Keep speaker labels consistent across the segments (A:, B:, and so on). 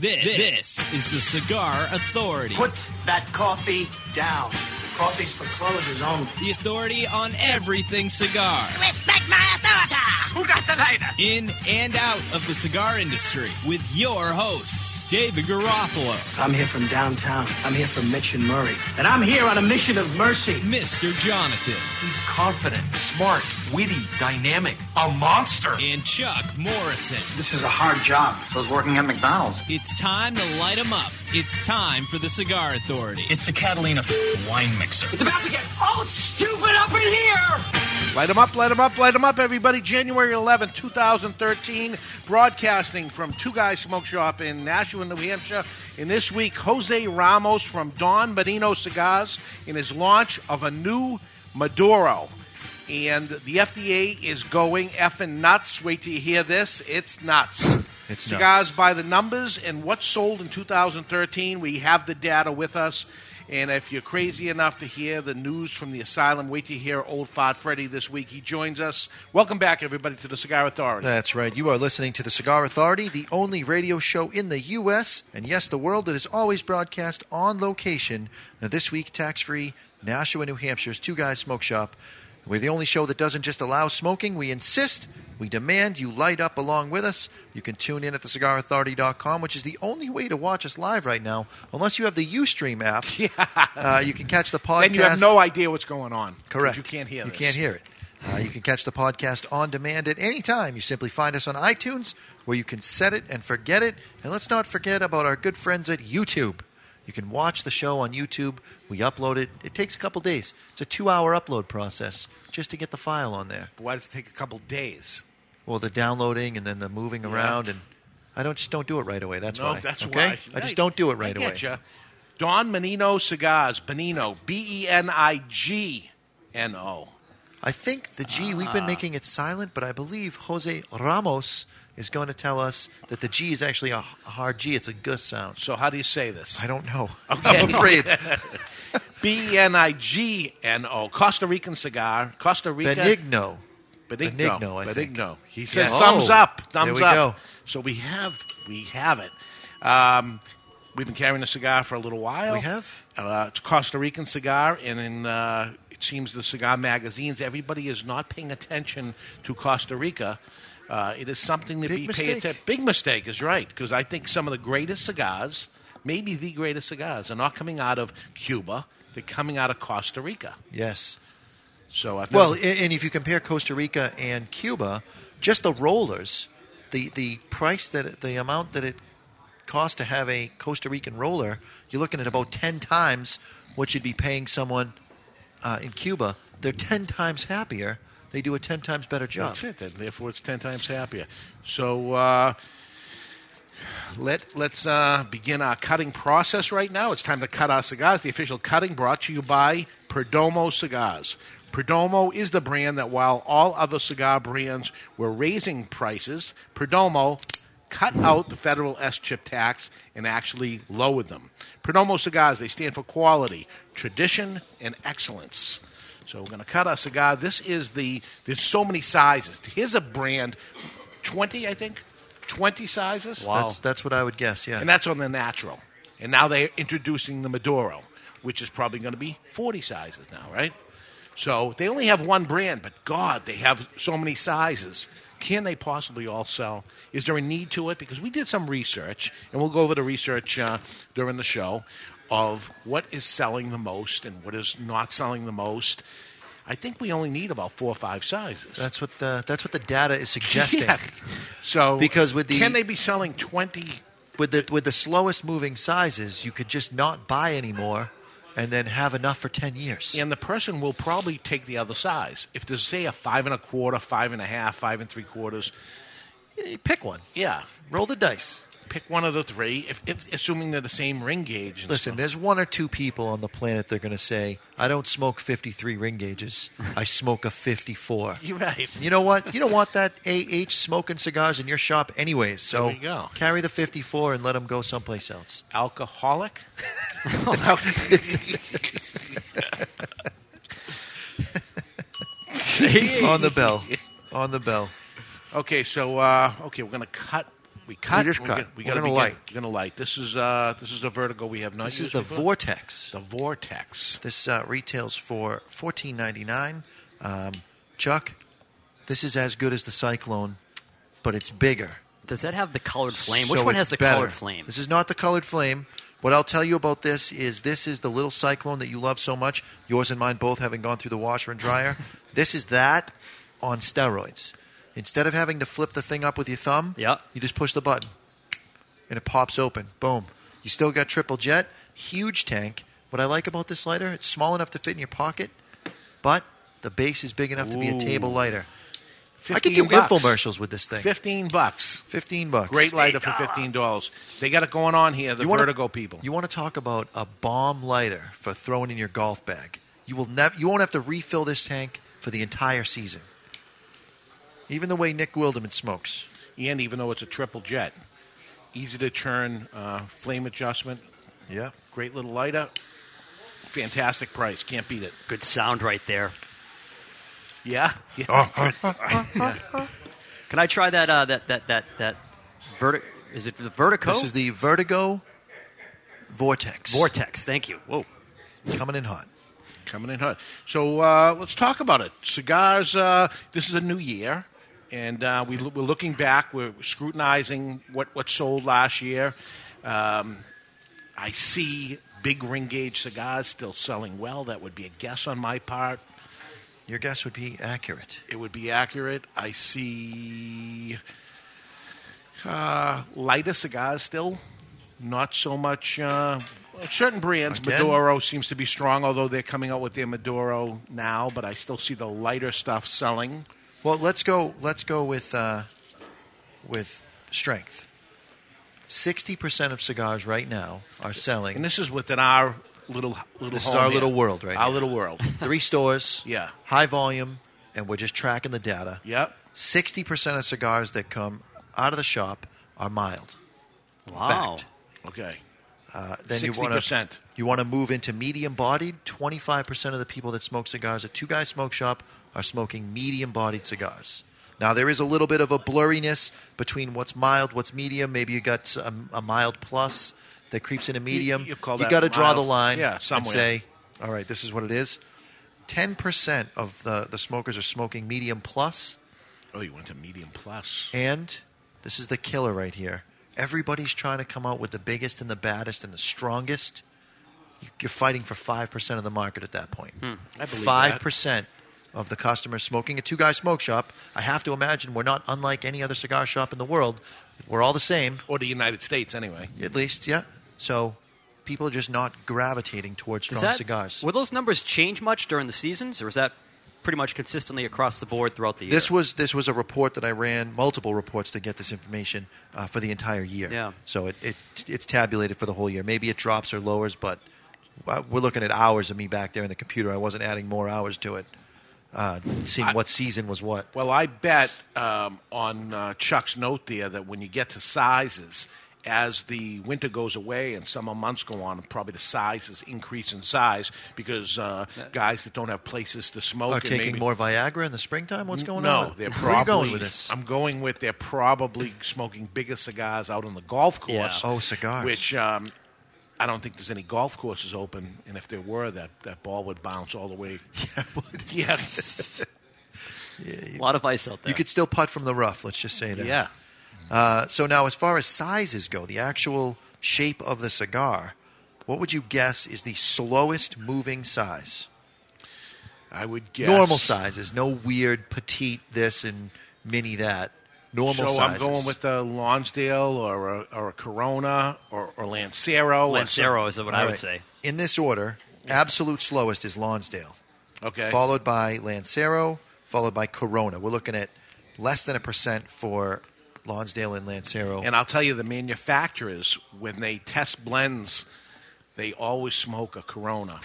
A: This, this is the Cigar Authority.
B: Put that coffee down. Coffee's for closers only.
A: The authority on everything cigar.
C: Respect my authority!
B: Who got the lighter?
A: In and out of the cigar industry with your hosts, David Garofalo,
B: I'm here from downtown. I'm here from Mitch and Murray. And I'm here on a mission of mercy.
A: Mr. Jonathan,
D: He's confident, smart, witty, dynamic, a monster.
A: and Chuck Morrison.
E: This is a hard job. So is working at McDonald's.
A: It's time to light 'em up. It's time for the Cigar Authority.
F: It's the Catalina f- wine mixer.
D: It's about to get all stupid up in here.
G: Light 'em up, light 'em up, light 'em up, everybody. January 11th, 2013, broadcasting from Two Guys Smoke Shop in Nashua, New Hampshire. And this week, Jose Ramos from Don Marino Cigars in his launch of a new Maduro. And the FDA is going effing nuts. Wait till you hear this. It's nuts.
F: It's
G: Cigars
F: nuts.
G: by the numbers and what's sold in 2013. We have the data with us. And if you're crazy enough to hear the news from the asylum, wait to hear old fart Freddy this week. He joins us. Welcome back, everybody, to the Cigar Authority.
H: That's right. You are listening to the Cigar Authority, the only radio show in the U.S. and yes, the world that is always broadcast on location. Now, this week, tax free, Nashua, New Hampshire's Two Guys Smoke Shop. We're the only show that doesn't just allow smoking, we insist. We demand you light up along with us. You can tune in at thecigarauthority.com, which is the only way to watch us live right now, unless you have the Ustream app. Yeah. Uh, you can catch the podcast.
G: and you have no idea what's going on. 'cause
H: Correct.
G: You can't hear
H: You
G: this.
H: can't hear it. Uh, you can catch the podcast on demand at any time. You simply find us on iTunes, where you can set it and forget it. And let's not forget about our good friends at YouTube. You can watch the show on YouTube. We upload it. It takes a couple days. It's a two-hour upload process just to get the file on there.
G: Why does it take a couple days?
H: Well, the downloading and then the moving around, and I don't just don't do it right away. That's
G: No,
H: why.
G: that's
H: okay?
G: why.
H: I just don't do it right
G: I get
H: away.
G: ya. Don Menino Cigars, Benino, B E N I G N O.
H: I think the G, we've
G: Ah.
H: been making it silent, but I believe Jose Ramos is going to tell us that the G is actually a, h- a hard G. It's a G sound.
G: So, how do you say this?
H: I don't know. I'm afraid.
G: B E N I G N O. Costa Rican cigar. Costa Rica.
H: Benigno.
G: Benigno.
H: Benigno, I think.
G: Benigno. He says
H: Yes.
G: thumbs
H: Oh.
G: up. Thumbs
H: There we
G: up.
H: go.
G: So we have we have it. Um, we've been carrying a cigar for a little while.
H: We have?
G: Uh, it's a Costa Rican cigar, and in uh, it seems the cigar magazines, everybody is not paying attention to Costa Rica. Uh, it is something to
H: Big
G: be paid
H: mistake.
G: attention. Big mistake is right because I think some of the greatest cigars, maybe the greatest cigars, are not coming out of Cuba. They're coming out of Costa Rica.
H: Yes.
G: So I've
H: Well,
G: never-
H: a- and if you compare Costa Rica and Cuba, just the rollers, the, the price that it, the amount that it costs to have a Costa Rican roller, you're looking at about 10 times what you'd be paying someone uh, in Cuba. They're 10 times happier. They do a 10 times better job.
G: That's it. Then, therefore, it's ten times happier. So uh, let let's uh, begin our cutting process right now. It's time to cut our cigars. The official cutting brought to you by Perdomo Cigars. Perdomo is the brand that, while all other cigar brands were raising prices, Perdomo cut out the federal S chip tax and actually lowered them. Perdomo cigars they stand for quality, tradition, and excellence. So we're going to cut our cigar. This is the there's so many sizes. Here's a brand, twenty I think, twenty sizes,
H: That's, that's what I would guess, yeah.
G: and that's on the natural. And now they're introducing the Maduro, which is probably going to be forty sizes now, right? So they only have one brand, but God, they have so many sizes. Can they possibly all sell? Is there a need to it? Because we did some research, and we'll go over the research uh, during the show of what is selling the most and what is not selling the most. I think we only need about four or five sizes.
H: That's what the that's what the data is suggesting.
G: Yeah. So
H: Because with the-
G: can they be selling twenty?
H: With the with the slowest moving sizes, you could just not buy anymore, and then have enough for ten years.
G: And the person will probably take the other size. If there's say a five and a quarter, five and a half, five and three quarters,
H: Eh, Pick one,
G: yeah,
H: roll the dice.
G: pick one of the three. If, if assuming they're the same ring gauge. and
H: Listen, there's one or two people on the planet that are going to say, "I don't smoke 53 ring gauges. I smoke a 54."
G: stuff. you're right.
H: You know what? You don't want that AH smoking cigars in your shop, anyways. So
G: There you go.
H: carry the 54 and let them go someplace else.
G: Alcoholic. Oh.
H: On the bell, on the bell.
G: Okay, so uh, okay, we're gonna cut. We cut.
H: just
G: we're
H: cut.
G: gonna- we
H: We're
G: gotta
H: gonna
G: begin-
H: light.
G: We're gonna light. This is uh, this is a vertigo we have not.
H: This is
G: used
H: the
G: before.
H: Vortex.
G: The vortex.
H: This uh, retails for fourteen ninety nine. Um, Chuck, this is as good as the Cyclone, but it's bigger.
C: Does that have the colored flame?
H: So
C: Which one
H: it's
C: has the
H: better.
C: colored flame?
H: This is not the colored flame. What I'll tell you about this is this is the little cyclone that you love so much. Yours and mine both having gone through the washer and dryer. this is that on steroids. Instead of having to flip the thing up with your thumb,
C: Yeah.
H: you just push the button and it pops open. Boom. You still got triple jet, huge tank. What I like about this lighter, it's small enough to fit in your pocket, but the base is big enough to be a table lighter. I could do
G: 15 bucks.
H: infomercials with this thing.
G: Fifteen bucks.
H: 15 bucks.
G: Great lighter for fifteen dollars. They got it going on here. The
H: wanna-
G: vertigo people.
H: You want to talk about a bomb lighter for throwing in your golf bag. You will never. You won't have to refill this tank for the entire season. Even the way Nick Wilderman smokes.
G: and even though it's a triple jet, easy to turn, uh, flame adjustment,
H: Yeah.
G: great little lighter, fantastic price. Can't beat it.
C: Good sound right there.
G: Yeah. yeah.
C: Can I try that? Uh, that that that that verti- Is it the vertigo?
H: This is the Vertigo Vortex.
C: vortex. Thank you. Whoa.
H: coming in hot.
G: Coming in hot. So uh, let's talk about it. Cigars. Uh, this is a new year, and uh, we, we're looking back. We're scrutinizing what what sold last year. Um, I see big ring gauge cigars still selling well. That would be a guess on my part.
H: Your guess would be accurate.
G: it would be accurate. I see uh, lighter cigars still, not so much. Uh, certain brands,
H: Again?
G: Maduro seems to be strong, although they're coming out with their Maduro now. But I still see the lighter stuff selling.
H: Well, let's go. Let's go with uh, with strength. Sixty percent of cigars right now are selling.
G: And this is within our little little.
H: This is
G: home
H: our
G: here.
H: little world right
G: Our
H: here.
G: little world.
H: three stores.
G: Yeah.
H: High volume, and we're just tracking the data.
G: yep.
H: Sixty percent of cigars that come out of the shop are mild.
C: Wow.
H: Fact.
G: Okay.
H: Uh, then you want to
G: 60%.
H: you want to move into medium bodied. Twenty five percent of the people that smoke cigars at Two Guys Smoke Shop are smoking medium bodied cigars. Now there is a little bit of a blurriness between what's mild, what's medium. Maybe you got a, a mild plus that creeps into medium.
G: you call that
H: got to draw
G: mild.
H: the line
G: Yeah,
H: and
G: somewhere.
H: say, all right, this is what it is. Ten percent of the, the smokers are smoking medium plus,
G: Oh, you went to medium plus.
H: and this is the killer right here. Everybody's trying to come out with the biggest and the baddest and the strongest. You- You're fighting for five percent of the market at that point.
G: Hmm, I believe
H: Five percent of the customers smoking a two-guy smoke shop. I have to imagine we're not unlike any other cigar shop in the world. We're all the same,
G: Or the United States, anyway.
H: at least, yeah. So people are just not gravitating towards
C: Does
H: strong
C: that-
H: cigars.
C: Will those numbers change much during the seasons, or is that pretty much consistently across the board throughout the year?
H: This was this was a report that I ran, multiple reports to get this information uh, for the entire year.
C: Yeah.
H: So it, it it's tabulated for the whole year. Maybe it drops or lowers, but uh, we're looking at hours of me back there in the computer. I wasn't adding more hours to it, uh, seeing what season was what.
G: Well, I bet um, on uh, Chuck's note there that when you get to sizes, as the winter goes away and summer months go on, probably the sizes increase in size because uh, guys that don't have places to smoke
H: Are
G: and
H: taking
G: maybe-
H: more Viagra in the springtime? What's going
G: no,
H: on?
G: they're probably.
H: Where are you going with this?
G: I'm going with they're probably smoking bigger cigars out on the golf course.
C: Yeah.
H: Oh, cigars.
G: Which um, I don't think there's any golf courses open, and if there were, that, that ball would bounce all the way. Yeah,
C: a lot of ice out there.
H: you could still putt from the rough. Let's just say that.
G: yeah.
H: Uh, so now, as far as sizes go, the actual shape of the cigar, what would you guess is the slowest moving size?
G: I would guess
H: Normal sizes, no weird petite this and mini that. Normal
G: so
H: sizes.
G: I'm going with the Lonsdale or a, or a Corona or, or Lancero. or
C: Lancero is what I
H: All
C: would
H: right.
C: say.
H: In this order, absolute slowest is Lonsdale,
G: some- Okay.
H: followed by Lancero, followed by Corona. We're looking at less than a percent for Lonsdale and Lancero.
G: And I'll tell you, the manufacturers when they test blends, they always smoke a Corona.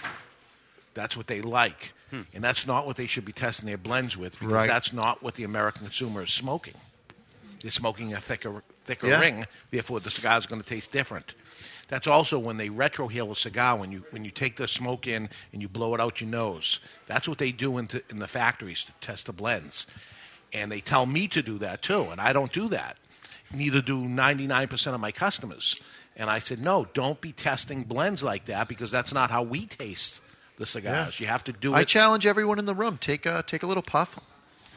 G: That's what they like, and that's not what they should be testing their blends with because
H: Hmm. Right.
G: that's not what the American consumer is smoking. They're smoking a thicker thicker
H: Yeah.
G: ring, therefore the cigar is going to taste different. That's also when they retrohale a cigar when you when you take the smoke in and you blow it out your nose. That's what they do in, in the factories to test the blends, and they tell me to do that too, and I don't do that. neither do 99% of my customers. And I said, no, don't be testing blends like that because that's not how we taste the cigars. You have to do
H: I
G: it.
H: challenge everyone in the room. Take a take a little puff.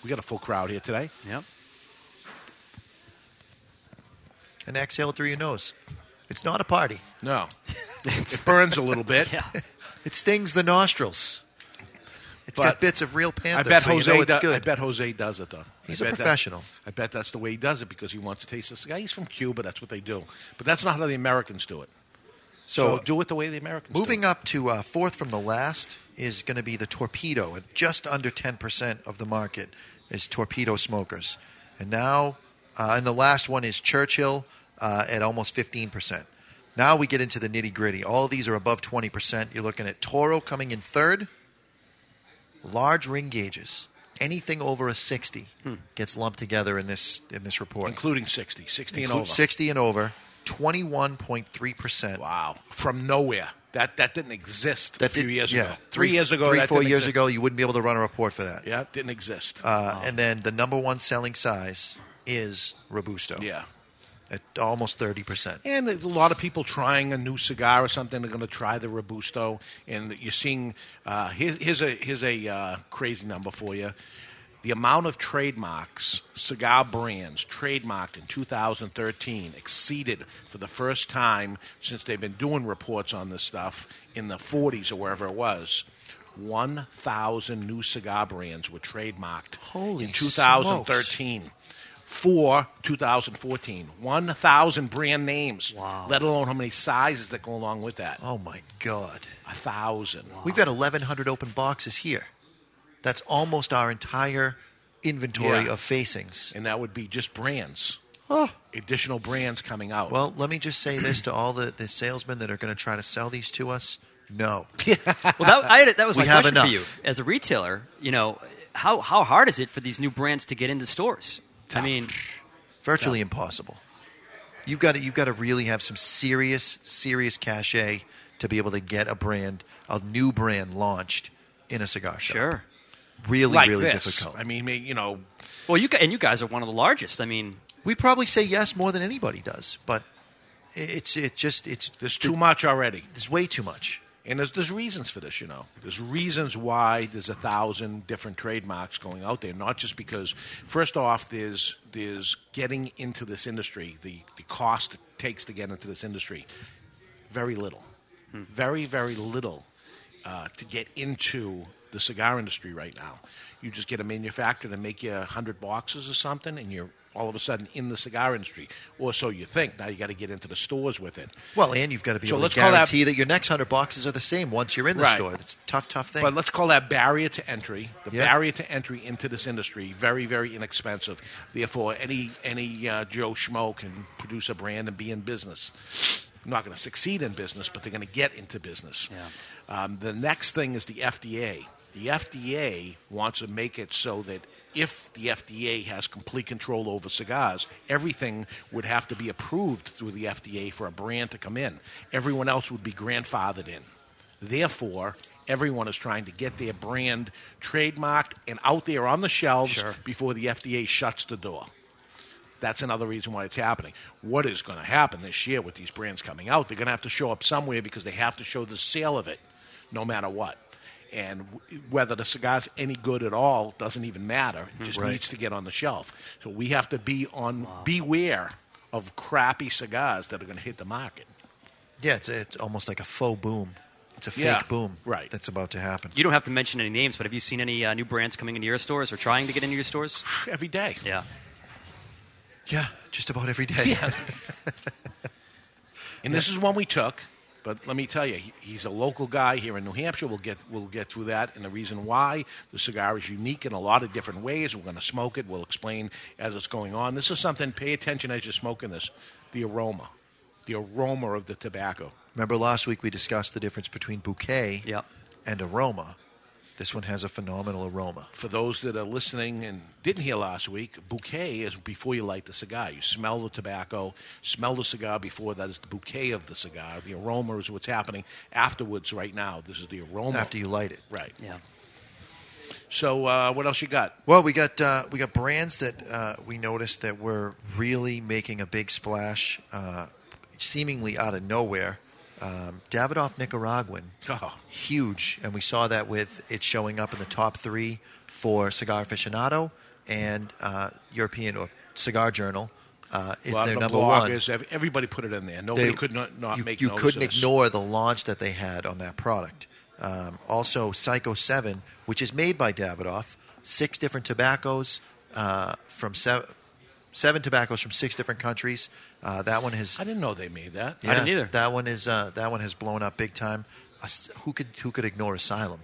G: we got a full crowd here today.
C: Yep.
H: and exhale through your nose. It's not a party.
G: No. it burns a little bit.
C: Yeah.
H: It stings the nostrils. It's got
G: But
H: bits of real
G: I
H: panther.
G: bet
H: so
G: Jose.
H: You know it's
G: do-
H: good.
G: I bet Jose does it though.
H: He's
G: I
H: a
G: bet that-
H: professional.
G: I bet that's the way he does it because he wants to taste this guy. He's from Cuba. That's what they do. But that's not how the Americans do it.
H: so
G: so do it the way the Americans.
H: moving
G: do
H: up to uh, fourth from the last is going to be the torpedo, and just under ten percent of the market is torpedo smokers, and now uh, and the last one is Churchill uh, at almost fifteen percent. Now we get into the nitty gritty. All of these are above twenty percent. You're looking at Toro coming in third. large ring gauges, anything over a 60 gets lumped together in this in this report.
G: it, Hmm. including 60, 60 and
H: Include
G: over.
H: 60 and over, 21.3%.
G: Wow, from nowhere. That that didn't exist a few
H: did-
G: years
H: yeah,
G: ago. Three, years ago.
H: three
G: that
H: four
G: didn't
H: years
G: exist.
H: ago, you wouldn't be able to run a report for that.
G: Yeah, it didn't exist.
H: Uh, And then the number one selling size is Robusto.
G: yeah.
H: at almost 30%.
G: And a lot of people trying a new cigar or something are going to try the Robusto. And you're seeing uh, here's, here's a here's a uh, crazy number for you: the amount of trademarks cigar brands trademarked in 2013 exceeded for the first time since they've been doing reports on this stuff in the 40s or wherever it was. 1,000 new cigar brands were trademarked
H: Holy
G: in 2013 for 2014. 1,000 brand names, let alone how many sizes that go along with that.
H: Oh my God.
G: A thousand.
H: We've got 1,100 open boxes here. That's almost our entire inventory
G: Yeah.
H: of facings.
G: And that would be just brands.
H: Oh.
G: Additional brands coming out.
H: Well, let me just say this to all the, the salesmen that are going to try to sell these to us. No.
C: Well, that, I had, that was
H: We
C: my
H: have
C: question
H: enough.
C: to you as a retailer. You know, how how hard is it for these new brands to get into stores? I mean,
H: Virtually impossible. You've got to, you've got to really have some serious serious cachet to be able to get a brand a new brand launched in a cigar shop.
C: sure.
H: Really
G: like
H: really
G: this.
H: difficult.
G: I mean, I mean, you know,
C: Well, you gu- and you guys are one of the largest. I mean,
H: we probably say yes more than anybody does, but it's it just it's
G: there's too much already.
H: There's way too much.
G: And there's, there's reasons for this, you know. There's reasons why there's a thousand different trademarks going out there, not just because, first off, there's, there's getting into this industry, the, the cost it takes to get into this industry, very little. Very, very little uh, to get into the cigar industry right now. You just get a manufacturer to make you 100 boxes or something, and you're all of a sudden in the cigar industry, or so you think. Now you got to get into the stores with it.
H: Well, and you've got to be
G: So
H: able
G: let's
H: to
G: call that-
H: guarantee that, your next hundred boxes are the same once you're in the
G: Right.
H: store. That's a tough, tough thing.
G: But let's call that barrier to entry. The
H: Yeah.
G: barrier to entry into this industry very, very inexpensive. Therefore, any any uh, Joe Schmo can produce a brand and be in business. Not going to succeed in business, but they're going to get into business. Um, the next thing is the FDA. The FDA wants to make it so that if the FDA has complete control over cigars, everything would have to be approved through the FDA for a brand to come in. Everyone else would be grandfathered in. Therefore, everyone is trying to get their brand trademarked and out there on the shelves before the FDA shuts the door. That's another reason why it's happening. What is going to happen this year with these brands coming out? They're going to have to show up somewhere because they have to show the sale of it, no matter what. And w- whether the cigar's any good at all doesn't even matter. It just needs to get on the shelf. So we have to be on beware of crappy cigars that are going to hit the market.
H: Yeah, it's, it's almost like a faux boom. It's a fake
G: Yeah,
H: boom
G: right.
H: that's about to happen.
C: you don't have to mention any names, but have you seen any uh, new brands coming into your stores or trying to get into your stores?
G: Every day.
C: Yeah.
H: Yeah, just about every day.
G: And this is one we took, but let me tell you, he, he's a local guy here in New Hampshire. We'll get we'll get through that and the reason why the cigar is unique in a lot of different ways. We're going to smoke it. We'll explain as it's going on. This is something. Pay attention as you're smoking this. The aroma, the aroma of the tobacco.
H: Remember last week we discussed the difference between bouquet
C: Yep.
H: and aroma. This one has a phenomenal aroma.
G: For those that are listening and didn't hear last week, bouquet is before you light the cigar. You smell the tobacco, smell the cigar before. That is the bouquet of the cigar. The aroma is what's happening afterwards. Right now, this is the aroma
H: After you light it,
G: Right.
C: Yeah.
G: So uh, what else you got?
H: Well, we got uh, we got brands that uh, we noticed that were really making a big splash, uh, seemingly out of nowhere. Um, Davidoff Nicaraguan,
G: Oh.
H: huge, and we saw that with it showing up in the top three for Cigar Aficionado and uh, European or Cigar Journal. Uh, it's
G: A lot of
H: their
G: the
H: number one.
G: bloggers, ev- everybody put it in there.
H: They-
G: Nobody could not, not
H: you,
G: make
H: you
G: notice
H: couldn't
G: of this.
H: ignore the launch that they had on that product. Um, also, Psycho Seven, which is made by Davidoff, six different tobaccos uh, from seven, seven tobaccos from six different countries. Uh, that one has
G: I didn't know they made that.
C: didn't either.
H: That one is uh, that one has blown up big time. As- who could who could ignore Asylum?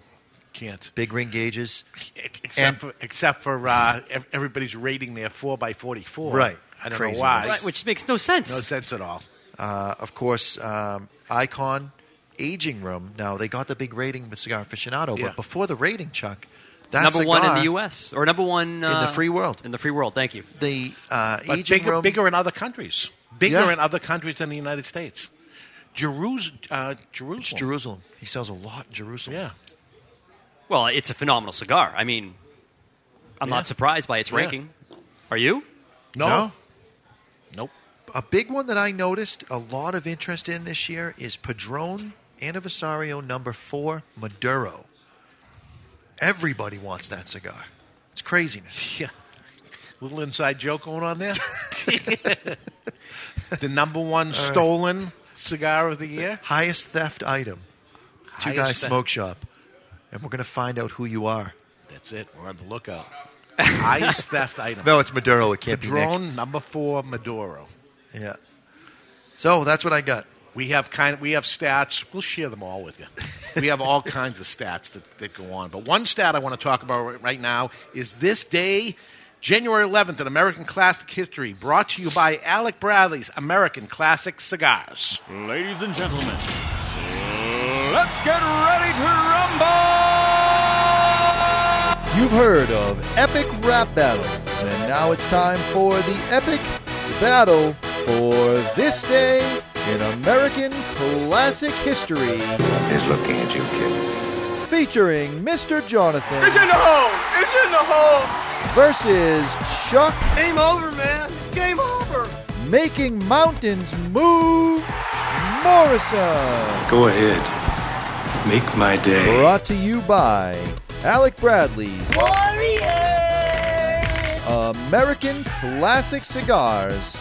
G: Can't.
H: Big ring gauges,
G: Except
H: And-
G: for, except for uh, ev- everybody's rating their 4 by 44
H: Right.
G: I don't
H: Craziness.
G: know why.
C: Right, which makes no sense.
G: no sense at all.
H: uh, of course, um, Icon, Aging Room. Now they got the big rating with Cigar Aficionado,
G: Yeah.
H: but before the rating, Chuck, that
C: number one in
H: cigar-
C: the U.S. or number one uh,
H: the free world.
C: In the free world, thank you.
H: the uh,
G: But
H: aging
G: bigger,
H: room.
G: bigger in other countries. Bigger
H: Yeah.
G: in other countries than the United States. Jerus- uh, Jerusalem.
H: It's Jerusalem. He sells a lot in Jerusalem.
G: Yeah.
C: Well, it's a phenomenal cigar. I mean, I'm
G: Yeah.
C: not surprised by its
G: Yeah.
C: ranking. Are you?
G: No.
H: No?
G: Nope.
H: A big one that I noticed a lot of interest in this year is Padron Anniversario Number Four Maduro. Everybody wants that cigar. It's craziness.
G: Yeah. Little inside joke going on there. the number one stolen cigar of the year.
H: Highest theft item. Two
G: Highest
H: guys
G: theft.
H: smoke shop, and we're gonna find out who you are.
G: That's it. We're on the lookout. Highest theft item.
H: No, it's Maduro. It can't be
G: Drone number four Maduro.
H: Nick. Yeah. So that's what I got.
G: We have kind. We have stats. We'll share them all with you. We have all kinds of stats that, that go on. But one stat I want to talk about right- right now is this day, January 11th, in American classic history, brought to you by Alec Bradley's American Classic Cigars.
I: Ladies and gentlemen, let's get ready to rumble!
H: You've heard of epic rap battles, and now it's time for the epic battle for this day in American classic history,
E: He's looking at you, kid.
H: featuring Mr. Jonathan. It's in the hole. It's in the hole. Versus Chuck. Game over, man. Game over. Making mountains move. Morrison.
J: Go ahead. Make my day.
H: Brought to you by Alec Bradley's American Classic Cigars.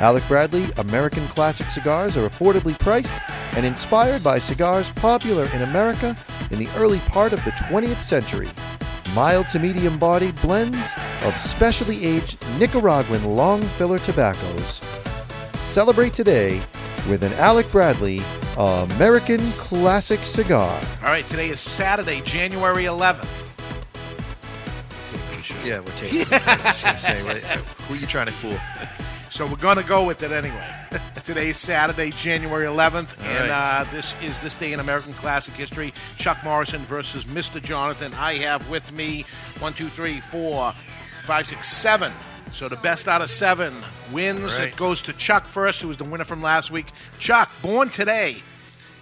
H: Alec Bradley American Classic Cigars are affordably priced and inspired by cigars popular in America in the early part of the 20th century. Mild to medium bodied blends of specially aged Nicaraguan long filler tobaccos. Celebrate today with an Alec Bradley American Classic Cigar.
G: All right, today is Saturday, January 11th.
H: Yeah, we're taking. I was just gonna say, what- who are you trying to fool?
G: So we're going to go with it anyway. Today's Saturday, January 11th,
H: All
G: and
H: right.
G: uh, this is this day in American classic history. Chuck Morrison versus Mr. Jonathan. I have with me one, two, three, four, five, six, seven. So the best out of seven wins.
H: All right.
G: It goes to Chuck first, who was the winner from last week. Chuck, born today.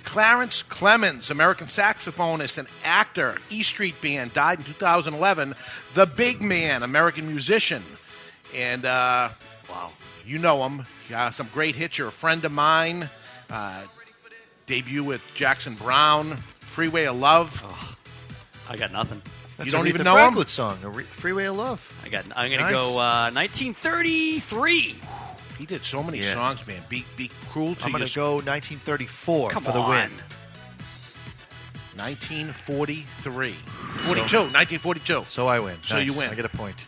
G: Clarence Clemens, American saxophonist and actor, E Street Band, died in 2011. The Big Man, American musician, and uh, wow, you know him. Uh, some great hits. You're a friend of mine. Uh, debut with Jackson Brown, Freeway of Love.
C: I got nothing.
H: That's
G: You don't
H: Aretha
G: even know
H: Franklin
G: him?
H: song, a re- Freeway of Love.
C: I got. I'm going to
H: Nice.
C: go uh, 1933.
G: He did so many
H: Yeah.
G: songs, man. Be be cruel to
H: I'm going to
G: Yourself.
H: go 1934
C: Come
H: for the
C: on.
H: win.
G: 1943, 42, 1942.
H: So I win.
G: So you
H: Nice.
G: win.
H: I get a point.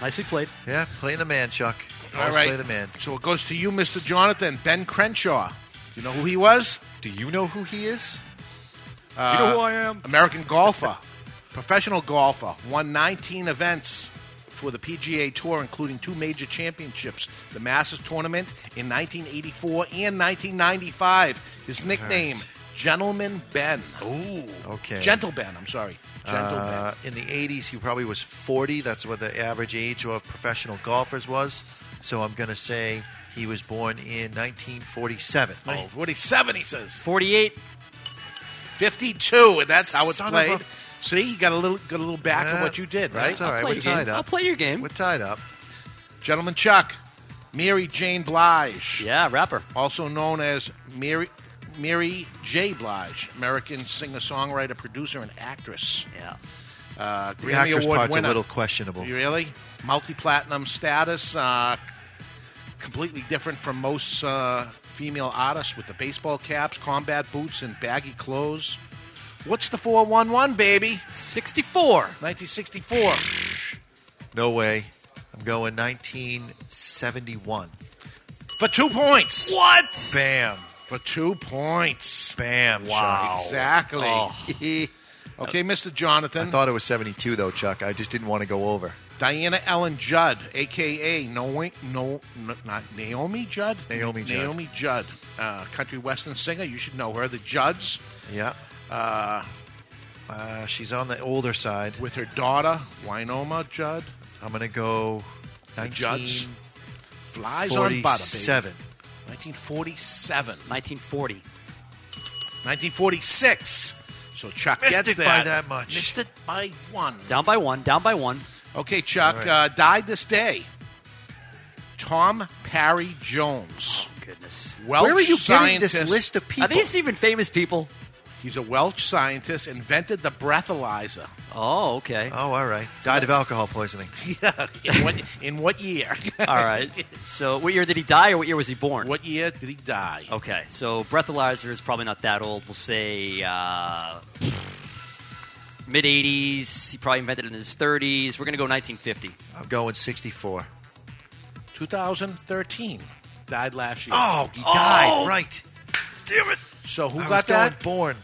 C: Nicely played.
H: Yeah, play the man, Chuck.
G: All
H: Always
G: right.
H: play the man.
G: So it goes to you, Mr. Jonathan. Ben Crenshaw. You know who he was?
H: Do you know who he is?
C: Do you know who I am?
G: Uh, American golfer, professional golfer, won 19 events for the PGA Tour, including two major championships, the Masters Tournament in 1984 and 1995. His nickname, Gentleman Ben. Ooh.
H: Okay.
G: Gentle Ben, I'm sorry. Gentle
H: Uh,
G: Ben.
H: in the 80s, he probably was 40. That's what the average age of professional golfers was. So I'm going to say he was born in 1947.
G: Oh, 47, he says.
C: 48.
G: 52, and that's how it's
H: Son of
G: played.
H: a-
G: See, you got a little got a little back of
H: Uh,
G: what you did, right?
H: That's all right.
C: play
H: We're
C: your
H: tied
C: game.
H: up.
C: I'll play your game.
H: We're tied up.
G: Gentleman Chuck, Mary Jane Blige,
C: Yeah, rapper.
G: also known as Mary Mary J. Blige, American singer, songwriter, producer, and actress.
C: Yeah.
G: Uh,
H: The
G: Grammy
H: actress
G: Award
H: part's
G: winner.
H: a little questionable.
G: You really? Multi platinum status, uh, completely different from most uh, female artists with the baseball caps, combat boots, and baggy clothes. What's the 411, baby?
C: 64.
G: 1964.
H: No way. I'm going 1971.
G: For two points.
C: What?
H: Bam.
G: For two points.
H: Bam.
G: Wow. Exactly.
C: Oh.
H: Chuck. I
G: Okay, Mr. Jonathan.
H: thought it was 72, though, Chuck. I just didn't want to go over.
G: Diana Ellen Judd, a.k.a. No, no, no, not Naomi Judd.
H: Naomi Judd.
G: Naomi Judd, uh, country western singer. You should know her. The Judds.
H: Yeah. Uh, uh, she's on the older side.
G: with her daughter, Winoma Judd.
H: I'm going to go
G: Judds.
H: 1947.
G: Flies on butter, baby. 1947.
C: 1940.
G: 1946. So Chuck
H: Missed
G: gets
H: it by
G: that.
H: that much.
G: Missed it by one.
C: Down by one. Down by one.
G: Okay, Chuck, uh, died this day. Tom Parry Jones.
C: Goodness.
G: Welsh
H: Where are you getting
G: scientist.
H: this list of people?
C: Are these even famous people?
G: He's a Welsh scientist, invented the breathalyzer.
C: Oh, okay.
H: Oh, all right. Died of alcohol poisoning.
G: in, what, in what year?
C: All right. So, what year did he die, or what year was he born?
G: what year did he die?
C: Okay, so breathalyzer is probably not that old. We'll say uh, mid '80s. He probably invented it in his 30s. We're gonna go 1950.
H: I'm going 64.
G: 2013. Died last year.
H: Oh, he died. Right.
C: Damn it!
G: so who
H: I was
G: got that?
H: going born.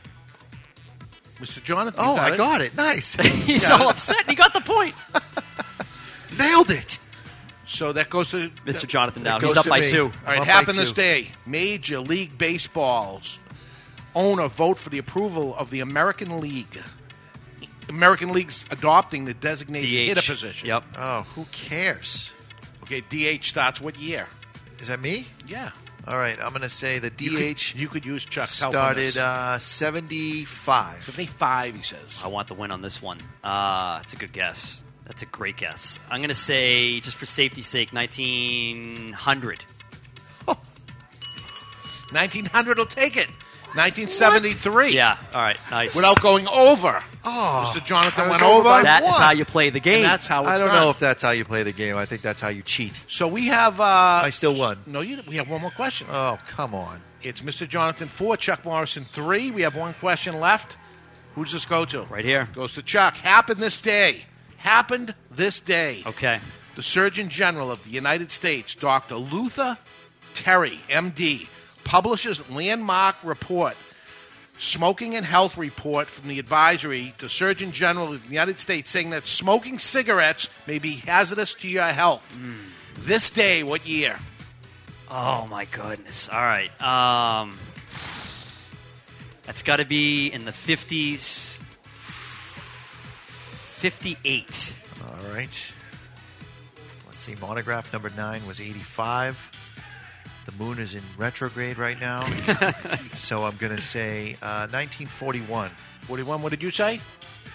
G: Mr. Jonathan.
H: Oh,
G: got
H: I
G: it.
H: got it. Nice.
C: He's all upset. He got the point,
H: Nailed it.
G: So that goes to
C: Mr. Jonathan. Now
H: That
C: he's
H: goes
C: up
H: to
C: by
H: me.
C: two.
G: All right,
H: up by
G: happened this
H: two.
G: day. Major League Baseball's owner vote for the approval of the American League. American League's adopting the designated
C: DH.
G: hitter position.
C: Yep.
H: Oh, who cares?
G: Okay, DH starts what year?
H: Is that me?
G: Yeah.
H: All right. I'm going to say the
G: You could-
H: DH
G: You could use Chuck's help. on this.
H: started uh, 75.
G: 75, he says.
C: I want the win on this one. Uh, that's a good guess. That's a great guess. I'm gonna say, just for safety's sake, 1900.
G: 1900 will take it. 1973.
C: Yeah. All right. Nice.
G: Without going over.
H: Oh,
G: Mr. Jonathan
H: I was
G: went
H: over
G: over.
H: by
C: That is
H: What?
C: how you play the game.
G: and that's how it's
H: I don't
G: done.
H: know if that's how you play the game. I think that's how you cheat.
G: So we have. Uh,
H: I still won.
G: No, you, we have one more question.
H: Oh, come on.
G: It's Mr. Jonathan four, Chuck Morrison three. We have one question left. Who does this go to?
C: Right here.
G: Goes to Chuck. Happened this day. Happened this day.
C: okay.
G: The Surgeon General of the United States, Dr. Luther Terry, MD, publishes landmark report, Smoking and Health Report from the advisory to Surgeon General of the United States saying that smoking cigarettes may be hazardous to your health.
C: Hmm.
G: This day, what year?
C: Oh my goodness! All right, um, that's got to be in the fifties. Fifty-eight.
H: All right. Let's see. Monograph number nine was 85. The moon is in retrograde right now. so I'm going to say uh, 1941.
G: 41, what did you say?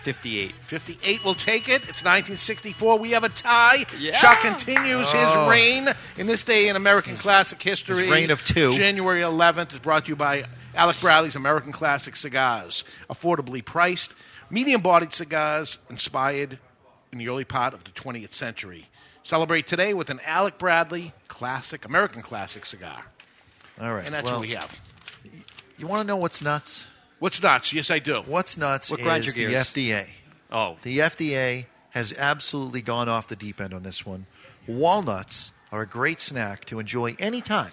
C: Fifty-eight.
G: 58 will take it. It's 1964. We have a tie.
C: Yeah.
G: Chuck continues
H: Oh.
G: his reign in this day in American classic history.
H: reign of two.
G: January 11th is brought to you by Alec Bradley's American Classic Cigars. Affordably priced, medium bodied cigars inspired in the early part of the 20th century. Celebrate today with an Alec Bradley classic, American classic cigar.
H: All right.
G: And that's
H: well,
G: what we have.
H: You want to know what's nuts?
G: What's nuts? Yes, I do.
H: What's nuts
C: What grinds
H: is the
C: your gears?
H: FDA.
C: Oh,
H: The FDA has absolutely gone off the deep end on this one. Walnuts are a great snack to enjoy anytime.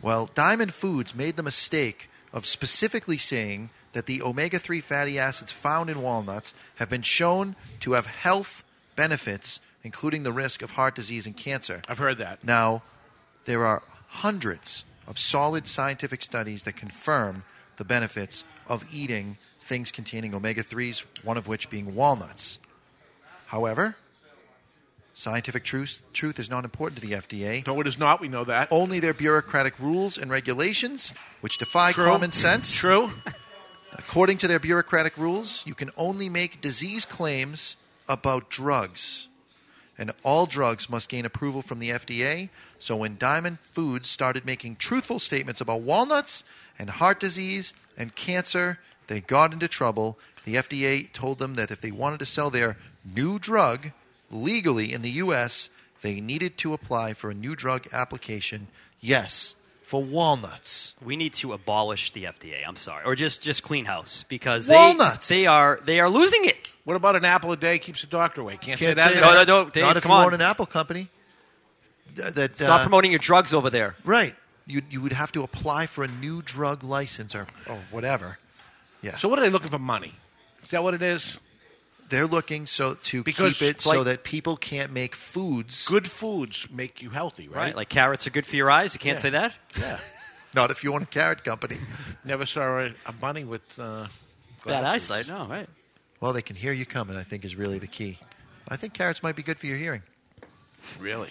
H: Well, Diamond Foods made the mistake of specifically saying that the omega 3 fatty acids found in walnuts have been shown to have health benefits, including the risk of heart disease and cancer.
G: I've heard that.
H: Now, there are hundreds of solid scientific studies that confirm the benefits of eating things containing omega 3s, one of which being walnuts. However, scientific truth, truth is not important to the FDA.
G: No, it is not. We know that.
H: Only their bureaucratic rules and regulations, which defy common sense,
G: True.
H: According to their bureaucratic rules, you can only make disease claims about drugs. And all drugs must gain approval from the FDA. So when Diamond Foods started making truthful statements about walnuts and heart disease and cancer, they got into trouble. The FDA told them that if they wanted to sell their new drug legally in the U.S., they needed to apply for a new drug application. Yes, for walnuts.
C: We need to abolish the FDA. I'm sorry, or just just clean house because
H: Walnuts!
C: They, they are they are losing it.
G: What about an apple a day keeps the doctor away? Can't,
H: Can't
G: say that.
H: say
C: No,
H: that.
C: no, no, Dave,
H: Not if
C: come
H: you
C: on.
H: own an Apple company. Th- That,
C: Stop
H: uh,
C: promoting your drugs over there.
H: Right. You you would have to apply for a new drug license or, or whatever.
G: So what are they looking for? Money? Is that what it is?
H: They're looking so to
G: Because
H: keep it
G: it's
H: so
G: like-
H: that people can't make foods.
G: Good foods make you healthy, right?
C: Right, like carrots are good for your eyes. You can't say that.
G: yeah.
H: Not if you own a carrot company.
G: Never saw a, a bunny with uh,
C: Bad
G: glasses.
C: eyesight. No, right.
H: Well, they can hear you coming. I think is really the key. I think carrots might be good for your hearing.
G: Really?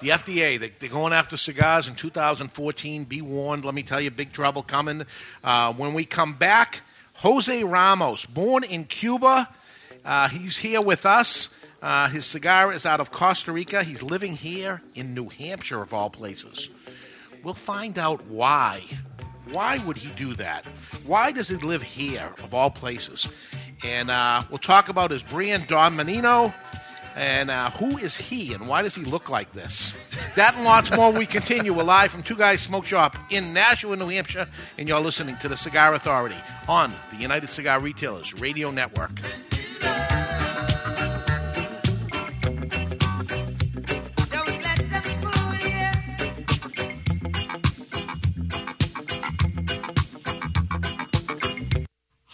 G: The FDA, they, they're going after cigars in 2014. Be warned. Let me tell you, big trouble coming. Uh, when we come back, Jose Ramos, born in Cuba, uh, he's here with us. Uh, his cigar is out of Costa Rica. He's living here in New Hampshire, of all places. We'll find out why. Why would he do that? Why does he live here, of all places? And uh, we'll talk about his brand, Don Menino, and uh, who is he and why does he look like this? That and lots more. We continue. We're live from Two Guys Smoke Shop in Nashua, New Hampshire, and you're listening to the Cigar Authority on the United Cigar Retailers Radio Network.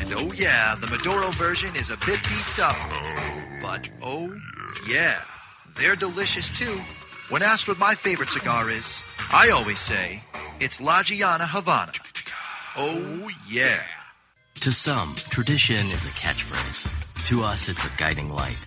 H: And oh yeah, the Maduro version is a bit beefed up. But oh yeah, they're delicious too. When asked what my favorite cigar is, I always say it's La Giana Havana. Oh yeah.
K: To some, tradition is a catchphrase. To us, it's a guiding light.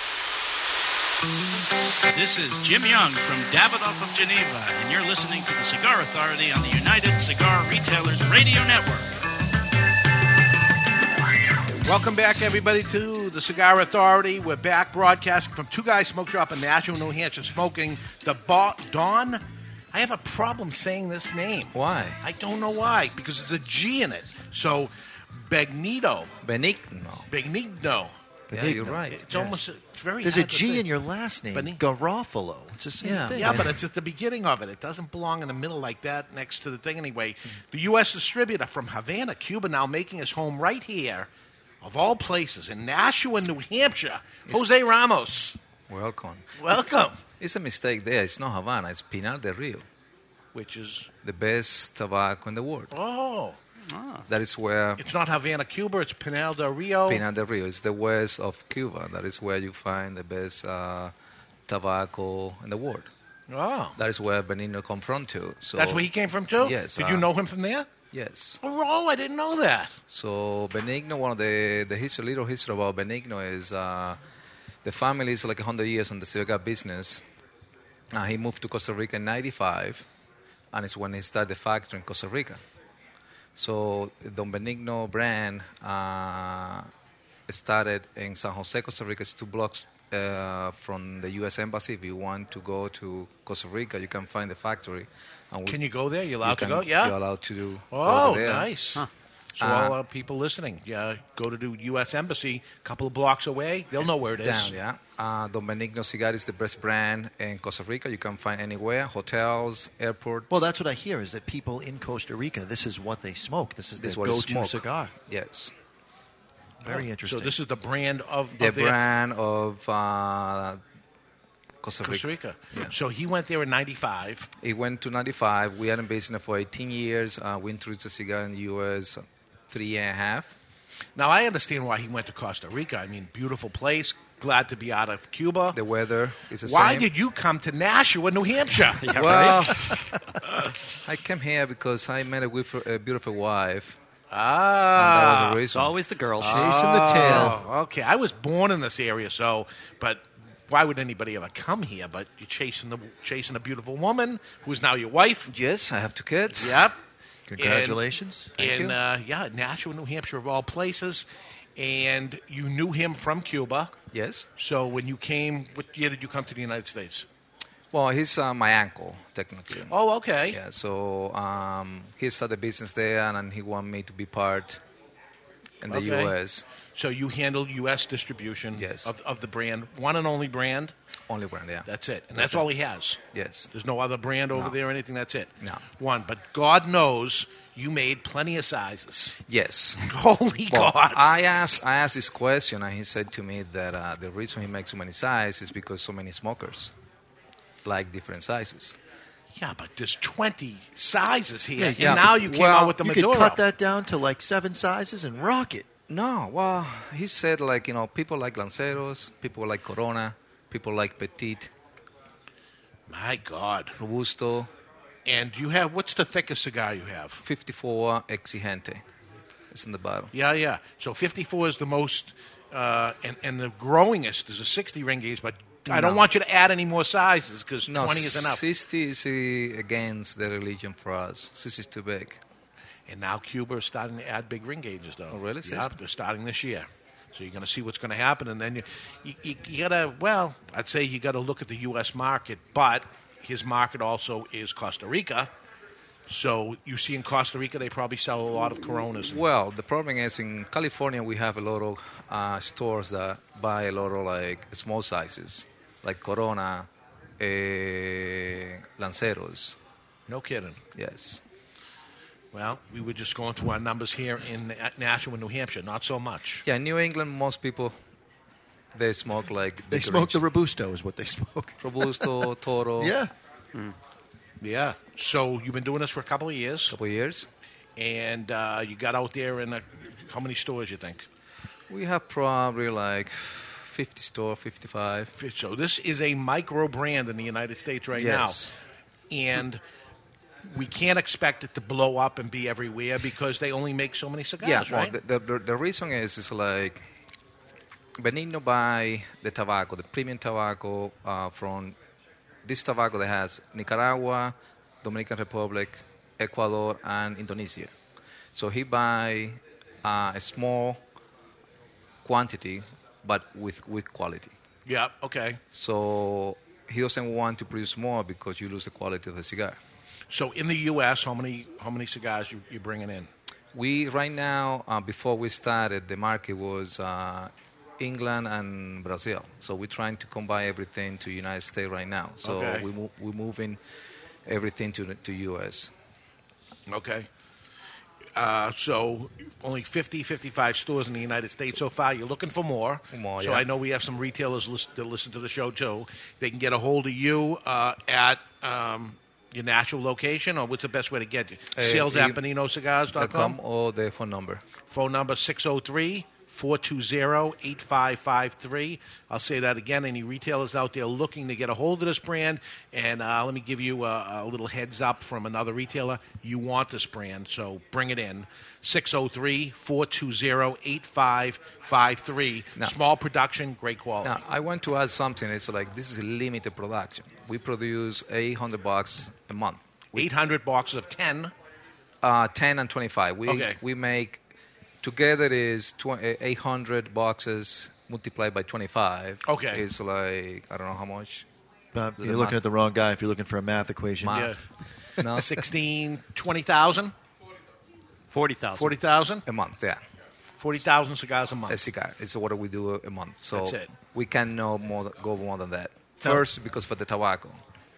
L: This is Jim Young from Davidoff of Geneva, and you're listening to the Cigar Authority on the United Cigar Retailers Radio Network.
G: Welcome back, everybody, to the Cigar Authority. We're back broadcasting from Two Guys Smoke Shop in Nashville, New Hampshire, smoking the ba- Dawn. I have a problem saying this name.
M: Why?
G: I don't know why, because it's a G in it. So, Benito.
M: Benigno.
G: Benigno.
M: Yeah, you're right.
G: It's almost it's very.
H: There's a
G: hard to
H: G
G: say.
H: in your last name,
G: Beni-
H: Garofalo.
M: Oh,
H: It's the same thing.
G: Yeah, but it's at the beginning of it. It doesn't belong in the middle like that next to the thing anyway.
M: Hmm.
G: The U.S. distributor from Havana, Cuba, now making his home right here, of all places, in Nashua, New Hampshire. Jose Ramos.
M: Welcome.
G: Welcome.
M: It's, it's a mistake there. It's not Havana. It's Pinar del Rio,
G: which is
M: the best tobacco in the world.
G: Oh.
M: That is where
G: It's not Havana, Cuba. It's Pinal del Rio.
M: Pinar del Rio is the west of Cuba. That is where you find the best uh, tobacco in the world.
G: Oh.
M: That is where Benigno come from too. So
G: That's where he came from, too?
M: Yes,
G: Did
M: uh,
G: you know him from there?
M: Yes.
G: Oh, I didn't know that.
M: So Benigno, one of the the history, little history about Benigno is uh, the family is like 100 years in the cigar business. Uh, he moved to Costa Rica in '95, and it's when he started the factory in Costa Rica. So Don Benigno brand uh, started in San Jose, Costa Rica. It's two blocks uh, from the U.S. embassy. If you want to go to Costa Rica, you can find the factory. And
G: Can you go there? You allowed to
M: can-
G: go? Yeah.
M: You're allowed to do. go
G: Oh,
M: over there.
G: nice. So
M: Uh,
G: all our people listening, yeah, go to the U.S. Embassy, a couple of blocks away. They'll know where it is.
M: Down, yeah. Uh, Don Benigno Cigar is the best brand in Costa Rica. You can find anywhere, hotels, airport.
H: Well, that's what I hear is that people in Costa Rica, this is what they smoke. This is
M: This is
H: their
M: what you
H: go-to
M: smoke.
H: cigar.
M: Yes.
H: Very
G: Oh,
H: interesting.
G: So this is the brand of, of
M: The
G: their-
M: brand of uh, Costa Rica.
G: Costa Rica. So he went there in '95.
M: It went to 95. We had been business for 18 years. Uh, we introduced the cigar in the U.S. three and a half.
G: Now I understand why he went to Costa Rica. I mean, beautiful place. Glad to be out of Cuba.
M: The weather is the
G: Why
M: same.
G: did you come to Nashua, New Hampshire?
M: well, I came here because I met a, wif- a beautiful wife.
G: Ah,
M: And that was a reason.
G: Oh, Okay, I was born in this area, so but why would anybody ever come here? But you're chasing the chasing a beautiful woman who's now your wife.
M: Yes, I have two kids.
G: Yep.
H: Congratulations.
G: And,
H: Thank
G: and,
H: you.
G: Uh, yeah, Nashua, New Hampshire, of all places. And you knew him from Cuba.
M: Yes.
G: So when you came, what year did you come to the United States?
M: Well, he's uh, my uncle, technically.
G: Oh, okay.
M: Yeah, so um, he started business there, and, and he wanted me to be part in the
G: Okay.
M: U.S.
G: So you handled U.S. distribution
M: Yes.
G: of, of the brand, one and only brand.
M: Only brand, yeah.
G: That's it, and that's,
M: That's
G: all
M: it.
G: he has.
M: Yes.
G: There's no other brand over
M: No.
G: there or anything. That's it.
M: No.
G: One, but God knows you made plenty of sizes.
M: Yes.
G: Holy
M: Well,
G: God!
M: I asked, I asked this question, and he said to me that uh, the reason he makes so many sizes is because so many smokers like different sizes.
G: Yeah, but there's 20 sizes here,
M: Yeah,
G: and
M: yeah.
G: now you came
M: Well,
G: out with the
H: you
G: Maduro.
H: could cut that down to like seven sizes and rock it.
M: No, well, he said like you know people like lanceros, people like Corona, people like Petit,
G: My God!
M: Robusto,
G: And you have what's the thickest cigar you have?
M: 54 Exigente. It's in the bottle.
G: Yeah, yeah. So 54 is the most, uh, and, and the growingest is a 60 ring gauge, but I don't
M: No.
G: want you to add any more sizes because 20 is enough.
M: 60 is uh, against the religion for us. 60 is too big.
G: And now Cuba is starting to add big ring gauges, though. Oh,
M: really?
G: Yeah, they're starting this year. So you're going to see what's going to happen, and then you, you, you, you got to, well, I'd say you got to look at the U.S. market, but his market also is Costa Rica. So you see in Costa Rica, they probably sell a lot of Coronas.
M: Well, the problem is in California we have a lot of uh, stores that buy a lot of like small sizes, like Corona, eh, Lanceros.
G: No kidding.
M: Yes.
G: Well, we were just going through our numbers here in uh, Nashua, New Hampshire. Not so much.
M: Yeah, New England, most people they smoke like
H: They
M: big
H: smoke the
M: range.
H: Robusto is what they smoke.
M: Robusto, Toro.
H: Yeah.
G: Yeah. So you've been doing this for a couple of years. Couple
M: of years.
G: And uh, you got out there in a, how many stores you think?
M: We have probably like 50 store, 55.
G: So this is a micro brand in the United States right
M: Yes.
G: now, and we can't expect it to blow up and be everywhere because they only make so many cigars,
M: yeah, well,
G: right?
M: the, the, the reason is it's like Benigno buy the tobacco, the premium tobacco uh, from this tobacco that has Nicaragua, Dominican Republic, Ecuador, and Indonesia. So he buy uh, a small quantity, but with with quality.
G: Yeah. Okay.
M: So he doesn't want to produce more because you lose the quality of the cigar.
G: So in the U.S., how many how many cigars you you bringing in?
M: We right now, uh, before we started, the market was uh, England and Brazil. So we're trying to combine everything to United States right now. So
G: Okay.
M: we mo- we're moving everything to the- to US.
G: Okay. Uh, so only 50, 55 stores in the United States so far. You're looking for more.
M: More,
G: so
M: Oh, yeah.
G: I know we have some retailers list, that listen to the show too. They can get a hold of you uh, at um, your natural location, or what's the best way to get you?
M: Uh,
G: Sales at
M: you-
G: BeninoCigars.com.
M: or the phone number.
G: Phone number 603 420 8553. I'll say that again. Any retailers out there looking to get a hold of this brand, and uh, let me give you a, a little heads up from another retailer. You want this brand, so bring it in. 603 420 8553.
M: Now-
G: Small production, great quality.
M: Now, I want to add something. It's like this is a limited production. We produce 800 boxes a month.
G: 800 boxes of 10?
M: Uh, 10 and 25. We,
G: Okay.
M: we make, together is tw- 800 boxes multiplied by 25.
G: Okay.
M: It's like, I don't know how much.
H: Uh,
M: Does it
H: you're looking
M: matter?
H: at the wrong guy if you're looking for a math equation.
M: Math. No.
G: 16, 20,000?
C: 40,000.
G: 40,000?
M: A month, yeah.
G: 40,000 cigars a month.
M: A cigar. It's what we do a month. So
G: That's it.
M: we can no more, th- go more than that.
H: No.
M: First, because for the tobacco.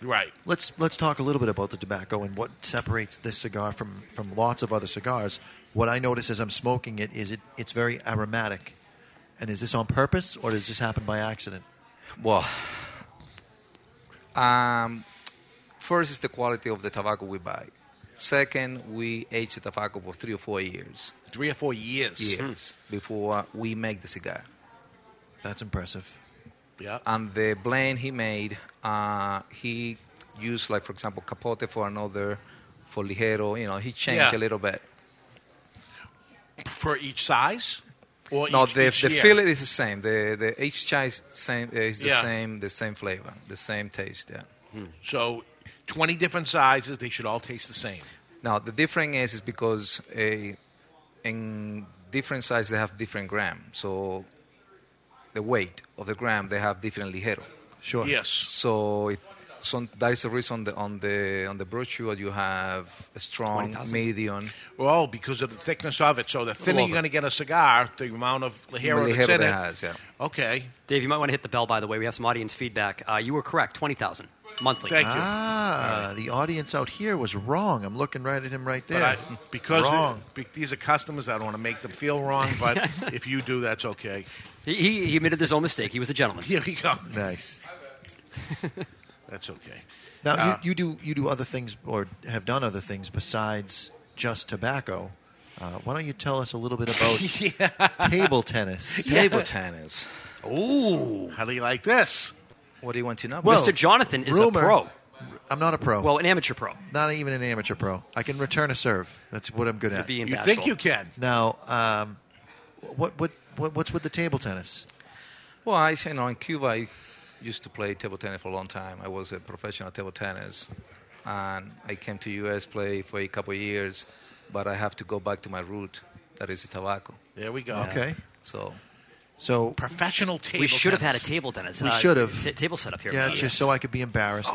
G: Right.
H: Let's let's talk a little bit about the tobacco and what separates this cigar from from lots of other cigars. What I notice as I'm smoking it is it it's very aromatic. And is this on purpose or does this happen by accident?
M: Well, um, first is the quality of the tobacco we buy. Second, we age the tobacco for three or four years.
G: Three or four years. Hmm.
M: Years before we make the cigar.
H: That's impressive.
G: Yeah.
M: And the blend he made, uh, he used like for example capote for another, for ligero. You know, he changed
G: Yeah.
M: a little bit.
G: Hmm. For each size? Or
M: no,
G: each,
M: the
G: each
M: the
G: year?
M: filler is the same. The the each chai same is the
G: Yeah.
M: same the same flavor, the same taste. Yeah.
G: Hmm. So, 20 different sizes, they should all taste the same.
M: Now the difference is is because eh, in different size they have different gram, so the weight of the gram they have different ligero.
H: Sure.
G: Yes.
M: So it, so that is the reason the, on the on the brochure you have a strong
G: 20,000.
M: medium.
G: Well, because of the thickness of it. So, the thinner
M: Love
G: you're
M: it.
G: going to get a cigar, the amount of
C: Well,
G: Lajero
C: the
G: that's
C: Lajero
G: in
C: they
G: it.
C: has,
M: yeah.
G: Okay.
C: Dave, you might want to hit the bell, by the way. We have some audience feedback. Uh, you were correct 20,000 monthly.
H: Ah, the audience out here was wrong. I'm looking right at him right
G: But
H: there.
G: I, because
H: wrong.
G: be- these are customers, I don't want to make them feel wrong, but if you do, that's okay.
C: He, he, he admitted his own mistake. He was a gentleman.
G: Here we go.
H: Nice.
G: That's okay.
H: Now
G: Uh,
H: you, you do you do other things or have done other things besides just tobacco. Uh, why don't you tell us a little bit about table tennis?
M: Table tennis.
G: Ooh, how do you like this?
M: What do you want to know?
H: Well,
C: Mr. Jonathan is
H: rumor-
C: a pro.
H: I'm not a pro.
C: Well, an amateur pro.
H: Not even an amateur pro. I can return a serve. That's what I'm good at.
C: be in
G: You think you can?
H: Now, um, what, what what what's with the table tennis?
M: Well, I you know in Cuba I used to play table tennis for a long time. I was a professional table tennis, and I came to US play for a couple of years, but I have to go back to my root, that is tobacco.
G: There we go.
H: Okay.
M: So
H: So
G: professional table.
C: we should have had a table tennis.
H: We
C: uh,
H: should have
C: t- table set up here.
H: Yeah,
C: Yes. Oh,
H: just so I could be embarrassed.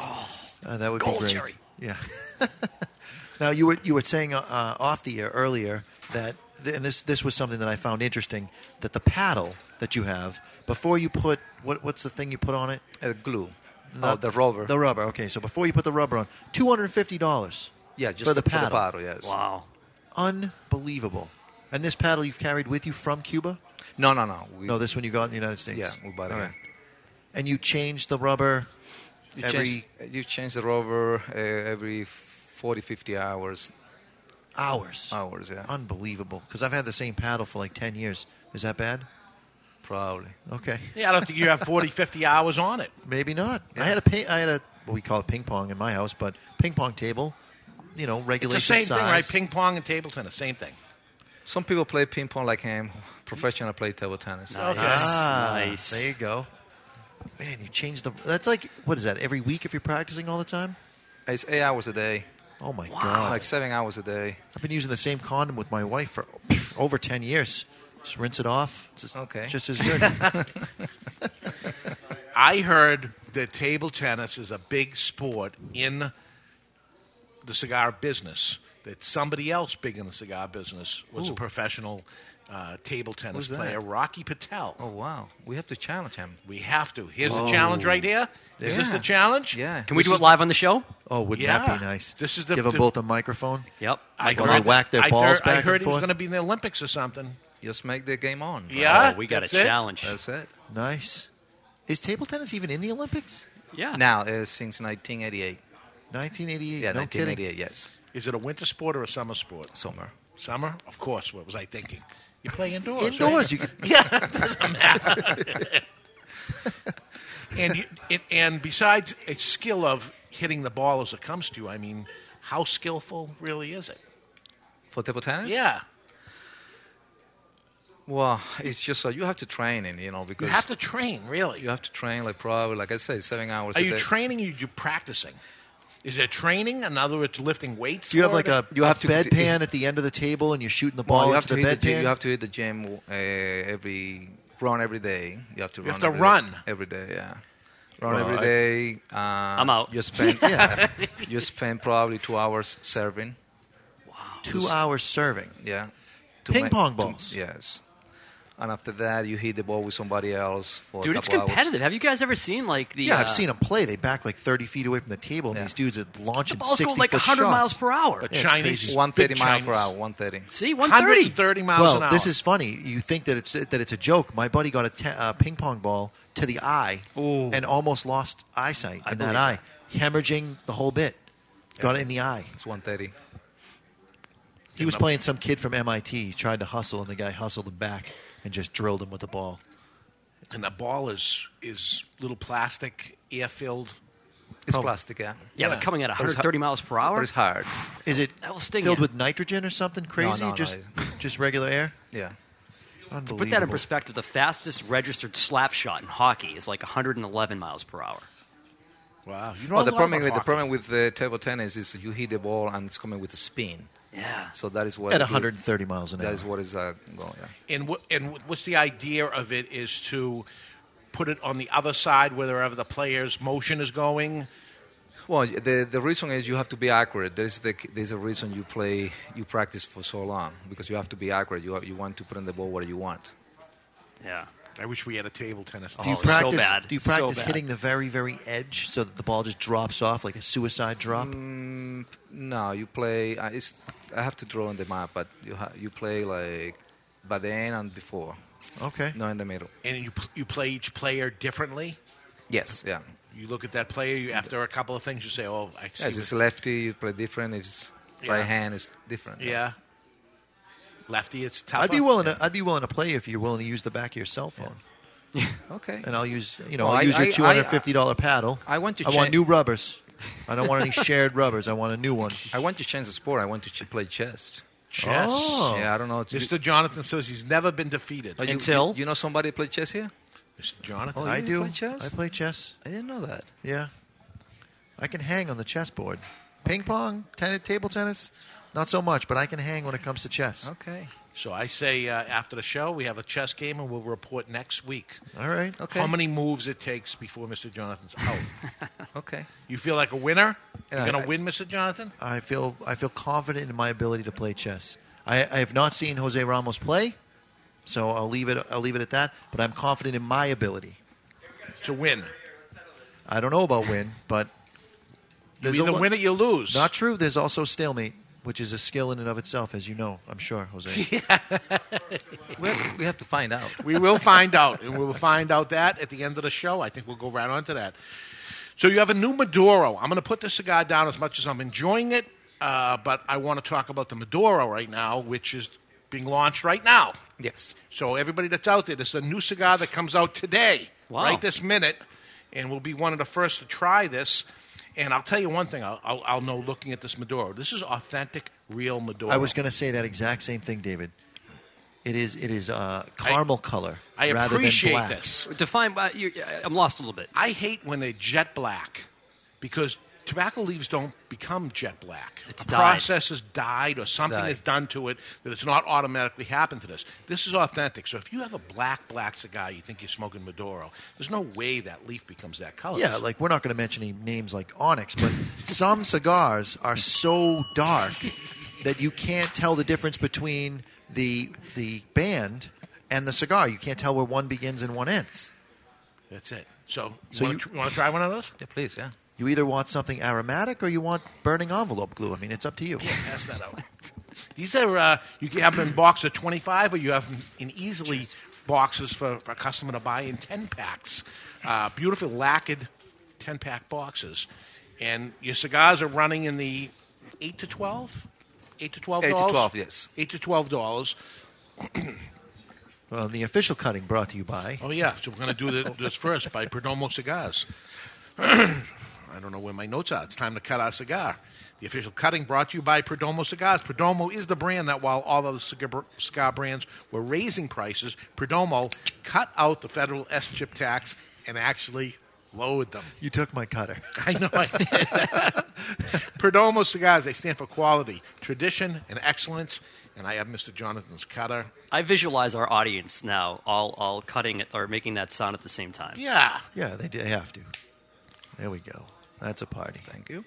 H: Uh, that would
C: gold
H: be great.
C: cherry.
H: Yeah. now you were you were saying uh, uh, off the air earlier that th- and this this was something that I found interesting that the paddle that you have before you put what what's the thing you put on it?
M: uh, glue, oh, the rubber.
H: The rubber. Okay, so before you put the rubber on, two hundred and fifty dollars.
M: yeah, just
H: for the paddle.
M: yes.
C: Wow.
H: Unbelievable. And this paddle you've carried with you from Cuba?
M: No, no, no. We,
H: No, this one you got in the United States.
M: Yeah, we bought it.
H: All
M: here.
H: right. And you changed the rubber
M: You
H: every
M: change, you change the rover uh, every 40, 50 hours.
H: hours.
M: Hours, yeah.
H: Unbelievable. Because I've had the same paddle for like 10 years. Is that bad?
M: Probably.
H: Okay.
G: Yeah, I don't think you have 40, 50 hours on it.
H: Maybe not. I had a ping, I had a what we call it ping pong in my house, but ping pong table, you know,
G: It's the
H: regulation
G: same
H: size.
G: thing, right? Ping pong and table tennis, same thing.
M: Some people play ping pong like him. Professional play table tennis.
H: Okay. Ah, There you go. Man, you change the. That's like what is that? Every week if you're practicing all the time.
M: It's eight hours a day.
H: Oh my god!
M: Like seven hours a day.
H: I've been using the same condom with my wife for pff, over ten years. Just rinse it off. It's just,
M: okay.
H: just as good.
G: I heard that table tennis is a big sport in the cigar business. That somebody else big in the cigar business was a
M: Ooh.
G: professional uh, table tennis
M: Who's that?
G: player, Rocky Patel.
M: Oh wow! We have to challenge him.
G: We have to. Here's
M: Whoa.
G: the challenge right here. Is this the
M: Yeah.
G: challenge?
M: Yeah.
C: Can we
G: This
C: do
G: is-
C: it live on the show?
H: Oh, wouldn't that
G: Yeah.
H: be nice?
G: This is the-
H: give them
G: the-
H: both a microphone.
C: Yep.
G: I
H: Like when
G: heard-
H: they whack their
G: I
H: balls
G: heard,
H: back
G: I heard
H: and
G: he was
H: forth.
G: going to be in the Olympics or something.
M: Just make the game on.
G: Yeah,
C: Oh, we got a
G: that's it.
C: challenge.
M: That's it.
H: Nice. Is table tennis even in the Olympics?
C: Yeah.
M: Now uh, since 1988.
H: 1988.
M: Yeah,
H: no kidding.
M: 1988. Yes.
G: Is it a winter sport or a summer sport?
M: Summer.
G: Summer? Of course. What was I thinking? You play indoors. right?
H: Indoors, you could.
G: yeah, it doesn't matter. and you, it, and besides a skill of hitting the ball as it comes to you, I mean, how skillful really is it?
M: For table tennis.
G: Yeah,
M: Well, it's just uh, you have to train, and you know
G: you
M: because
G: have to train. Really,
M: you have to train like probably like I say seven hours.
G: are
M: a
G: you
M: day.
G: training? Or are you practicing? Is there training? In other words, lifting weights.
H: Do you have
G: for
H: like
G: it?
H: a,
M: You have
H: a
M: to-
H: bedpan at the end of the table and you're shooting the
M: Well,
H: ball
M: you have
H: into
M: to
H: the
M: hit the gym. You
H: bedpan?
M: have to hit the gym uh, every run every day. You have to
G: You
M: run.
G: have to
M: every-
G: run.
M: every day. Yeah, run
H: Well,
M: every
H: I-
M: day. Uh,
C: I'm out.
M: You spend
H: Yeah.
M: you spend probably two hours serving.
H: Two hours serving.
M: Yeah, To
H: Ping
M: ma-
H: pong
M: to-
H: balls.
M: yes, and after that you hit the ball with somebody else for
C: Dude,
M: a
C: it's
M: couple
C: competitive. Have you guys ever seen like the?
H: Yeah, I've
C: uh,
H: seen them play. They back like 30 feet away from the table, and
M: Yeah.
H: these dudes are launching
C: balls
H: 60
C: go like
H: foot
C: 100
H: shots.
C: miles per hour.
G: The
H: Yeah, it's
G: Chinese
H: crazy.
M: One thirty
G: big
M: mile per
G: Chinese.
M: hour. One thirty.
C: See, 130.
G: 130 miles
H: Well,
G: an hour.
H: this is funny. You think that it's that it's a joke. My buddy got a te- uh, ping pong ball to the eye
C: Ooh.
H: and almost lost eyesight
C: I
H: in that
C: believe
H: eye, hemorrhaging the whole bit. Got it in the eye.
M: It's one thirty.
H: He was playing some kid from MIT. He tried to hustle, and the guy hustled him back and just drilled him with the ball.
G: and the ball is is little plastic air filled.
M: It's
H: Oh.
M: plastic. Yeah.
C: Yeah,
G: Yeah.
C: but coming at
M: it's
C: 130 miles per
M: But
C: hour.
M: it's hard.
H: Is it
C: That will sting
H: filled
C: you.
H: with nitrogen or something crazy?
M: no, no.
H: just just regular air.
M: Yeah.
H: Unbelievable.
C: Put that in perspective. The fastest registered slap shot in hockey is like 111 miles per hour.
G: Wow, you know
M: Well,
G: a
M: the
G: lot about
M: problem with the
G: hockey.
M: problem with the table tennis is you hit the ball and it's coming with a spin.
C: Yeah.
M: So that is what
H: at
M: it-
H: 130 miles an hour.
M: That is what is uh, going. Yeah.
G: And what and wh- what's the idea of it is to put it on the other side wherever the player's motion is going.
M: Well, the the reason is you have to be accurate. There's the there's a reason you play you practice for so long because you have to be accurate. You have, you want to put in the ball what you want.
C: Yeah.
G: I wish we had a table tennis.
H: Do you
C: Oh, it's
G: table.
C: so
H: practice?
C: bad.
H: Do you
C: So
H: practice
C: bad.
H: hitting the very, very edge so that the ball just drops off like a suicide
M: Mm.
H: drop?
M: No, you play. Uh, it's I have to draw on the map, but you ha- you play like by the end and before,
H: Okay.
M: not in the middle.
G: and you pl- you play each player differently.
M: Yes, yeah.
G: You look at that player. You, after a couple of things, you say, "Oh, I see."
M: Yes, it's
G: what-
M: lefty. You play different. If it's
G: Yeah.
M: right hand, it's different.
G: yeah, lefty. It's tough.
H: I'd be willing. To, I'd be willing to play if you're willing to use the back of your cell phone,
M: Okay.
H: and I'll use you know
M: Well,
H: I'll
M: I-
H: use your
M: I-
H: two hundred fifty dollar paddle.
M: I want to
H: I want
M: change-
H: new rubbers. I don't want any shared rubbers. I want a new one.
M: I want to change the sport. I want to ch- play chess.
G: Chess.
H: Oh.
M: Yeah, I don't know.
G: Mr. Jonathan says he's never been defeated.
M: But you-
C: Until-
M: you, you know somebody play chess here?
G: Mr. Jonathan.
M: Oh,
H: I
M: you
H: do.
M: play chess?
H: I play chess.
M: I didn't know that.
H: Yeah, I can hang on the chessboard. Ping pong, ten- table tennis, not so much, but I can hang when it comes to chess.
M: Okay.
G: So I say uh, after the show we have a chess game and we'll report next week
H: All right.
M: Okay.
G: how many moves it takes before Mr. Jonathan's out.
M: Okay.
G: you feel like a winner? You're
M: Yeah,
G: gonna
M: I-
G: win, Mr. Jonathan.
H: I feel I feel confident in my ability to play chess. I, I have not seen Jose Ramos play, so I'll leave it I'll leave it at that. But I'm confident in my ability.
G: To win,
H: I don't know about win, but
G: you
H: there's
G: either
H: a lo-
G: win it, you lose.
H: Not true. There's also stalemate, which is a skill in and of itself, as you know. I'm sure, Jose.
M: We have, we have to find out.
G: we will find out, and we will find out that at the end of the show. I think we'll go right on to that. So you have a new Maduro. I'm going to put this cigar down as much as I'm enjoying it, uh, but I want to talk about the Maduro right now, which is being launched right now.
M: Yes.
G: So everybody that's out there, this is a new cigar that comes out today,
C: Wow.
G: right this minute, and we'll be one of the first to try this. And I'll tell you one thing: I'll, I'll, I'll know looking at this Maduro. This is authentic, real Maduro.
H: I was going to say that exact same thing, David. It is it is uh, caramel color.
G: I
H: rather
G: appreciate
H: than black.
G: this.
C: Define. Uh, you, I'm lost a little bit.
G: I hate when they jet black because tobacco leaves don't become jet black.
C: It's
G: a
C: dyed.
G: process is dyed or something
C: Dyed.
G: is done to it that it's not automatically happened to this. This is authentic. So if you have a black black cigar, you think you're smoking Maduro. There's no way that leaf becomes that color.
H: Yeah, like we're not going to mention any names like Onyx, but some cigars are so dark that you can't tell the difference between the the band and the cigar. You can't tell where one begins and one ends.
G: that's it. So,
H: So
G: you
H: you-
G: want to try one of those?
M: Yeah, please. Yeah.
H: You either want something aromatic or you want burning envelope glue. I mean, it's up to you.
G: Pass that out. These are uh, you can have them in box of 25, or you have them in easily boxes for, for a customer to buy in 10 packs. Uh, beautiful lacquered 10 pack boxes, and your cigars are running in the eight to 12, eight to 12
M: Eight to
G: dollars.
M: 12, yes.
G: Eight to 12 dollars.
H: Well, the official cutting brought to you by.
G: Oh yeah, so we're going to do th- this first by Perdomo Cigars. I don't know where my notes are. It's time to cut our cigar. The official cutting brought to you by Perdomo Cigars. Perdomo is the brand that, while all other cigar, cigar brands were raising prices, Perdomo cut out the federal S chip tax and actually lowered them.
H: You took my cutter.
G: I know I did. Perdomo Cigars, they stand for quality, tradition, and excellence. And I have Mr. Jonathan's cutter.
C: I visualize our audience now, all all cutting it or making that sound at the same time.
G: Yeah.
H: Yeah, they, do- they have to. There we go. That's a party. Thank
M: you.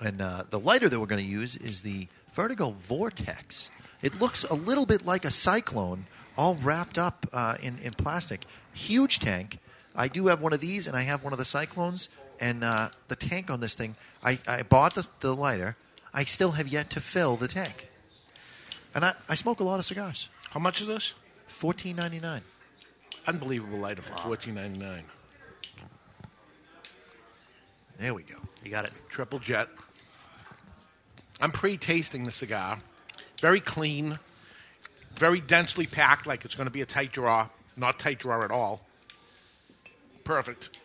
H: And uh, the lighter that we're going to use is the Vertigo Vortex. It looks a little bit like a cyclone, all wrapped up uh, in, in plastic. Huge tank. I do have one of these, and I have one of the cyclones. And uh, the tank on this thing, I, I bought the, the lighter. I still have yet to fill the tank. And I, I smoke a lot of cigars.
G: How much is this?
H: Fourteen ninety nine.
G: Unbelievable lighter for fourteen ninety nine.
H: There we go.
C: You got it.
G: Triple jet. I'm pre-tasting the cigar. Very clean, very densely packed, like it's going to be a tight draw. Not tight draw at all. Perfect.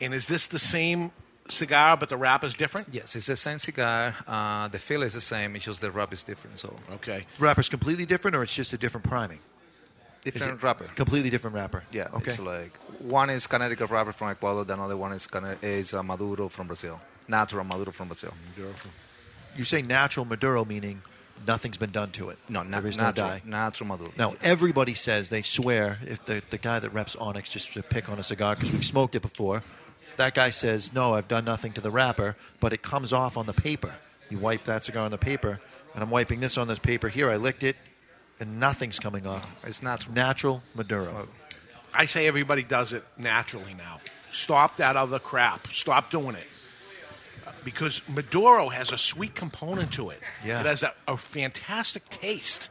G: And is this the same cigar, but the wrap is different?
M: Yes, it's the same cigar. Uh, the feel is the same. It's just the wrap is different. So
G: okay,
H: Wrapper's completely different, or it's just a different priming? Is
M: different
H: it
M: wrapper.
H: Completely different wrapper.
M: Yeah.
H: Okay.
M: It's like one is Connecticut wrapper from Ecuador. The other one is Conne- is uh, Maduro from Brazil. Natural Maduro from Brazil.
H: you say natural Maduro, meaning nothing's been done to it.
M: No, na-
H: there is
M: natural,
H: no dye.
M: natural Maduro.
H: Now everybody says they swear if the, the guy that reps Onyx just to pick on a cigar because we've smoked it before, that guy says no, I've done nothing to the wrapper, but it comes off on the paper. You wipe that cigar on the paper, and I'm wiping this on this paper here. I licked it, and nothing's coming off.
M: It's natural.
H: Natural Maduro.
G: I say everybody does it naturally now. Stop that other crap. Stop doing it. Because Maduro has a sweet component to it.
H: Yeah.
G: It has a, a fantastic taste.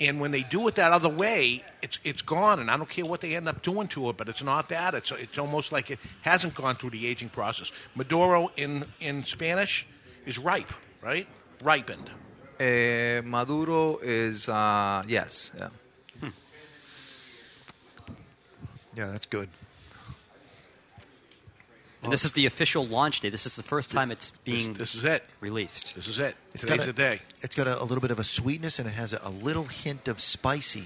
G: And when they do it that other way, it's it's gone. And I don't care what they end up doing to it, but it's not that. It's it's almost like it hasn't gone through the aging process. Maduro in in Spanish is ripe, right? Ripened.
M: Uh, Maduro is uh, yes. Yeah.
H: Hmm. Yeah, that's good.
C: And this is the official launch day. This is the first time it's being.
G: This is it.
C: Released.
G: This is it.
H: It's
G: Today's
H: got
G: the
H: a-
G: day.
H: It's got a, a little bit of a sweetness and it has a, a little hint of spicy.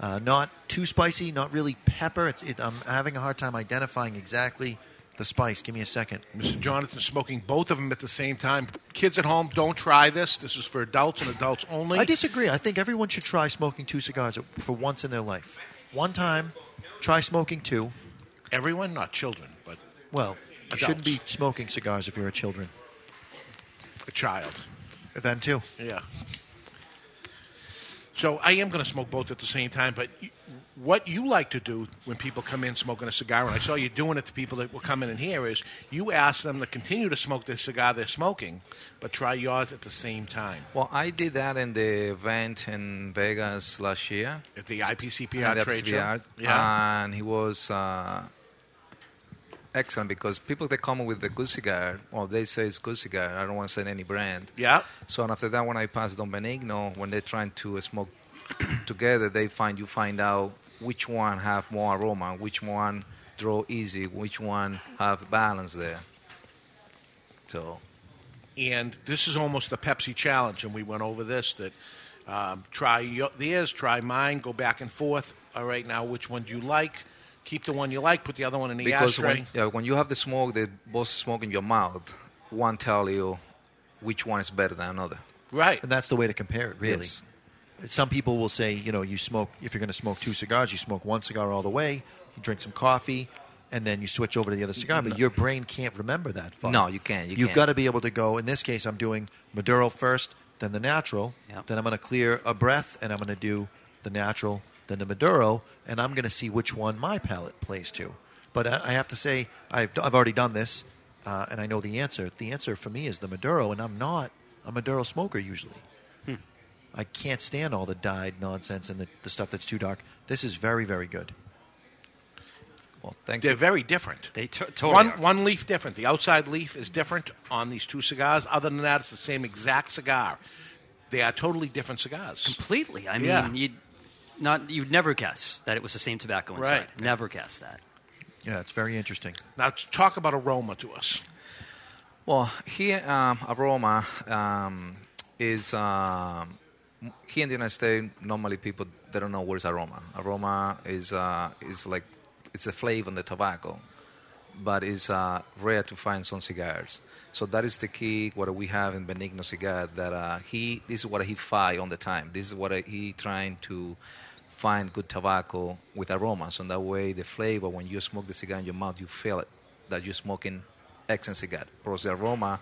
H: Uh, not too spicy, not really pepper. It's, it, I'm having a hard time identifying exactly the spice. Give me a second.
G: Mr. Jonathan smoking both of them at the same time. Kids at home, don't try this. This is for adults and adults only.
H: I disagree. I think everyone should try smoking two cigars for once in their life. One time, try smoking two.
G: Everyone, not children, but
H: Well, you
G: Adults.
H: shouldn't be smoking cigars if you're a children.
G: a child.
H: Then too.
G: Yeah. So I am going to smoke both at the same time. But you, what you like to do when people come in smoking a cigar, and I saw you doing it to people that were coming in here, is you ask them to continue to smoke the cigar they're smoking, but try yours at the same time.
M: Well, I did that in the event in Vegas last year.
G: At the IPCPR
M: At the
G: trade show.
M: IPCPR.
G: Yeah.
M: And he was uh, excellent because people that come with the good cigar, well, they say it's good cigar. I don't want to say any brand.
G: Yeah.
M: So and after that, when I passed Don Benigno, when they're trying to smoke together, they find you find out which one have more aroma, which one draw easy, which one have balance there. So
G: and this is almost the Pepsi challenge. And we went over this that um, try your, theirs, try mine, go back and forth. All right, now which one do you like? Keep the one you like, put the other one in the
M: because
G: ashtray.
M: when, yeah, when you have the smoke, the both smoke in your mouth, one tell you which one is better than another.
G: Right.
H: And that's the way to compare it, really.
M: Yes.
H: Some people will say, you know, you smoke, if you're going to smoke two cigars, you smoke one cigar all the way, you drink some coffee, and then you switch over to the other cigar. But
M: No.
H: your brain can't remember that far.
M: No, you can't, you
H: have
M: can't.
H: got to be able to go, in this case, I'm doing Maduro first, then the natural, then I'm going to clear a breath, and I'm going to do the natural, then the Maduro, and I'm going to see which one my palate plays to. But I, I have to say, I've, I've already done this, uh, and I know the answer. The answer for me is the Maduro, and I'm not a Maduro smoker usually.
C: Hmm.
H: I can't stand all the dyed nonsense and the, the stuff that's too dark. This is very, very good.
M: Well, thank
G: They're very different.
C: They t-
G: one one leaf different. The outside leaf is different on these two cigars. Other than that, it's the same exact cigar. They are totally different cigars.
C: Completely. I mean,
G: Yeah.
C: you'd not you'd never guess that it was the same tobacco inside.
G: Right.
C: Never guess that.
H: Yeah, it's very interesting.
G: Now t- talk about aroma to us.
M: Well, here um, aroma um, is um, here in the United States. Normally, people they don't know what's aroma. Aroma is uh, is like it's a flavor in the tobacco, but it's uh, rare to find some cigars. So that is the key. What we have in Benigno cigar that uh, he this is what he find on the time. This is what he trying to find good tobacco with aroma. So that way, the flavor when you smoke the cigar in your mouth, you feel it that you're smoking excellent cigar. Because the aroma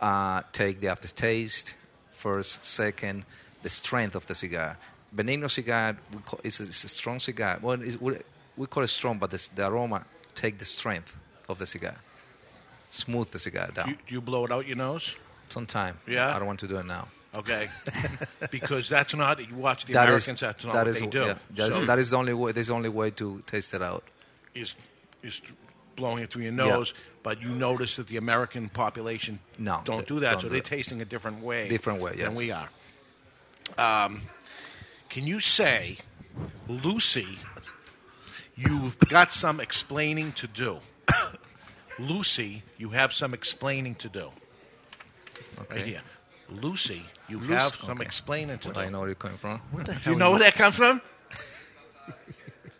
M: uh, take the aftertaste first, second, the strength of the cigar. Benigno cigar we call, is, a, is a strong cigar. Well, it's, we, we call it strong, but the, the aroma take the strength of the cigar, smooth the cigar down.
G: Do you, do you blow it out your nose?
M: Sometime,
G: Yeah.
M: I don't want to do it now.
G: Okay, because that's not you watch the
M: That is-
G: Americans. that's not
M: that
G: what
M: is-
G: they do.
M: yeah, that is-
G: So-
M: that is the only way. There's only way to taste it out.
G: is is blowing it through your
M: Yeah.
G: nose, but you notice that the American population
M: No,
G: don't
M: they
G: do that,
M: don't
G: so
M: do
G: they're
M: it.
G: tasting a different way,
M: Different way,
G: than
M: yes.
G: we are. Um, can you say, Lucy, you've got some explaining to do? Lucy, you have some explaining to do.
M: Okay.
G: Right here. Lucy, you
M: Lucy,
G: have some
M: okay.
G: explaining to
M: Well,
G: do.
M: I know where you're coming from.
G: What the hell you know where that comes from?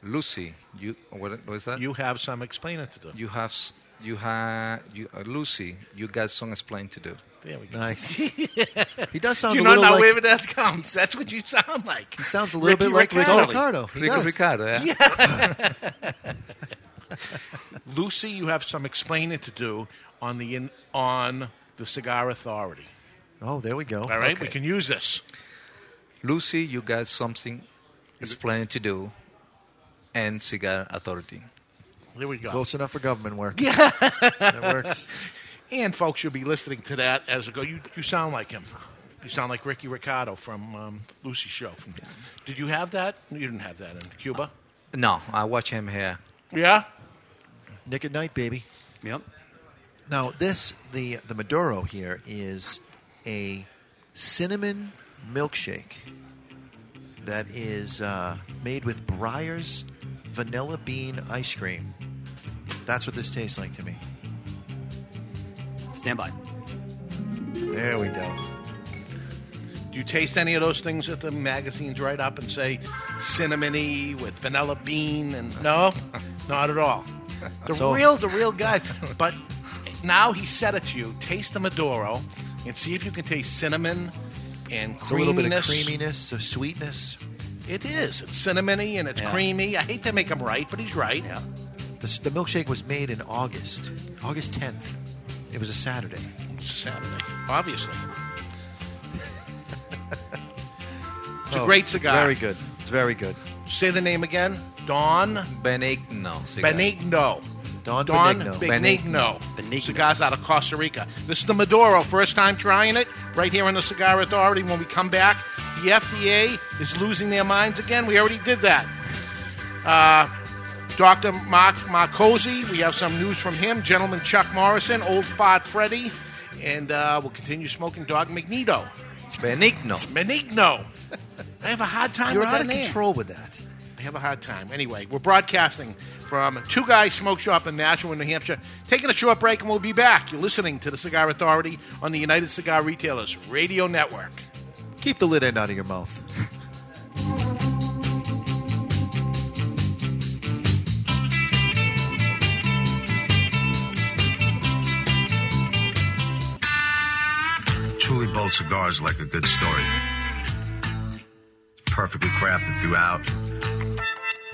M: Lucy, you what was that?
G: You have some explaining to do.
M: You have s- you have you uh, Lucy. You got some explaining to do.
G: There we go.
H: Nice.
G: he
H: does sound
G: Do you
H: a
G: not
H: little
G: know
H: like-
G: where that comes? That's what you sound like. He
H: sounds a little bit like Ricardo. Ricardo. He does.
G: Yeah. Lucy, you have some explaining to do on the in, on the Cigar Authority.
H: Oh, there we go.
G: All right, we can use this.
M: Lucy, you got something explaining to do, and cigar authority.
G: There we go.
H: Close enough for government work.
G: Yeah,
H: that works.
G: And folks, you'll be listening to that as it go. You you sound like him. You sound like Ricky Ricardo from um, Lucy's show. From, did you have that? You didn't have that in Cuba.
M: No, I watch him here.
G: Yeah.
H: Nick at night, baby.
C: Yep.
H: Now this the the Maduro here is a cinnamon milkshake that is uh, made with Breyer's vanilla bean ice cream. That's what this tastes like to me.
C: Stand by.
H: There we go.
G: Do you taste any of those things that the magazines write up and say cinnamony with vanilla bean and no, not at all. The
H: So-
G: real, the real guy. But now he said it to you. Taste the Maduro and see if you can taste cinnamon and creaminess.
H: It's a little bit of creaminess, a sweetness.
G: It is. It's cinnamony and it's
H: Yeah.
G: creamy. I hate to make him right, but he's right. Yeah.
H: The, s- the milkshake was made in August, August 10th. It was a Saturday.
G: Saturday, obviously. It's a
H: Oh,
G: great cigar.
H: It's very good. It's very good.
G: Say the name again. Don
M: Benigno. cigar.
G: Benigno.
H: Don,
G: Don
H: Benigno.
G: Benigno. Cigars out of Costa Rica. This is the Maduro. First time trying it right here on the Cigar Authority. When we come back, the FDA is losing their minds again. We already did that. Uh, Dr. Mark Marcosi, we have some news from him. Gentleman Chuck Morrison, Old Fart Freddy, and uh, we'll continue smoking Dog Magneto.
M: Benigno.
G: Benigno. I have a hard time
H: You're
G: with
H: out
G: that
H: of
G: name.
H: control with that.
G: I have a hard time. Anyway, we're broadcasting from Two Guys Smoke Shop in Nashua, New Hampshire. Taking a short break, and we'll be back. You're listening to the Cigar Authority on the United Cigar Retailers Radio Network.
H: Keep the lid end out of your mouth.
N: Truly bold cigars like a good story. Perfectly crafted throughout,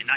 O: In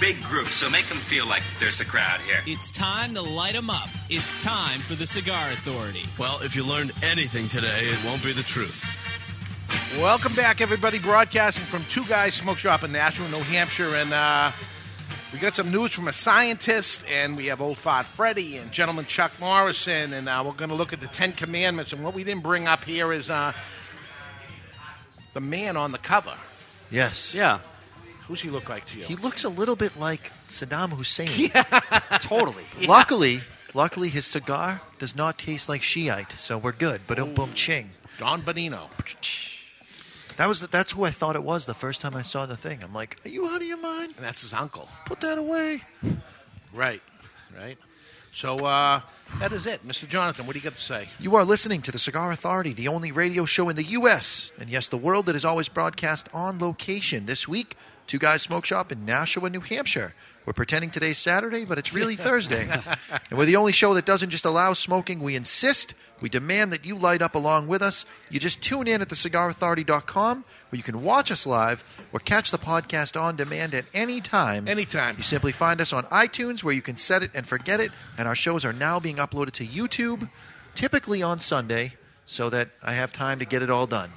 P: big group, so make them feel like there's a crowd here.
A: It's time to light them up. It's time for the Cigar Authority.
Q: Well, if you learned anything today, it won't be the truth.
G: Welcome back, everybody. Broadcasting from Two Guys Smoke Shop in Nashua, New Hampshire, and uh, we got some news from a scientist, and we have old fart Freddie and gentleman Chuck Morrison, and uh, we're going to look at the Ten Commandments. And what we didn't bring up here is uh, the man on the cover.
H: Yes.
C: Yeah.
G: Who's he look like to you?
H: He looks a little bit like Saddam Hussein.
C: totally.
H: Luckily, luckily his cigar does not taste like Shiite, so we're good. But oh, boom ching.
G: Don Bonino.
H: That was that's who I thought it was the first time I saw the thing. I'm like, are you out of your mind?
G: And that's his uncle.
H: Put that away.
G: Right. Right. So uh, that is it. Mr. Jonathan, what do you got to say?
H: You are listening to the Cigar Authority, the only radio show in the U.S. and yes, the world that is always broadcast on location. This week, Two Guys Smoke Shop in Nashua, New Hampshire. We're pretending today's Saturday, but it's really Thursday. And we're the only show that doesn't just allow smoking. We insist, we demand that you light up along with us. You just tune in at thecigarauthority.com where you can watch us live or catch the podcast on demand at any time.
G: Anytime.
H: You simply find us on iTunes where you can set it and forget it. And our shows are now being uploaded to YouTube, typically on Sunday, so that I have time to get it all done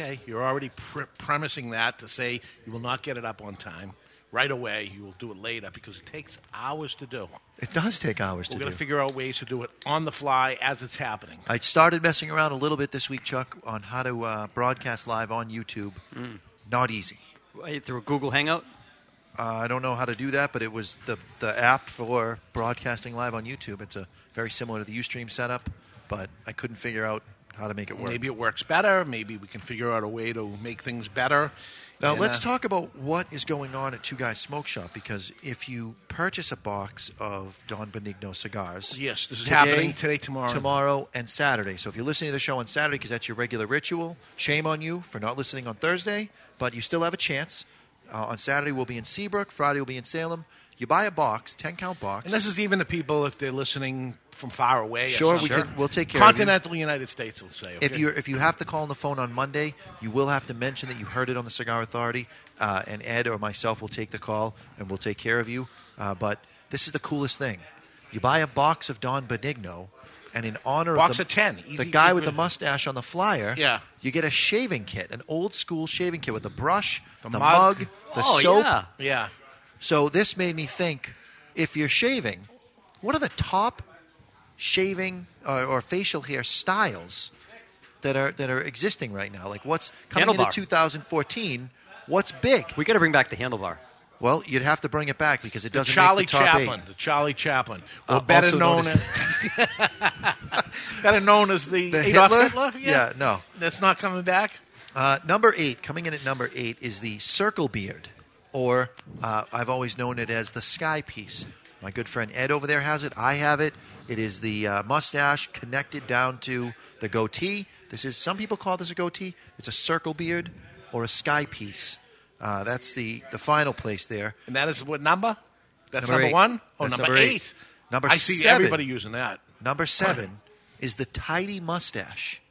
G: okay, you're already pre- premising that to say you will not get it up on time. right away. You will do it later because it takes hours to do.
H: It does take hours
G: We're
H: to
G: going
H: do.
G: to figure out ways to do it on the fly as it's happening.
H: I started messing around a little bit this week, Chuck, on how to uh, broadcast live on YouTube.
C: Mm.
H: Not easy.
C: Wait, through a Google Hangout?
H: Uh, I don't know how to do that, but it was the the app for broadcasting live on YouTube. It's a very similar to the UStream setup, but I couldn't figure out how to make it work.
G: Maybe it works better. Maybe we can figure out a way to make things better.
H: Now
G: And,
H: let's
G: uh,
H: talk about what is going on at Two Guys Smoke Shop because if you purchase a box of Don Benigno cigars,
G: Yes, this is happening today, tomorrow.
H: tomorrow, and Saturday. So if you're listening to the show on Saturday because that's your regular ritual, shame on you for not listening on Thursday. But you still have a chance. Uh, on Saturday we'll be in Seabrook. Friday we'll be in Salem. You buy a box, ten count box.
G: And this is even the people if they're listening from far away. or
H: Sure, we
G: something.
H: could- we'll take care of you.
G: Continental United States, let's say.
H: If you if you have to call on the phone on Monday, you will have to mention that you heard it on the Cigar Authority, uh, and Ed or myself will take the call and we'll take care of you. Uh, but this is the coolest thing: you buy a box of Don Benigno, and in honor
G: Box
H: of the,
G: of 10,
H: the
G: easy-
H: guy with the mustache on the flyer,
G: Yeah.
H: you get a shaving kit, an old school shaving kit with the brush, the,
G: mug. Oh,
H: mug, the soap.
G: Yeah.
H: So this made me think: if you're shaving, what are the top shaving or, or facial hair styles that are that are existing right now? Like what's coming
C: Handlebar.
H: into 2014? What's big?
C: We got to bring back the handlebar.
H: Well, you'd have to bring it back because it
G: The
H: doesn't
G: Charlie
H: make the top
G: Chaplin.
H: eight.
G: The Charlie Chaplin. Or
H: Uh,
G: better
H: also
G: known
H: known
G: as better known as the,
H: The
G: Adolf
H: Hitler?
G: Hitler?
H: Yeah, no.
G: That's not coming back.
H: Uh, number eight, coming in at number eight, is the circle beard, or uh, I've always known it as the sky piece. My good friend Ed over there has it. I have it. It is the uh, mustache connected down to the goatee. This is some people call this a goatee. It's a circle beard or a sky piece. Uh, that's the the final place there.
G: And that is what number? That's
H: Number
G: number,
H: eight.
G: one? Oh,
H: That's
G: number
H: number
G: eight.
H: eight. Number
G: I see
H: seven.
G: everybody using that.
H: Number seven is the tidy mustache.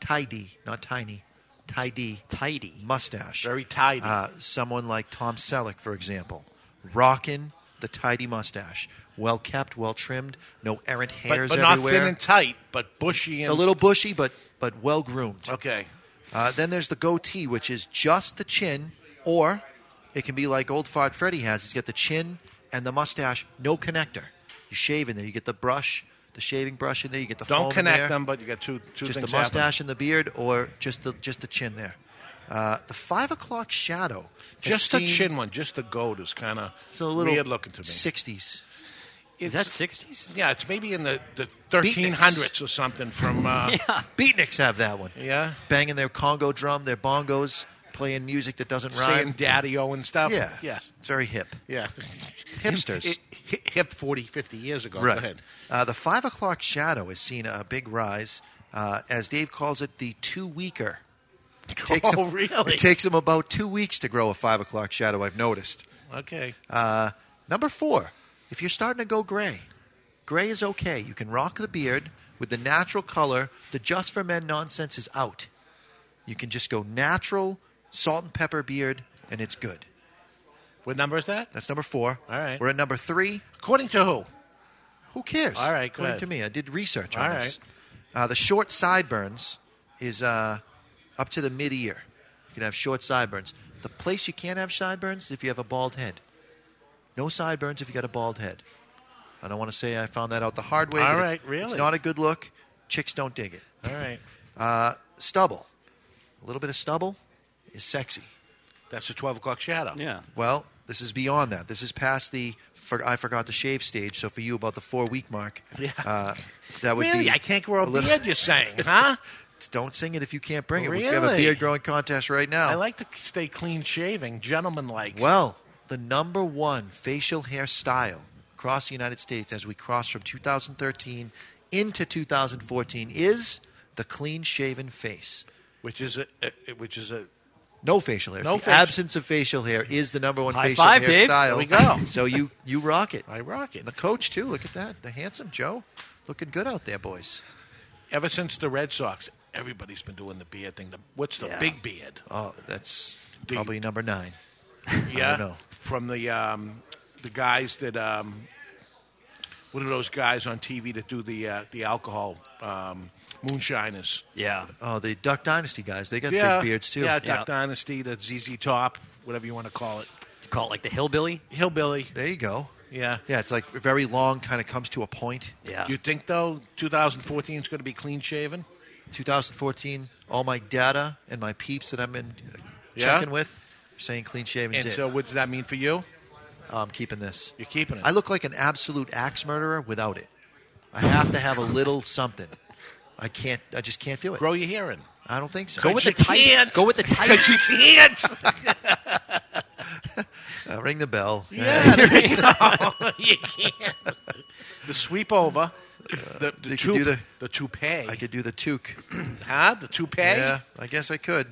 H: Tidy, not tiny. Tidy.
C: Tidy.
H: Mustache. Very
G: tidy.
H: Uh, someone like Tom Selleck, for example. Rockin' the tidy mustache. Well kept, well trimmed, no errant
G: But,
H: hairs
G: but not
H: everywhere.
G: thin and tight, but bushy and
H: a little bushy, but, but well groomed.
G: Okay.
H: Uh, then there's the goatee, which is just the chin, or it can be like old Fart Freddy has. He's got the chin and the mustache, no connector. You shave in there. You get the brush, the shaving brush in there. You get the foam
G: Don't
H: in
G: connect
H: there.
G: them, but you got two two
H: just the
G: things
H: mustache and the beard, or just the just the chin there. Uh, the five o'clock shadow.
G: happening.
H: has
G: Just the
H: seen-
G: chin one, just the goat is kind of
H: It's a little
G: weird looking to me.
H: Sixties.
G: It's,
H: that
C: 60s?
G: Yeah, it's maybe in the, the 1300s or something from. Uh,
H: Beatniks have that one.
G: Yeah.
H: Banging their Congo drum, their bongos, playing music that doesn't rhyme.
G: Saying daddy o and stuff.
H: Yeah.
G: Yeah.
H: It's very hip.
G: Yeah.
H: Hipsters.
G: Hi- hi- Hip 40, 50 years ago.
H: Right.
G: Go ahead.
H: Uh, the five o'clock shadow has seen a big rise, uh, as Dave calls it, the two weaker. It takes
G: Oh,
H: him-
G: really?
H: It takes him about two weeks to grow a five o'clock shadow. I've noticed.
G: Okay.
H: Uh, number four, if you're starting to go gray, gray is okay. You can rock the beard with the natural color. The just for men nonsense is out. You can just go natural salt and pepper beard, and it's good.
G: What number is that?
H: That's number four.
G: All right.
H: We're at number three.
G: According to who?
H: Who cares?
G: All right, go
H: According
G: ahead.
H: to me, I did research on
G: All
H: this. Uh, the short sideburns is uh, up to the mid ear. You can have short sideburns. The place you can't have sideburns is if you have a bald head. No sideburns if you got a bald head. I don't want to say I found that out the hard way.
G: All
H: but it-
G: right, really?
H: It's not a good look. Chicks don't dig it.
G: All right.
H: Uh, stubble. A little bit of stubble is sexy.
G: That's the 12 o'clock shadow.
C: Yeah.
H: Well, this is beyond that. This is past the for, I forgot to shave stage. So for you, about the four week mark,
G: Yeah.
H: uh, that would
G: Really?
H: be.
G: I can't grow a
H: little-
G: beard, you're saying, huh?
H: Don't sing it if you can't bring it. We have a
G: Really?
H: beard growing contest right now.
G: I like to stay clean shaving, gentleman like.
H: Well, the number one facial hairstyle across the United States as we cross from 2013 into 2014 is the clean shaven face.
G: Which is a, a- Uh, which is a
H: No facial hair.
G: No
H: No
G: facial-
H: absence of facial hair is the number one
G: High
H: facial
G: five,
H: hair
G: Dave. There
H: style.
G: we go.
H: So you you rock it. I
G: rock it.
H: The coach too. Look at that. The handsome Joe, looking good out there, boys.
G: ever since the Red Sox, everybody's been doing the beard thing. The, what's the
H: Yeah.
G: big beard?
H: Oh, that's probably number nine.
G: Yeah,
H: know.
G: from the um, the guys that um, what are those guys on TV that do the uh, the alcohol um, moonshiners?
C: Yeah.
H: Oh, the Duck Dynasty guys. They got
G: yeah,
H: big beards too.
G: Yeah, Duck Dynasty, the ZZ Top, whatever you want to call it.
C: call it like the hillbilly?
G: Hillbilly.
H: There you go.
G: Yeah.
H: Yeah, it's like very long, kind of comes to a point.
C: Yeah.
G: Do you think though 2014 is going to be clean shaven?
H: 2014, all my data and my peeps that I'm in uh,
G: Yeah?
H: checking with are saying clean shaven.
G: And so, what does that mean for you?
H: I'm keeping this.
G: You're keeping it.
H: I look like an absolute axe murderer without it. I have to have a little something. I can't. I just can't do it. Grow
G: your hair in.
H: I don't think so.
C: Go with the tight. Go with the tight.
H: Because you can't. Uh, ring the bell.
G: Yeah,
H: Uh,
G: there you go. You can't. The sweep over. The, the,
H: Uh, You could
G: toup-
H: do the-
G: the toupee.
H: I could do the toque.
G: huh? The toupee?
H: Yeah, I guess I could.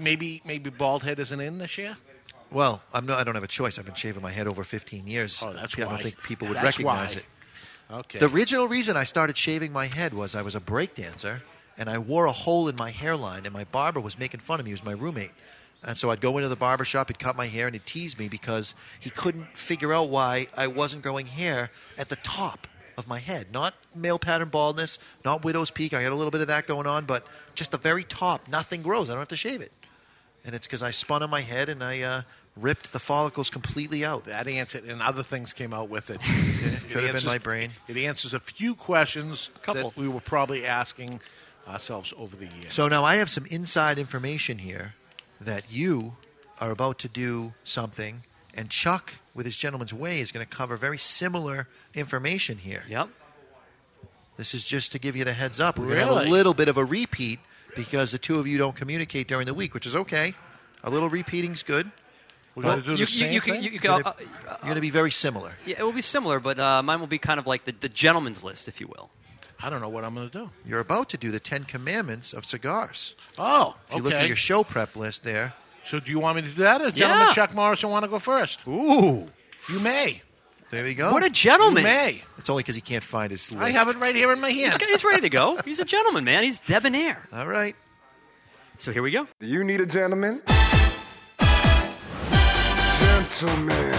G: Maybe maybe bald head isn't in this year?
H: Well, I'm not. I don't have a choice. I've been shaving my head over 15 years.
G: Oh, that's
H: I don't
G: why.
H: think people would
G: That's
H: recognize
G: why.
H: it.
G: Okay.
H: The original reason I started shaving my head was I was a break dancer, and I wore a hole in my hairline, and my barber was making fun of me. He was my roommate. And so I'd go into the barber shop, he'd cut my hair, and he'd tease me because he couldn't figure out why I wasn't growing hair at the top of my head. Not male pattern baldness, not widow's peak. I had a little bit of that going on, but just the very top, nothing grows. I don't have to shave it. And it's because I spun on my head and I uh, ripped the follicles completely out.
G: That answered, and other things came out with it. It
H: could have been
G: answers-
H: my brain.
G: It answers a few questions
H: Couple.
G: that we were probably asking ourselves over the years.
H: So now I have some inside information here that you are about to do something, and Chuck, with his gentleman's way, is going to cover very similar information here.
C: Yep.
H: This is just to give you the heads up. We're going to have
G: Really?
H: a little bit of a repeat because the two of you don't communicate during the week, which is okay. A little repeating's good.
G: We're
H: But
G: gonna do the You- you- same
C: you can- thing? you- you can-
H: You're gonna-
C: uh,
H: you're going to be very similar.
C: Yeah, it will be similar, but uh, mine will be kind of like the, the gentleman's list, if you will.
G: I don't know what I'm going to do.
H: You're about to do the Ten Commandments of cigars.
G: Oh,
H: If you look at
G: okay.
H: your show prep list there.
G: So do you want me to do that, or gentleman
H: Yeah.
G: Chuck Morrison want to go first?
C: Ooh,
G: you may.
H: There we go.
C: What a gentleman.
G: You may.
H: It's only because he can't find his list.
G: I have it right here in my
C: He's,
G: hand.
C: he's ready to go. He's a gentleman, man. He's debonair.
H: All right.
C: So here we go.
B: Do you need a gentleman? Gentleman.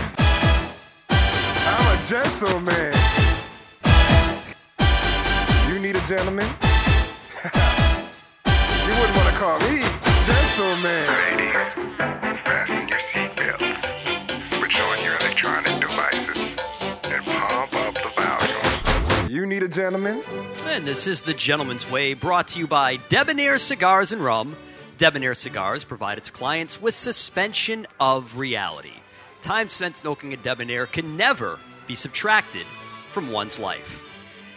B: I'm a gentleman. You need a gentleman? you wouldn't want to call me gentleman.
D: Ladies, fasten your seatbelts, switch on your electronic devices, and pump up the volume.
B: You need a gentleman?
C: And this is The Gentleman's Way, brought to you by Debonair Cigars and Rum. Debonair Cigars provide its clients with suspension of reality. Time spent smoking a debonair can never be subtracted from one's life.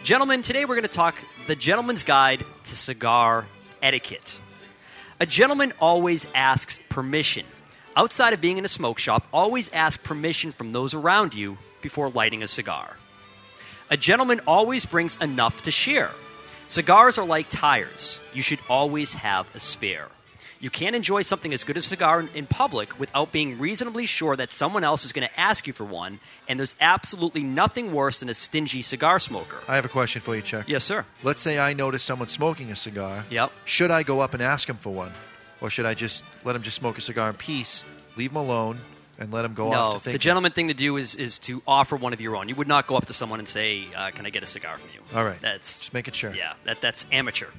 C: Gentlemen, today we're going to talk The Gentleman's Guide to Cigar Etiquette. A gentleman always asks permission. Outside of being in a smoke shop, always ask permission from those around you before lighting a cigar. A gentleman always brings enough to share. Cigars are like tires. You should always have a spare. You can't enjoy something as good as a cigar in, in public without being reasonably sure that someone else is going to ask you for one, and there's absolutely nothing worse than a stingy cigar smoker.
H: I have a question for you, Chuck.
C: Yes, sir.
H: Let's say I notice someone smoking a cigar.
C: Yep.
H: Should I go up and ask him for one, or should I just let him just smoke a cigar in peace, leave him alone, and let him go off
C: no,
H: to think?
C: the gentleman thing to do is, is to offer one of your own. You would not go up to someone and say, uh, Can I get a cigar from you?
H: All right.
C: That's
H: just making sure.
C: Yeah, that, that's amateur.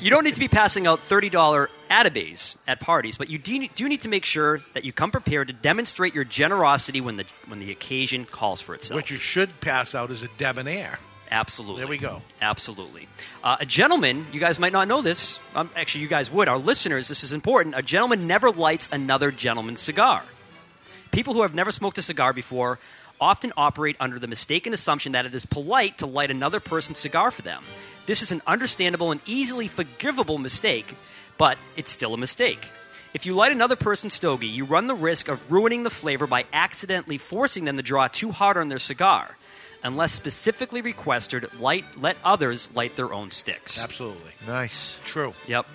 C: you don't need to be passing out $30 atabays at parties, but you do, do need to make sure that you come prepared to demonstrate your generosity when the, when the occasion calls for itself.
G: What you should pass out is a debonair.
C: Absolutely.
G: There we go.
C: Absolutely. Uh, a gentleman, you guys might not know this. Um, actually, you guys would. Our listeners, this is important. A gentleman never lights another gentleman's cigar. People who have never smoked a cigar before often operate under the mistaken assumption that it is polite to light another person's cigar for them. This is an understandable and easily forgivable mistake, but it's still a mistake. If you light another person's stogie, you run the risk of ruining the flavor by accidentally forcing them to draw too hard on their cigar. Unless specifically requested, light, let others light their own sticks.
G: Absolutely.
H: Nice.
G: True.
C: Yep.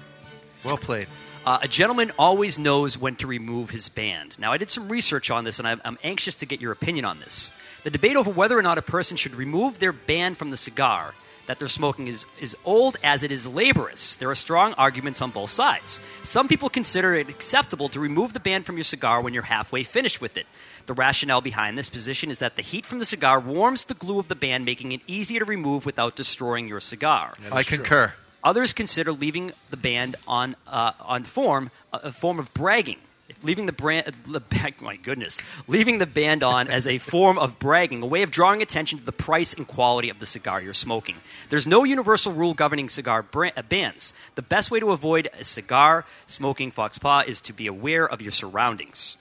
H: Well played.
C: Uh, a gentleman always knows when to remove his band. Now, I did some research on this, and I'm, I'm anxious to get your opinion on this. The debate over whether or not a person should remove their band from the cigar that they're smoking is, is old as it is laborious. There are strong arguments on both sides. Some people consider it acceptable to remove the band from your cigar when you're halfway finished with it. The rationale behind this position is that the heat from the cigar warms the glue of the band, making it easier to remove without destroying your cigar.
H: I concur.
C: Others consider leaving the band on uh, on form a a form of bragging.
E: leaving the brand, the bag, my goodness, leaving the band on as a form of bragging, a way of drawing attention to the price and quality of the cigar you're smoking. There's no universal rule governing cigar brand, uh, bans. The best way to avoid a cigar smoking foxpaw is to be aware of your surroundings.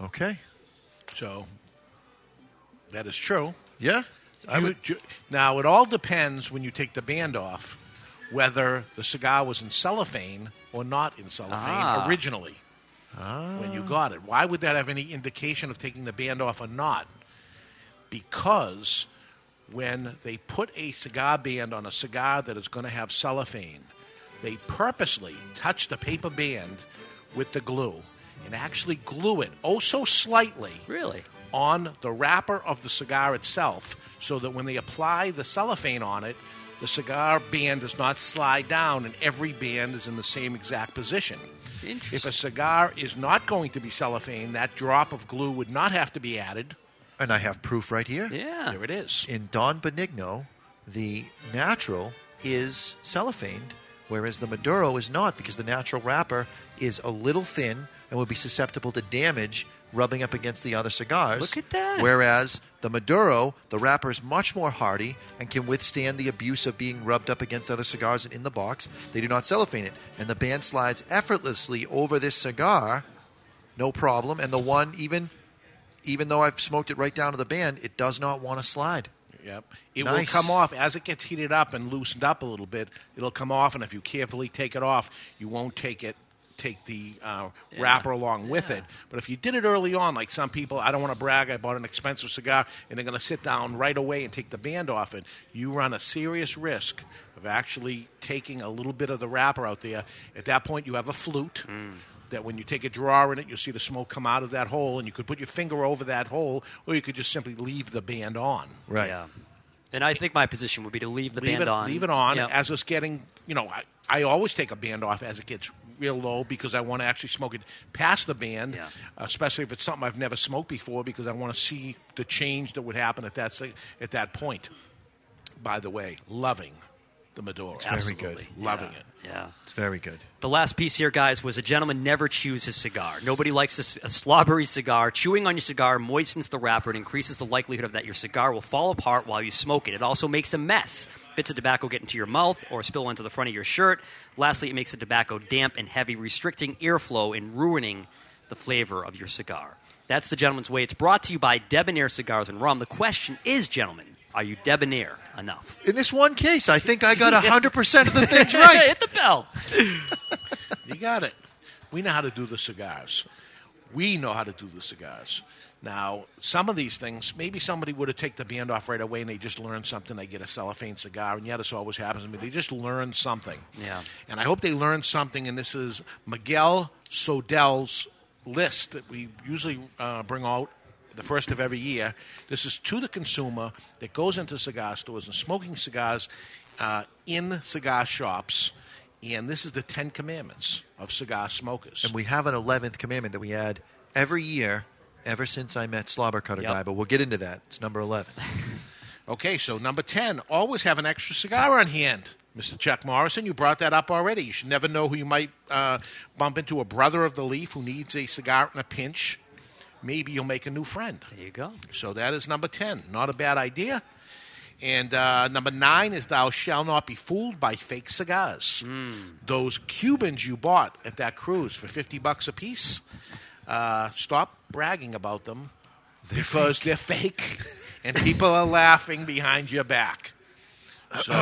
H: Okay.
G: So that is true.
H: Yeah.
G: I would, ju- now, it all depends when you take the band off whether the cigar was in cellophane or not in cellophane
H: Ah.
G: originally when you got it. Why would that have any indication of taking the band off or not? Because when they put a cigar band on a cigar that is going to have cellophane, they purposely touch the paper band with the glue and actually glue it oh so slightly
E: really
G: on the wrapper of the cigar itself so that when they apply the cellophane on it the cigar band does not slide down and every band is in the same exact position if a cigar is not going to be cellophane that drop of glue would not have to be added
H: And I have proof right here.
E: Yeah.
G: There it is.
H: In Don Benigno, the natural is cellophaned, whereas the Maduro is not because the natural wrapper is a little thin and would be susceptible to damage rubbing up against the other cigars.
E: Look at that.
H: Whereas the Maduro, the wrapper is much more hardy and can withstand the abuse of being rubbed up against other cigars in the box. They do not cellophane it. And the band slides effortlessly over this cigar, no problem. And the one, even even though I've smoked it right down to the band, it does not want to slide.
G: Yep. It
H: Nice.
G: will come off as it gets heated up and loosened up a little bit. It'll come off, and if you carefully take it off, you won't take it take the uh,
F: Yeah.
G: wrapper along with it. But if you did it early on, like some people, I don't want to brag, I bought an expensive cigar, and they're going to sit down right away and take the band off it. You run a serious risk of actually taking a little bit of the wrapper out there. At that point, you have a flute.
F: Mm.
G: That when you take a drawer in it, you'll see the smoke come out of that hole, and you could put your finger over that hole, or you could just simply leave the band on.
H: Right.
E: Yeah. And I think my position would be to leave the
G: leave
E: band
G: it,
E: on.
G: Leave it on
E: Yep.
G: as it's getting, you know, I, I always take a band off as it gets real low because I want to actually smoke it past the band, especially if it's something I've never smoked before because I want to see the change that would happen at that si- at that point. By the way, loving the Maduro.
E: It's very
G: Absolutely.
E: good.
G: Loving
E: Yeah.
G: it.
E: Yeah.
H: It's very good.
E: The last piece here, guys, was a gentleman never chews his cigar. Nobody likes a, s- a slobbery cigar. Chewing on your cigar moistens the wrapper and increases the likelihood of that your cigar will fall apart while you smoke it. It also makes a mess. Bits of tobacco get into your mouth or spill onto the front of your shirt. Lastly, it makes the tobacco damp and heavy, restricting airflow and ruining the flavor of your cigar. That's the gentleman's way. It's brought to you by Debonair Cigars and Rum. The question is, gentlemen, are you debonair enough?
H: In this one case, I think I got 100% of the things right.
E: Hit the bell.
G: You got it. We know how to do the cigars. We know how to do the cigars. Now, some of these things, maybe somebody would have taken the band off right away and they just learned something. They get a cellophane cigar, and yeah, this always happens to me. They just learn something.
E: Yeah.
G: And I hope they learned something, and this is Miguel Sodel's list that we usually uh, bring out the first of every year. This is to the consumer that goes into cigar stores and smoking cigars uh, in cigar shops. And this is the Ten Commandments of cigar smokers.
H: And we have an 11th commandment that we add every year ever since I met Slobber Cutter
G: Yep.
H: Guy, but we'll get into that. It's number 11.
G: Okay, so number 10, always have an extra cigar on hand. Mr. Chuck Morrison, you brought that up already. You should never know who you might uh, bump into a brother of the leaf who needs a cigar in a pinch. Maybe you'll make a new friend.
E: There you go.
G: So that is number 10. Not a bad idea. And uh, number nine is thou shall not be fooled by fake cigars.
H: Hmm.
G: Those Cubans you bought at that cruise for 50 bucks a piece, uh, stop bragging about them because they're fake and people are laughing behind your back. So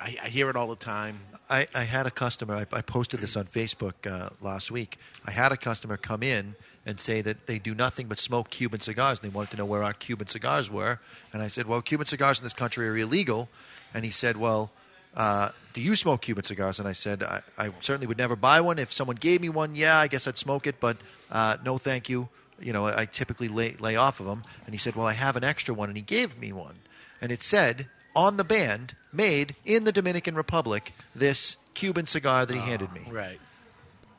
G: I, I hear it all the time.
H: I, I had a customer, I, I posted this on Facebook uh, last week. I had a customer come in and say that they do nothing but smoke Cuban cigars and they wanted to know where our Cuban cigars were. And I said, Well, Cuban cigars in this country are illegal. And he said, Well, uh, do you smoke Cuban cigars? And I said, I, I certainly would never buy one. If someone gave me one, yeah, I guess I'd smoke it, but uh, no, thank you. You know, I, I typically lay, lay off of them. And he said, Well, I have an extra one. And he gave me one. And it said on the band, made in the Dominican Republic, this Cuban cigar that he handed me.
G: Right.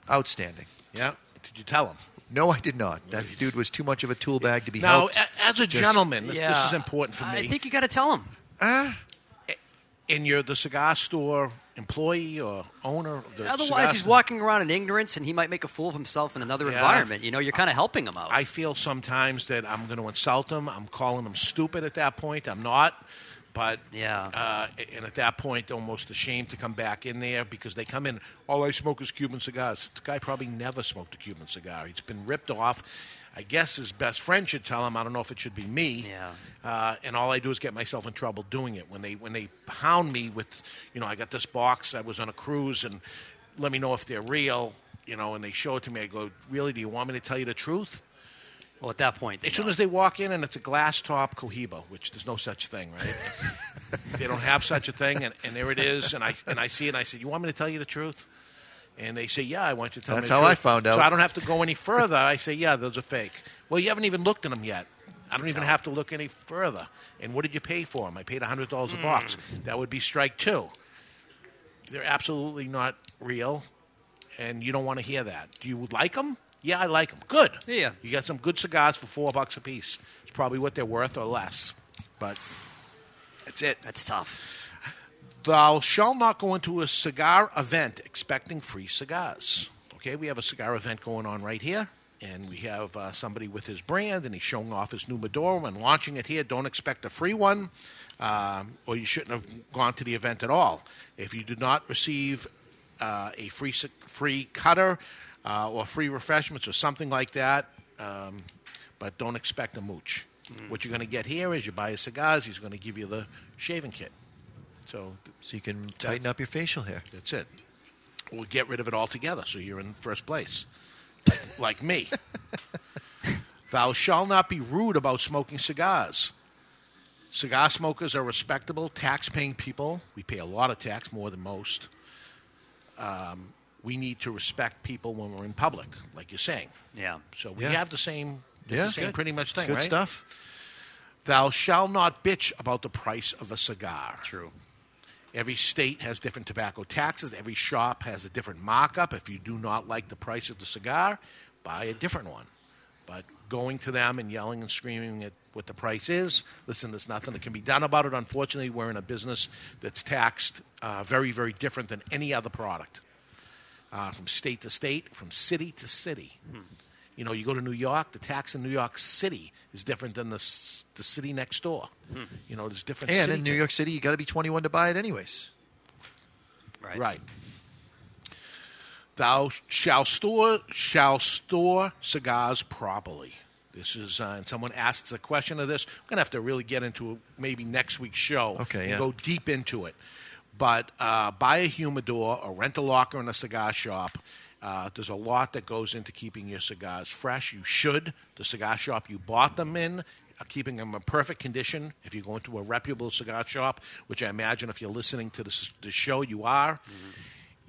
H: Outstanding.
G: Ah. Yeah. Did you tell him?
H: No, I did not. That dude was too much of a tool bag to be
G: Now,
H: helped.
G: a- as a
H: Just-
G: gentleman, this, this is important for me.
E: I think you got to tell him.
G: in your the cigar store employee or owner of the cigar
E: Otherwise, he's walking around in ignorance, and he might make a fool of himself in another
G: Yeah.
E: environment. You know, you're kind of helping him out.
G: I feel sometimes that I'm going to insult him. I'm calling him stupid at that point. I'm not. But yeah, uh, and at that point, they're almost ashamed to come back in there because they come in. All I smoke is Cuban cigars. The guy probably never smoked a Cuban cigar. He's been ripped off. I guess his best friend should tell him. I don't know if it should be me. Yeah. Uh, and all I do is get myself in trouble doing it. When they when they hound me with, you know, I got this box. I was on a cruise, and let me know if they're real. You know, and they show it to me. I go, really? Do you want me to tell you the truth?
E: Well, at that point,
G: as soon as they walk in, and it's a glass top Cohiba, which there's no such thing, right? they don't have such a thing, and, and there it is. And I and I see it. and I said, "You want me to tell you the truth?" And they say, "Yeah, I want you to tell
H: That's
G: me." the
H: how I
G: truth."
H: found out.
G: So I don't have to go any further. I say, "Yeah, those are fake." Well, you haven't even looked at them yet. I don't even have to look any further. And what did you pay for them? I paid hundred dollars a
F: Mm.
G: box. That would be strike two. They're absolutely not real, and you don't want to hear that. Do you like them? Yeah, I like them. Good.
E: Yeah.
G: You got some good cigars for four bucks a piece. It's probably what they're worth or less. But that's it.
E: That's tough.
G: Thou shall not go into a cigar event expecting free cigars. Okay, we have a cigar event going on right here. And we have uh, somebody with his brand, and he's showing off his new Maduro and launching it here. Don't expect a free one, um, or you shouldn't have gone to the event at all. If you did not receive uh, a free ci- free cutter uh, or free refreshments or something like that. Um, but don't expect a mooch. What you're going to get here is you buy his cigars. He's going to give you the shaving kit. So
H: so you can tighten up your facial hair.
G: That's it. We'll get rid of it altogether. So you're in first place, like, like me. Thou shalt not be rude about smoking cigars. Cigar smokers are respectable, tax paying people. We pay a lot of tax, more than most. Um, we need to respect people when we're in public, like you're saying.
E: Yeah.
G: So we
E: Yeah.
G: have the same, it's
H: Yeah.
G: the same
H: Good.
G: pretty much
H: It's
G: thing,
H: good
G: right?
H: stuff.
G: Thou shalt not bitch about the price of a cigar.
E: True.
G: Every state has different tobacco taxes. Every shop has a different markup. If you do not like the price of the cigar, buy a different one. But going to them and yelling and screaming at what the price is, listen, there's nothing that can be done about it. Unfortunately, we're in a business that's taxed uh, very, very different than any other product uh, from state to state, from city to city. You know, you go to New York, the tax in New York City is different than the, s- the city next door. You know, there's different
H: And
G: city
H: in New York City, you got to be 21 to buy it anyways.
E: Right.
G: Thou shall store shall store cigars properly. This is, uh, and someone asks a question of this. We're gonna have to really get into it maybe next week's show.
H: Okay,
G: and
H: yeah.
G: go deep into it. But uh, buy a humidor or rent a locker in a cigar shop. Uh, there's a lot that goes into keeping your cigars fresh. You should. The cigar shop you bought them in are uh, keeping them in perfect condition. If you go into a reputable cigar shop, which I imagine if you're listening to this, this show, you are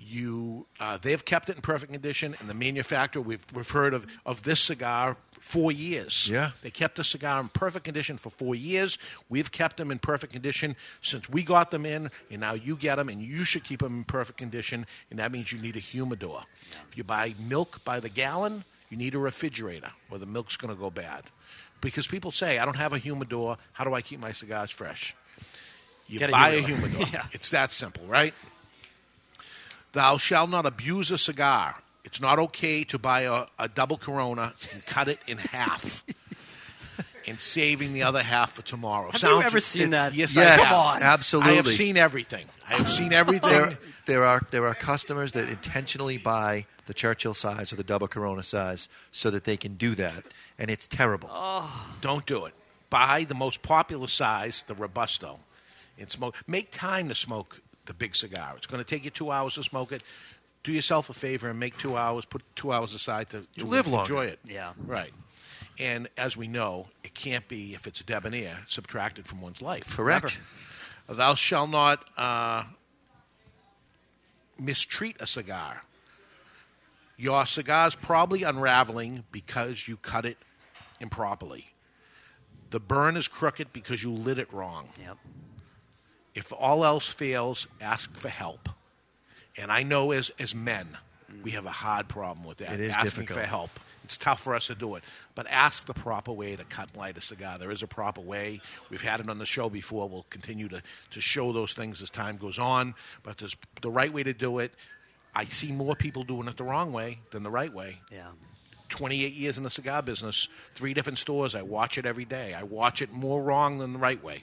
G: you uh, they've kept it in perfect condition and the manufacturer we've, we've heard of, of this cigar four years yeah they kept the cigar in perfect condition for four years we've kept them in perfect condition since we got them in and now you get them and you should keep them in perfect condition and that means you need a humidor if you buy milk by the gallon you need a refrigerator or the milk's going to go bad because people say i don't have a humidor how do i keep my cigars fresh you
E: Get a
G: buy a
E: humidor.
G: humidor. It's that simple, right? Thou shalt not abuse a cigar. It's not okay to buy a, a double corona and cut it in half. And saving the other half for tomorrow.
E: Have you ever seen
G: it's-
E: that?
G: Yes,
H: Yes,
G: I have.
H: absolutely.
G: I have seen everything. I have seen everything.
H: There, there are there are customers that intentionally buy the Churchill size or the double Corona size so that they can do that, and it's terrible.
G: Don't do it. Buy the most popular size, the robusto, and smoke. Make time to smoke the big cigar. It's going to take you two hours to smoke it. Do yourself a favor and make two hours. Put two hours aside to, to
H: live longer.
G: Enjoy it.
H: Yeah.
G: Right. And as we know, it can't be if it's debonair subtracted from one's life.
H: Correct.
G: Never. Thou shall not uh, mistreat a cigar. Your cigar's probably unraveling because you cut it improperly. The burn is crooked because you lit it wrong.
E: Yep.
G: If all else fails, ask for help. And I know as, as men, We have a hard problem with that.
H: It is
G: asking
H: difficult.
G: for help. It's tough for us to do it, but ask the proper way to cut and light a cigar. There is a proper way. We've had it on the show before. We'll continue to, to show those things as time goes on. But there's the right way to do it. I see more people doing it the wrong way than the right way.
E: Yeah.
G: 28 years in the cigar business, three different stores. I watch it every day. I watch it more wrong than the right way.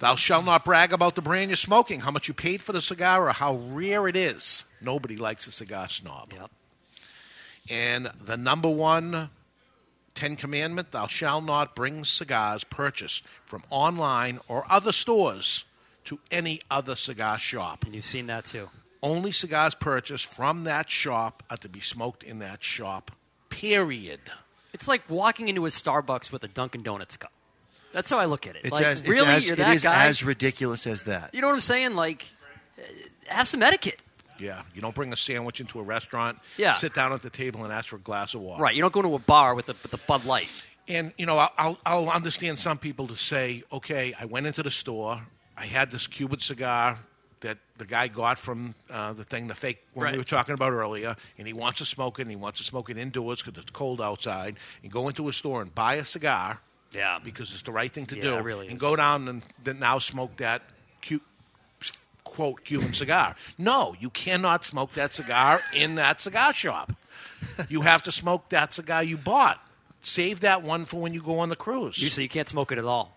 G: Thou shalt not brag about the brand you're smoking, how much you paid for the cigar, or how rare it is. Nobody likes a cigar snob.
E: Yep.
G: And the number one Ten Commandment Thou shalt not bring cigars purchased from online or other stores to any other cigar shop.
E: And you've seen that too.
G: Only cigars purchased from that shop are to be smoked in that shop, period.
E: It's like walking into a Starbucks with a Dunkin' Donuts cup. That's how I look at it.
H: It's
E: like,
H: as, it's
E: really,
H: as-
E: you're
H: it
E: that
H: is
E: guy.
H: as ridiculous as that.
E: you know what I'm saying? Like, uh, have some etiquette.
G: Yeah, you don't bring a sandwich into a restaurant.
E: Yeah.
G: sit down at the table and ask for a glass of water.
E: Right. You don't go to a bar with a, with a Bud Light.
G: And you know, I'll- I'll I'll understand some people to say, okay, I went into the store, I had this Cuban cigar that the guy got from uh, the thing, the fake one
E: Right.
G: we were talking about earlier, and he wants to smoke it, and he wants to smoke it indoors because it's cold outside. And go into a store and buy a cigar.
E: Yeah.
G: Because it's the right thing to
E: Yeah,
G: do.
E: it really
G: and
E: is.
G: go down and then now smoke that cute quote Cuban cigar. No, you cannot smoke that cigar in that cigar shop. You have to smoke that cigar you bought. Save that one for when you go on the cruise.
E: Usually, you can't smoke it at all.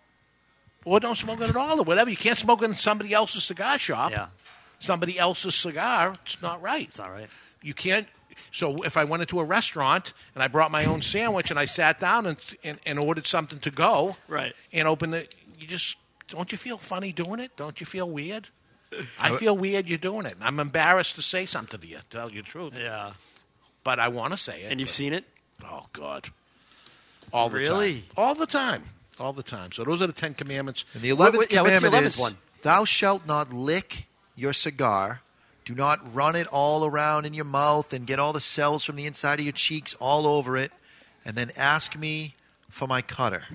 G: or don't smoke it at all or whatever. You can't smoke it in somebody else's cigar shop.
E: Yeah.
G: Somebody else's cigar, it's not right. It's
E: not right.
G: You can't so if I went into a restaurant and I brought my own sandwich and I sat down and, and, and ordered something to go,
E: Right.
G: and open the. You just don't you feel funny doing it? Don't you feel weird? I feel weird you're doing it. and I'm embarrassed to say something to you. to Tell you the truth.
E: Yeah.
G: But I want to say it.
E: And you've
G: but-
E: seen it?
G: Oh God. All the
E: Really?
G: time. All the time. All the time. So those are the Ten Commandments.
H: And the eleventh
E: yeah, what's
H: commandment
E: the 11th
H: is,
E: one?
H: "Thou shalt not lick your cigar. Do not run it all around in your mouth and get all the cells from the inside of your cheeks all over it, and then ask me for my cutter."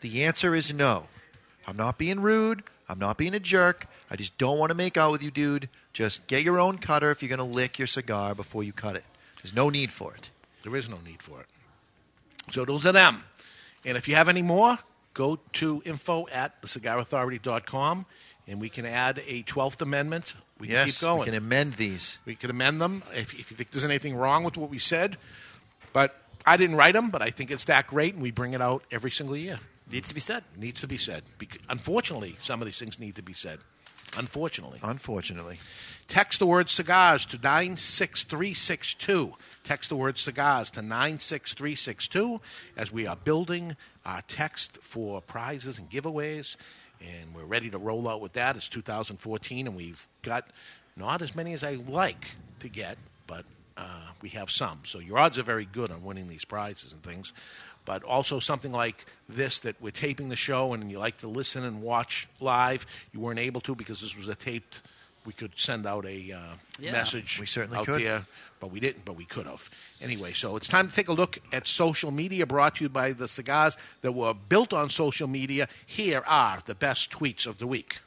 H: the answer is no. I'm not being rude. I'm not being a jerk. I just don't want to make out with you, dude. Just get your own cutter if you're going to lick your cigar before you cut it. There's no need for it.
G: There is no need for it. So those are them. And if you have any more, go to info at thecigarauthority.com and we can add a 12th Amendment. We can
H: yes,
G: keep going.
H: we can amend these.
G: We could amend them if, if you think there's anything wrong with what we said. But I didn't write them, but I think it's that great, and we bring it out every single year.
E: Needs to be said.
G: It needs to be said. Bec- unfortunately, some of these things need to be said. Unfortunately.
H: Unfortunately.
G: Text the word cigars to 96362. Text the word cigars to 96362 as we are building our text for prizes and giveaways. And we're ready to roll out with that. It's 2014, and we've got not as many as I like to get, but uh, we have some. So your odds are very good on winning these prizes and things. But also something like this that we're taping the show, and you like to listen and watch live. You weren't able to because this was a taped we could send out a uh,
H: Yeah.
G: message
H: We certainly
G: out
H: could.
G: there, but we didn't, but we could have. Anyway, so it's time to take a look at social media brought to you by the cigars that were built on social media. Here are the best tweets of the week.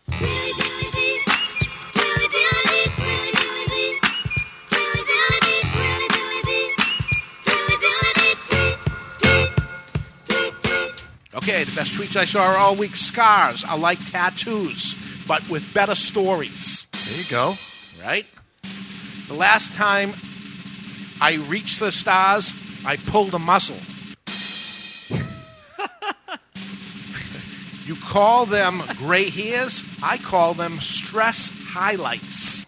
G: Okay, the best tweets I saw all week scars are like tattoos, but with better stories.
H: There you go.
G: Right? The last time I reached the stars, I pulled a muscle. you call them gray hairs, I call them stress highlights.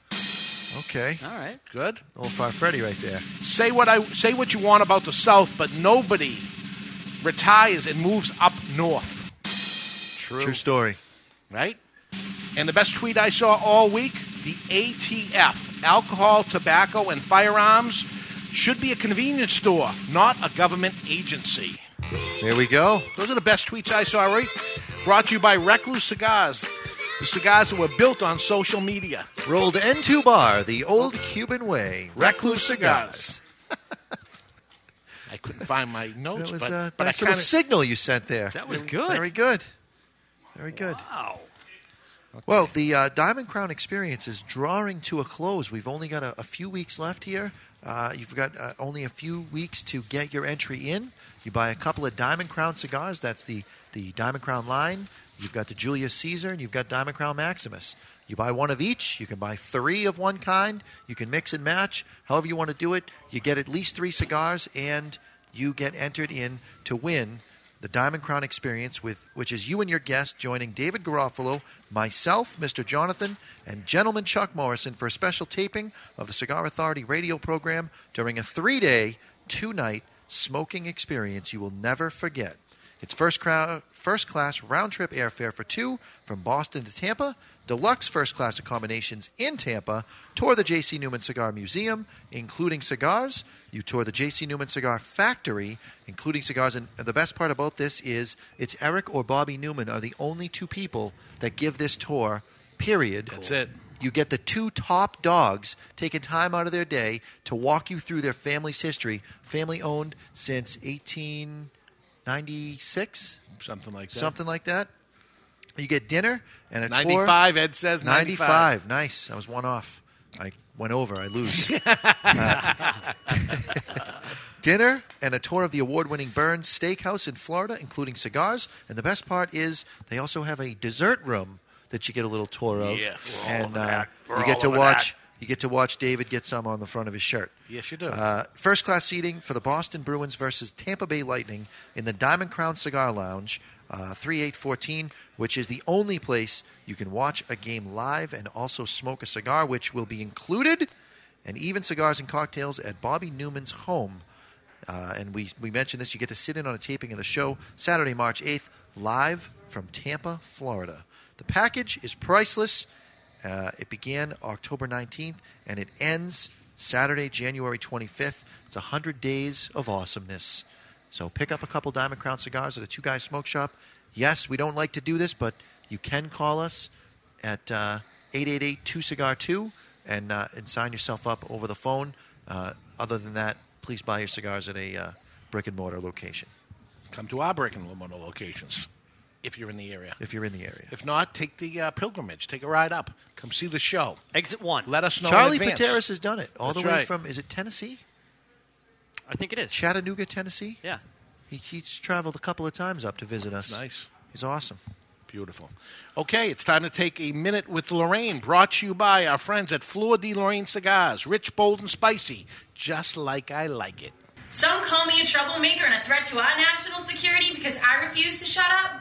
H: Okay.
E: All right.
G: Good.
H: Old Farfretti right there.
G: Say what I say what you want about the South, but nobody retires and moves up north.
H: True, story.
G: Right? And the best tweet I saw all week, the ATF, alcohol, tobacco, and firearms should be a convenience store, not a government agency.
H: There we go.
G: Those are the best tweets I saw, right? Brought to you by Recluse Cigars, the cigars that were built on social media.
H: Rolled N2 bar, the old Cuban way. Recluse cigars.
G: I couldn't find my
H: That
G: notes,
H: was
G: but,
H: a
G: but
H: nice
G: I
H: little
G: kind of
H: signal you sent there.
E: That was good.
H: Very good. Very good.
E: Wow.
H: Well, the uh, Diamond Crown experience is drawing to a close. We've only got a, a few weeks left here. Uh, you've got uh, only a few weeks to get your entry in. You buy a couple of Diamond Crown cigars. That's the, the Diamond Crown line. You've got the Julius Caesar, and you've got Diamond Crown Maximus. You buy one of each. You can buy three of one kind. You can mix and match. However you want to do it, you get at least three cigars, and you get entered in to win the Diamond Crown Experience, with which is you and your guest joining David Garofalo, myself, Mr. Jonathan, and gentleman Chuck Morrison for a special taping of the Cigar Authority radio program during a three-day, two-night smoking experience you will never forget. It's first crowd, first class round trip airfare for two from Boston to Tampa, deluxe first class accommodations in Tampa, tour the J.C. Newman Cigar Museum, including cigars. You tour the J.C. Newman Cigar Factory, including cigars. And the best part about this is it's Eric or Bobby Newman are the only two people that give this tour, period. That's it. You get the two top dogs taking time out of their day to walk you through their family's history, family owned since 1896
G: something like that.
H: something like that. You get dinner and a tour.
G: 95, Ed says 95.
H: 95. Nice. I was one off. I went over. I lose. Uh, dinner and a tour of the award-winning Burns Steakhouse in Florida, including cigars. And the best part is they also have a dessert room that you get a little tour of.
G: Yes. We're all
H: And uh,
G: over that. We're
H: you get
G: all
H: to
G: over
H: watch.
G: that.
H: You get to watch David get some on the front of his shirt.
G: Yes, you do.
H: Uh, first class seating for the Boston Bruins versus Tampa Bay Lightning in the Diamond Crown Cigar Lounge, uh, 3814, which is the only place you can watch a game live and also smoke a cigar, which will be included, and even cigars and cocktails at Bobby Newman's home. Uh, and we, we mentioned this. You get to sit in on a taping of the show Saturday, March 8th, live from Tampa, Florida. The package is priceless. Uh, it began October 19th and it ends Saturday, January 25th. It's 100 days of awesomeness. So pick up a couple Diamond Crown cigars at a Two Guys Smoke Shop. Yes, we don't like to do this, but you can call us at uh, 888 2 Cigar 2 and uh, and sign yourself up over the phone. Uh, other than that, please buy your cigars at a uh, brick and mortar location
G: Come to our brick and mortar locations if you're in the area.
H: if you're in the area.
G: If not, take the uh, pilgrimage. Take a ride up. Come see the show.
E: Exit one.
G: Let us know. in
H: Charlie
G: advance.
H: Pateras has done it all
G: That's
H: the way
G: right.
H: from is it Tennessee?
E: I think it is.
H: Chattanooga, Tennessee.
E: Yeah.
H: He, he's traveled a couple of times up to visit us.
G: nice.
H: He's awesome.
G: Beautiful. Okay, it's time to take a minute with Lorraine. Brought to you by our friends at Fleur de Lorraine Cigars. Rich, bold, and spicy, just like I like it.
F: Some call me a troublemaker and a threat to our national security because I refuse to shut up.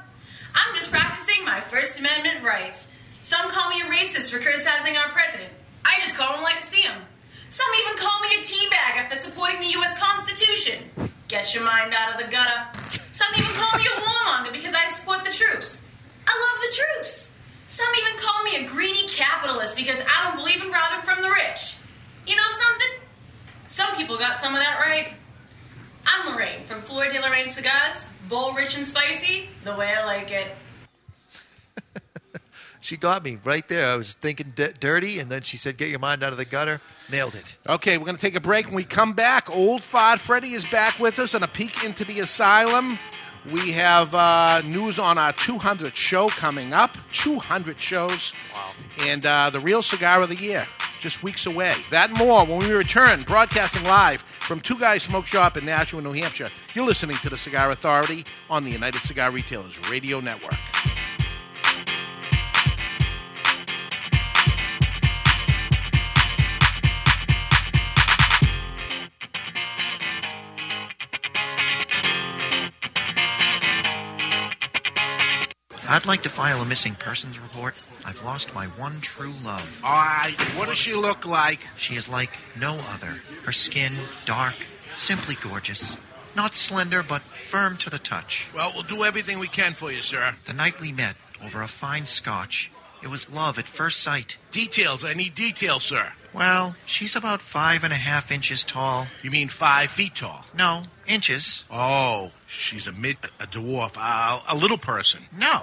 F: I'm just practicing my First Amendment rights. Some call me a racist for criticizing our president. I just call him like I see him. Some even call me a teabagger for supporting the U.S. Constitution. Get your mind out of the gutter. Some even call me a warmonger because I support the troops. I love the troops. Some even call me a greedy capitalist because I don't believe in robbing from the rich. You know something? Some people got some of that right. I'm Lorraine from Fleur de Lorraine Cigars, bold, rich, and spicy, the way I like it.
H: She got me right there. I was thinking d- dirty, and then she said, "Get your mind out of the gutter." Nailed it.
G: Okay, we're going to take a break. When we come back, Old Fod Freddy is back with us on a peek into the asylum. We have uh, news on our 200th show coming up. 200 shows. Wow. And uh, the real cigar of the year, just weeks away. That and more when we return, broadcasting live from Two Guys Smoke Shop in Nashua, New Hampshire. You're listening to the Cigar Authority on the United Cigar Retailers Radio Network.
H: I'd like to file a missing persons report. I've lost my one true love.
G: All right, what does she look like?
H: She is like no other. Her skin, dark, simply gorgeous. Not slender, but firm to the touch.
G: Well, we'll do everything we can for you, sir.
H: The night we met over a fine scotch, it was love at first sight.
G: Details, I need details, sir.
H: Well, she's about five and a half inches tall.
G: You mean five feet tall?
H: No, inches.
G: Oh, she's a mid, a dwarf, uh, a little person.
H: No,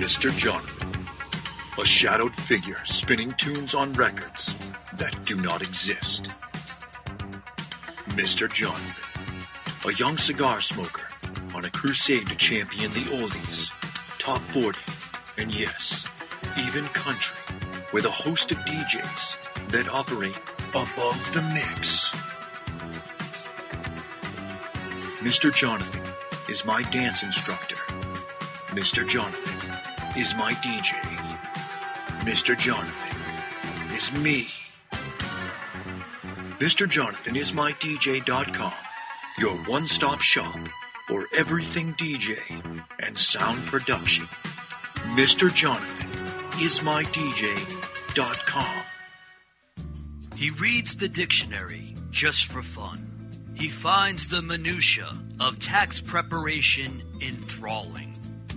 I: Mr. Jonathan, a shadowed figure spinning tunes on records that do not exist. Mr. Jonathan, a young cigar smoker on a crusade to champion the oldies, top 40, and yes, even country, with a host of DJs that operate above the mix. Mr. Jonathan is my dance instructor. Mr. Jonathan is my DJ. Mr. Jonathan is me. Mr. Jonathan is my DJ.com, your one stop shop for everything DJ and sound production. Mr. Jonathan is my DJ.com.
J: He reads the dictionary just for fun. He finds the minutiae of tax preparation enthralling.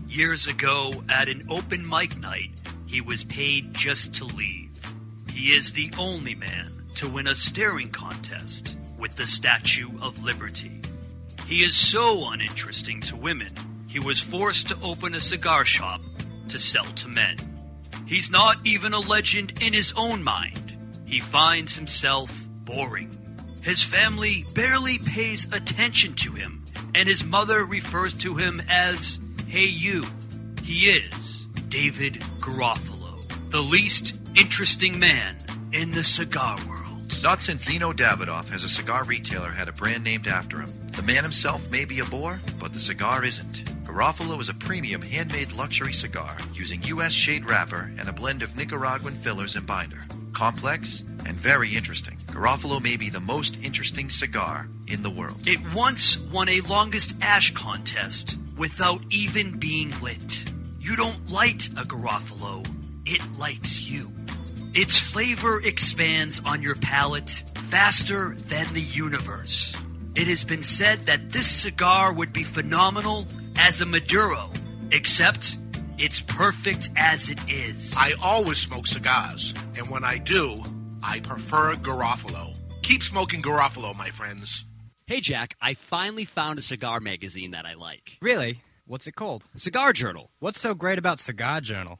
J: Years ago, at an open mic night, he was paid just to leave. He is the only man to win a staring contest with the Statue of Liberty. He is so uninteresting to women, he was forced to open a cigar shop to sell to men. He's not even a legend in his own mind. He finds himself boring. His family barely pays attention to him, and his mother refers to him as Hey You. He is David Garofalo, the least interesting man in the cigar world.
H: Not since Zeno Davidoff has a cigar retailer had a brand named after him. The man himself may be a bore, but the cigar isn't. Garofalo is a premium handmade luxury cigar using U.S. shade wrapper and a blend of Nicaraguan fillers and binder. Complex and very interesting. Garofalo may be the most interesting cigar in the world.
J: It once won a longest ash contest without even being lit. You don't light a Garofalo, it lights you. Its flavor expands on your palate faster than the universe. It has been said that this cigar would be phenomenal as a Maduro, except it's perfect as it is.
G: I always smoke cigars, and when I do, I prefer Garofalo. Keep smoking Garofalo, my friends.
C: Hey, Jack, I finally found a cigar magazine that I like.
R: Really? What's it called?
C: Cigar Journal.
R: What's so great about Cigar Journal?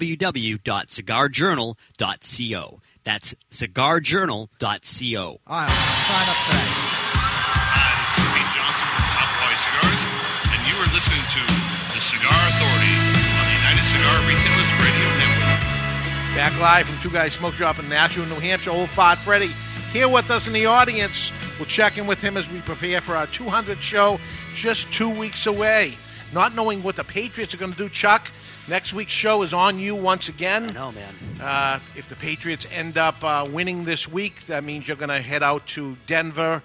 C: www.cigarjournal.co. That's cigarjournal.co.
R: I'll sign up for that.
S: Pete Johnson from Top Hawaii Cigars, and you are listening to The Cigar Authority on the United Cigar Retailers Radio Network.
G: Back live from Two Guys Smoke Shop in Nashua, New Hampshire, Old Fart Freddy. Here with us in the audience. We'll check in with him as we prepare for our 200 show just two weeks away. Not knowing what the Patriots are going to do, Chuck, next week's show is on you once again.
C: No, man.
G: Uh, if the Patriots end up uh, winning this week, that means you're going to head out to Denver.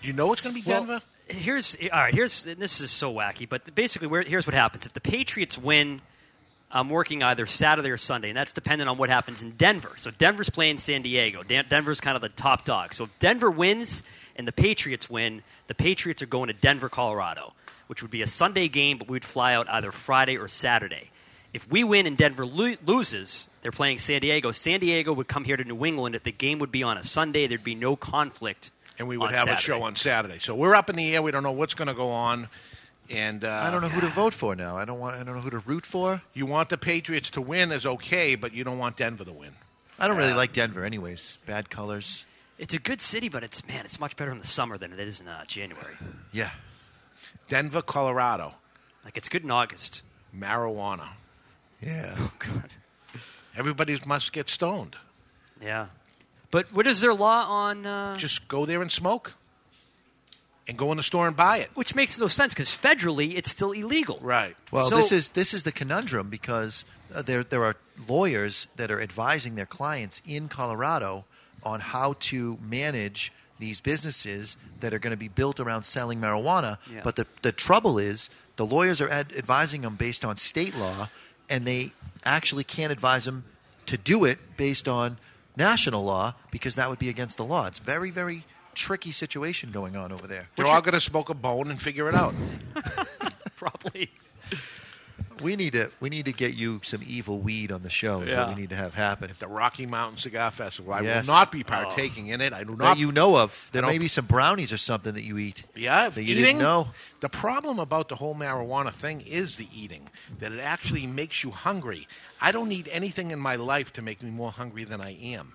G: Do you know it's going to be
E: Well,
G: Denver?
E: Here's all right. Here's and this is so wacky, but basically, where, here's what happens: if the Patriots win, I'm working either Saturday or Sunday, and that's dependent on what happens in Denver. So Denver's playing San Diego. Dan- Denver's kind of the top dog. So if Denver wins and the Patriots win, the Patriots are going to Denver, Colorado, which would be a Sunday game, but we'd fly out either Friday or Saturday. If we win and Denver lo- loses, they're playing San Diego. San Diego would come here to New England. If the game would be on a Sunday, there'd be no conflict.
G: and we would
E: on
G: have
E: Saturday.
G: a show on Saturday. So we're up in the air. We don't know what's going to go on, and uh,
H: I don't know who to vote for now. I don't want. I don't know who to root for.
G: You want the Patriots to win is okay, but you don't want Denver to win. Uh,
H: I don't really like Denver, anyways. Bad colors.
E: It's a good city, but it's man, it's much better in the summer than it is in uh, January.
H: Yeah.
G: Denver, Colorado.
E: Like it's good in August. Oh,
G: Marijuana.
H: Yeah.
E: God.
G: Everybody must get stoned.
E: Yeah. But what is their law on? Uh...
G: Just go there and smoke. and go in the store and buy it.
E: Which makes no sense because federally it's still illegal.
G: Right.
H: Well,
E: So-
H: this is this is the conundrum because uh, there there are lawyers that are advising their clients in Colorado on how to manage these businesses that are going to be built around selling marijuana.
T: Yeah.
H: But the the trouble is the lawyers are ad- advising them based on state law, and they actually can't advise them to do it based on national law because that would be against the law. It's very very tricky situation going on over there.
G: They're all going to smoke a bone and figure it out.
E: Probably.
H: We need to we need to get you some evil weed on the show. Is
G: Yeah.
H: what we need to have happen.
G: The Rocky Mountain Cigar Festival. I
H: Yes.
G: will not
E: Oh.
G: be partaking in it. I do not.
H: that you know of.
G: I
H: There
G: don't-
H: may be some brownies or something that you eat.
G: Yeah,
H: that you
G: eating.
H: didn't know.
G: The problem about the whole marijuana thing is the eating. That it actually makes you hungry. I don't need anything in my life to make me more hungry than I am.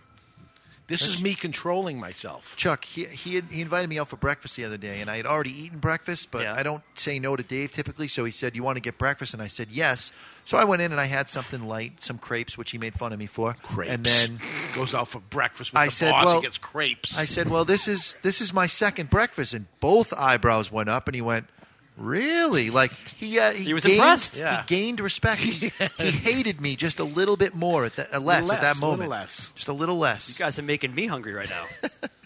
G: This is me controlling myself.
H: Chuck, he he, had, he invited me out for breakfast the other day, and I had already eaten breakfast, but I don't say no to Dave typically. So he said, "You want to get breakfast?" And I said, "Yes." So I went in and I had something light, some crepes, which he made fun of me for. Crepes, and then
G: goes out for breakfast with
H: I
G: the
H: said,
G: boss.
H: "Well,
G: he gets crepes.
H: I said, "Well, this is this is my second breakfast," and both eyebrows went up, and he went. Really? Like he uh, he,
E: He was
H: gained,
E: impressed.
H: He
E: Yeah.
H: gained respect. He, he hated me just a little bit more at that, uh, less, at that moment. Just a little less.
E: You guys are making me hungry right now.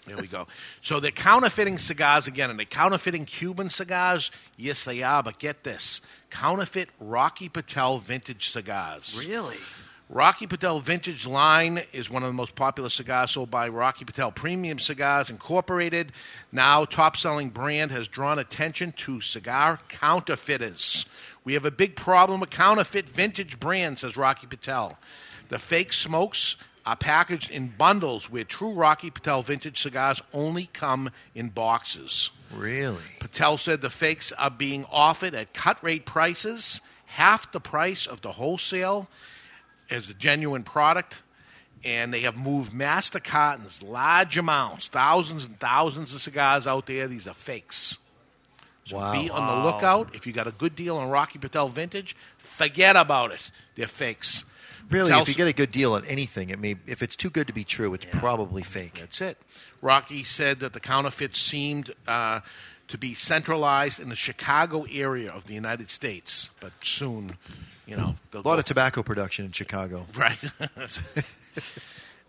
G: There we go. So they're counterfeiting cigars again, and they're counterfeiting Cuban cigars. Yes, they are. But get this: counterfeit Rocky Patel vintage cigars.
E: Really?
G: Rocky Patel Vintage Line is one of the most popular cigars sold by Rocky Patel Premium Cigars Incorporated. Now, top selling brand has drawn attention to cigar counterfeiters. We have a big problem with counterfeit vintage brands, says Rocky Patel. The fake smokes are packaged in bundles where true Rocky Patel vintage cigars only come in boxes.
H: Really?
G: Patel said the fakes are being offered at cut rate prices, half the price of the wholesale as a genuine product. And they have moved master cartons, large amounts, thousands and thousands of cigars out there. These are fakes. So
H: Wow.
G: be on
H: Wow.
G: the lookout. If you got a good deal on Rocky Patel Vintage, forget about it. They're fakes.
H: Really,
G: Patel
H: if you get a good deal on anything, it may if it's too good to be true, it's probably fake.
G: That's it. Rocky said that the counterfeits seemed uh, to be centralized in the Chicago area of the United States, but soon, you know,
H: A
G: they'll
H: lot
G: go-
H: of tobacco production in Chicago.
G: Right.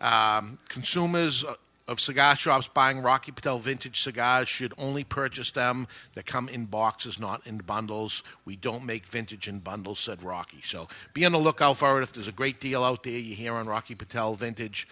G: um, consumers of cigar shops buying Rocky Patel vintage cigars should only purchase them that come in boxes, not in bundles. We don't make vintage in bundles, said Rocky. So be on the lookout for it. If there's a great deal out there you hear on Rocky Patel vintage,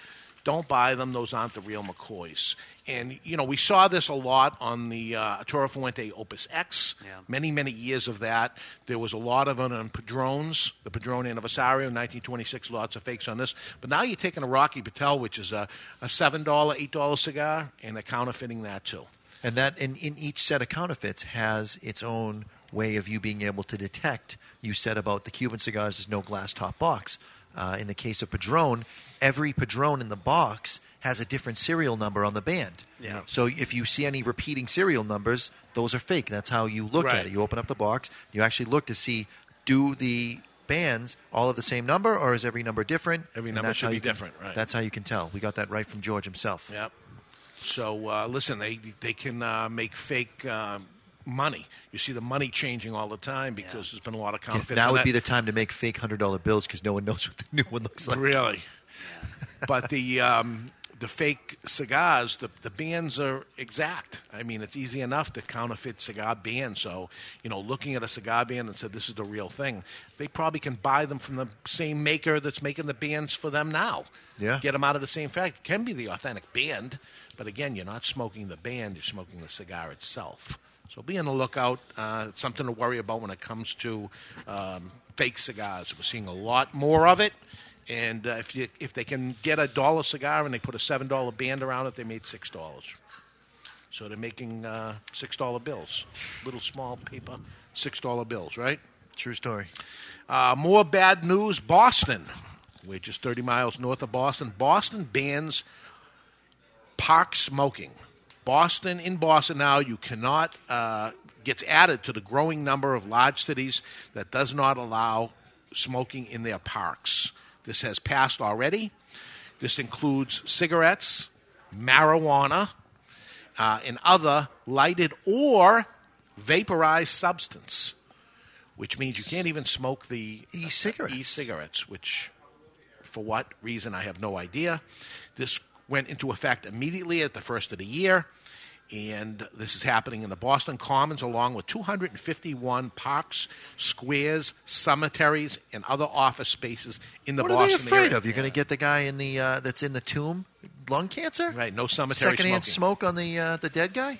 G: don't buy them. Those aren't the real McCoys. And, you know, we saw this a lot on the uh, Toro Fuente Opus X. Many, many years of that. There was a lot of it on Padrones, the Padrone Anniversario, 1926, lots of fakes on this. But now you're taking a Rocky Patel, which is a, a $7, $8 cigar, and they're counterfeiting that too.
H: And that in, in each set of counterfeits has its own way of you being able to detect. You said about the Cuban cigars there's no glass top box. Uh, in the case of Padron, every Padron in the box has a different serial number on the band.
U: Yeah.
H: So if you see any repeating serial numbers, those are fake. That's how you look at
U: Right.
H: it. You open up the box, you actually look to see do the bands all have the same number or is every number different?
G: Every
H: And
G: number
H: that's
G: should
H: how
G: be
H: you can-
G: different, right.
H: That's how you can tell. We got that right from George himself.
G: Yep. So uh, listen, they they can uh, make fake um money. You see the money changing all the time because there's been a lot of counterfeits.
H: now
G: on
H: would
G: that.
H: be the time to make fake hundred dollar bills because no one knows what the new one looks like.
G: Really? but the um, the fake cigars, the the bands are exact. I mean, it's easy enough to counterfeit cigar bands. So you know, looking at a cigar band and said this is the real thing, they probably can buy them from the same maker that's making the bands for them now.
H: Yeah.
G: Get them out of the same factory. Can be the authentic band, but again, you're not smoking the band; you're smoking the cigar itself. So be on the lookout. Uh, it's something to worry about when it comes to um, fake cigars. We're seeing a lot more of it. And uh, if you, if they can get a dollar cigar and they put a seven dollar band around it, they made six dollars. So they're making uh, six dollar bills, little small paper six dollar bills, right?
H: True story.
G: Uh, more bad news: Boston. We're just thirty miles north of Boston. Boston bans park smoking. Boston in Boston now you cannot uh, gets added to the growing number of large cities that does not allow smoking in their parks. This has passed already. This includes cigarettes, marijuana, uh, and other lighted or vaporized substance, which means you can't even smoke the e-cigarettes. E-cigarettes, which for what reason I have no idea. This went into effect immediately at the first of the year, and this is happening in the Boston Commons along with 251 parks, squares, cemeteries, and other office spaces in the
H: what are
G: Boston
H: they afraid
G: area.
H: of? You're going to get the guy in the uh, that's in the tomb, lung cancer,
G: right? No cemetery
H: secondhand
G: smoking.
H: smoke on the uh, the dead guy.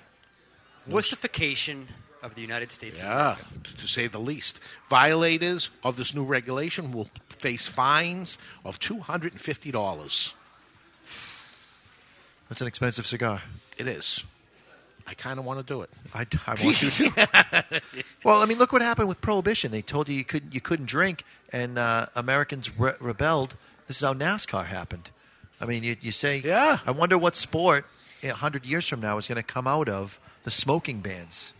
E: Wussification of the United States. of
G: Yeah, t- to say the least. Violators of this new regulation will face fines of $250.
H: That's an expensive cigar.
G: It is. I kind of want to do it.
H: I, I want you to. Well, I mean, look what happened with prohibition. They told you you couldn't you couldn't drink, and uh, Americans re- rebelled. This is how NASCAR happened. I mean, you, you say, yeah. I wonder what sport a hundred years from now is going to come out of the smoking bans.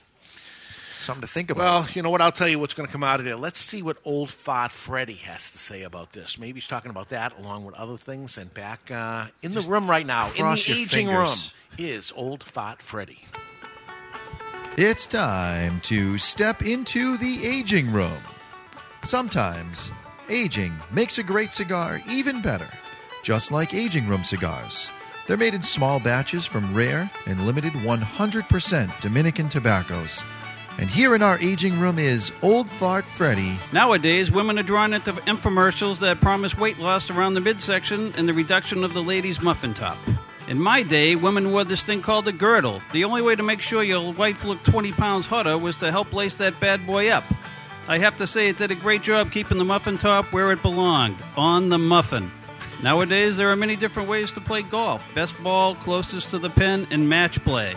H: Something to think about.
G: Well, you know what? I'll tell you what's going to come out of there. Let's see what old fart Freddy has to say about this. Maybe he's talking about that along with other things. And back uh, in the
H: Just
G: room right now, in the
H: cross your
G: aging
H: fingers.
G: room, is old fart Freddy.
H: It's time to step into the aging room. Sometimes, aging makes a great cigar even better, just like aging room cigars. They're made in small batches from rare and limited 100% Dominican tobaccos. And here in our aging room is Old Fart Freddy.
T: Nowadays, women are drawn into infomercials that promise weight loss around the midsection and the reduction of the lady's muffin top. In my day, women wore this thing called a girdle. The only way to make sure your wife looked 20 pounds hotter was to help lace that bad boy up. I have to say, it did a great job keeping the muffin top where it belonged on the muffin. Nowadays, there are many different ways to play golf best ball, closest to the pin, and match play.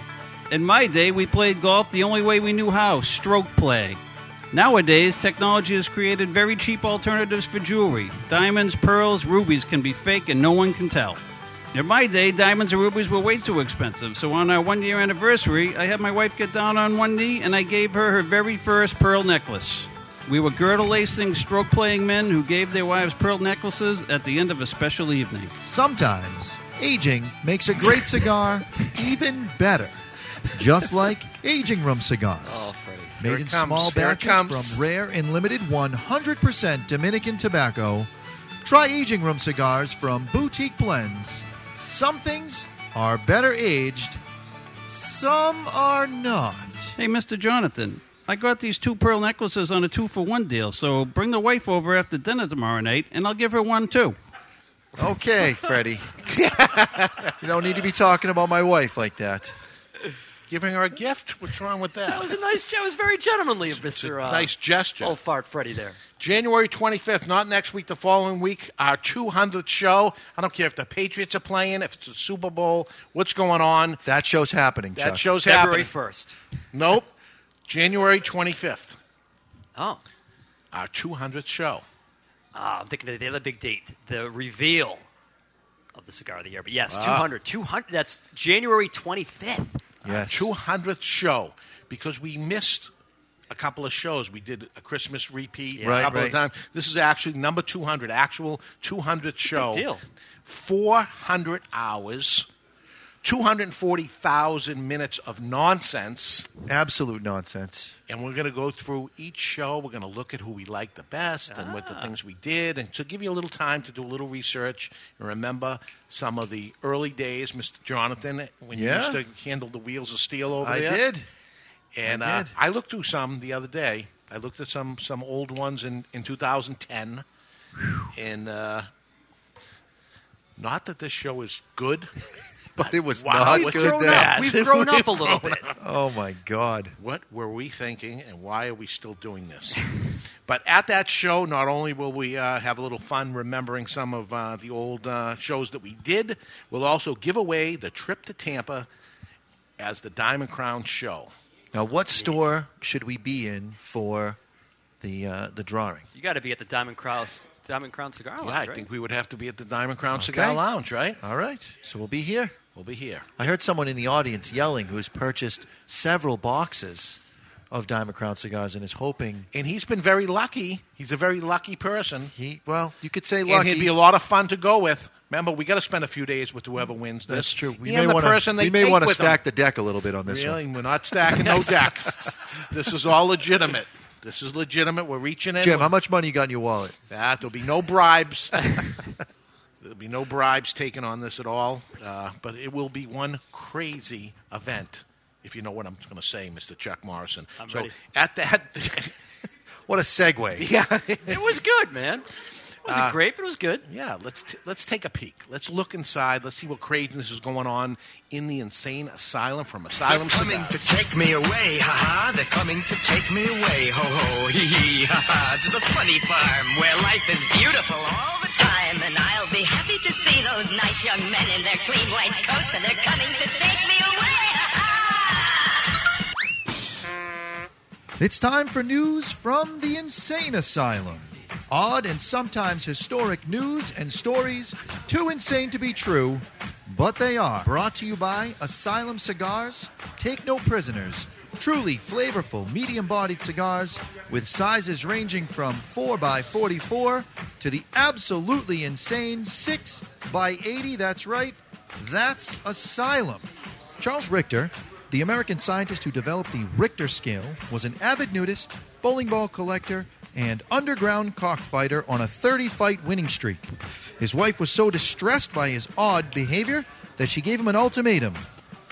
T: In my day, we played golf the only way we knew how stroke play. Nowadays, technology has created very cheap alternatives for jewelry. Diamonds, pearls, rubies can be fake and no one can tell. In my day, diamonds and rubies were way too expensive, so on our one year anniversary, I had my wife get down on one knee and I gave her her very first pearl necklace. We were girdle lacing, stroke playing men who gave their wives pearl necklaces at the end of a special evening.
H: Sometimes aging makes a great cigar even better, just like aging room cigars.
G: Oh, Here it
H: Made in
G: comes.
H: small
G: Here it
H: batches
G: comes.
H: from rare and limited 100% Dominican tobacco. Try aging room cigars from Boutique Blends. Some things are better aged, some are not.
T: Hey, Mr. Jonathan, I got these two pearl necklaces on a two for one deal, so bring the wife over after dinner tomorrow night and I'll give her one too.
H: Okay, Freddie. you don't need to be talking about my wife like that.
G: Giving her a gift? What's wrong with that?
E: That was a nice. That was very gentlemanly of Mr. Uh,
G: nice gesture.
E: Old fart Freddy there.
G: January 25th, not next week, the following week, our 200th show. I don't care if the Patriots are playing, if it's the Super Bowl, what's going on.
H: That show's happening,
G: That
H: Chuck.
G: show's
E: February
G: happening.
E: 1st.
G: Nope. January 25th,
E: Oh.
G: our 200th show.
E: Ah, I'm thinking of the other big date, the reveal of the cigar of the year. But yes,
G: Ah.
E: 200. 200. That's January 25th.
H: Yes.
G: 200th show because we missed a couple of shows. We did a Christmas repeat
H: Right,
G: a couple
H: right.
G: of times. This is actually number 200, actual 200th show.
E: deal.
G: 400 hours, 240,000 minutes of nonsense.
H: Absolute nonsense.
G: And we're going to go through each show. We're going to look at who we liked the best and what the
H: Ah.
G: things we did. And to give you a little time to do a little research and remember some of the early days, Mr. Jonathan, when
H: Yeah.
G: you used to handle the wheels of steel over
H: I
G: there.
H: did.
G: And
H: I
G: uh,
H: did.
G: I looked through some the other day. I looked at some some old ones in, in 2010. And uh, not that this show is good.
H: But it was
G: Wow,
H: not
G: it's
H: good
G: grown
H: then.
G: up. We've grown up a little
H: grown
G: bit.
H: up. Oh my god.
G: What were we thinking, and why are we still doing this? but at that show, not only will we uh, have a little fun remembering some of uh, the old uh, shows that we did, we'll also give away the trip to Tampa as the Diamond Crown show.
H: Now, what store should we be in for the uh, the drawing?
E: You got to be at the Diamond Crown, Diamond Crown Cigar Lounge,
G: Yeah, I
E: right?
G: think we would have to be at the Diamond Crown Cigar
H: Okay.
G: Lounge, right?
H: All right, so we'll be here.
G: We'll be here.
H: I heard someone in the audience yelling who's purchased several boxes of Diamond Crown cigars and is hoping.
G: And he's been very lucky. He's a very lucky person.
H: He well, you could say
G: And
H: lucky.
G: he'd be a lot of fun to go with. Remember, we got to spend a few days with whoever wins this.
H: That's true. We
G: and
H: may
G: the
H: wanna-
G: person they
H: we may
G: take
H: wanna
G: with them.
H: stack the deck a little bit on this
G: Really? We're not stacking no deck. this is all legitimate. This is legitimate. We're reaching in.
H: Jim, how much money you got in your wallet?
G: That there'll be no bribes. there'll be no bribes taken on this at all. Uh, but it will be one crazy event, if you know what I'm going to say, Mr. Chuck Morrison.
E: I'm
G: so
E: ready.
G: at that,
H: what a segue!
G: Yeah,
E: it was good, man. It wasn't
G: Uh,
E: great, but it was good.
G: Yeah, let's t- let's take a peek. Let's look inside. Let's see what craziness is going on in the insane asylum from Asylum
V: They're coming
G: Cigars.
V: to take me away, ha ha. They're coming to take me away, ho ho, hee hee, ha ha. To the funny farm where life is beautiful all the time. And I'll be happy to see those nice young men in their clean white coats, and they're coming to take me away, ha ha.
H: It's time for news from the Insane Asylum. Odd and sometimes historic news and stories too insane to be true, but they are. Brought to you by Asylum Cigars, Take No Prisoners. Truly flavorful, medium bodied cigars with sizes ranging from 4x44 to the absolutely insane 6x80. That's right, that's Asylum. Charles Richter, the American scientist who developed the Richter scale, was an avid nudist, bowling ball collector, and underground cockfighter on a 30 fight winning streak. His wife was so distressed by his odd behavior that she gave him an ultimatum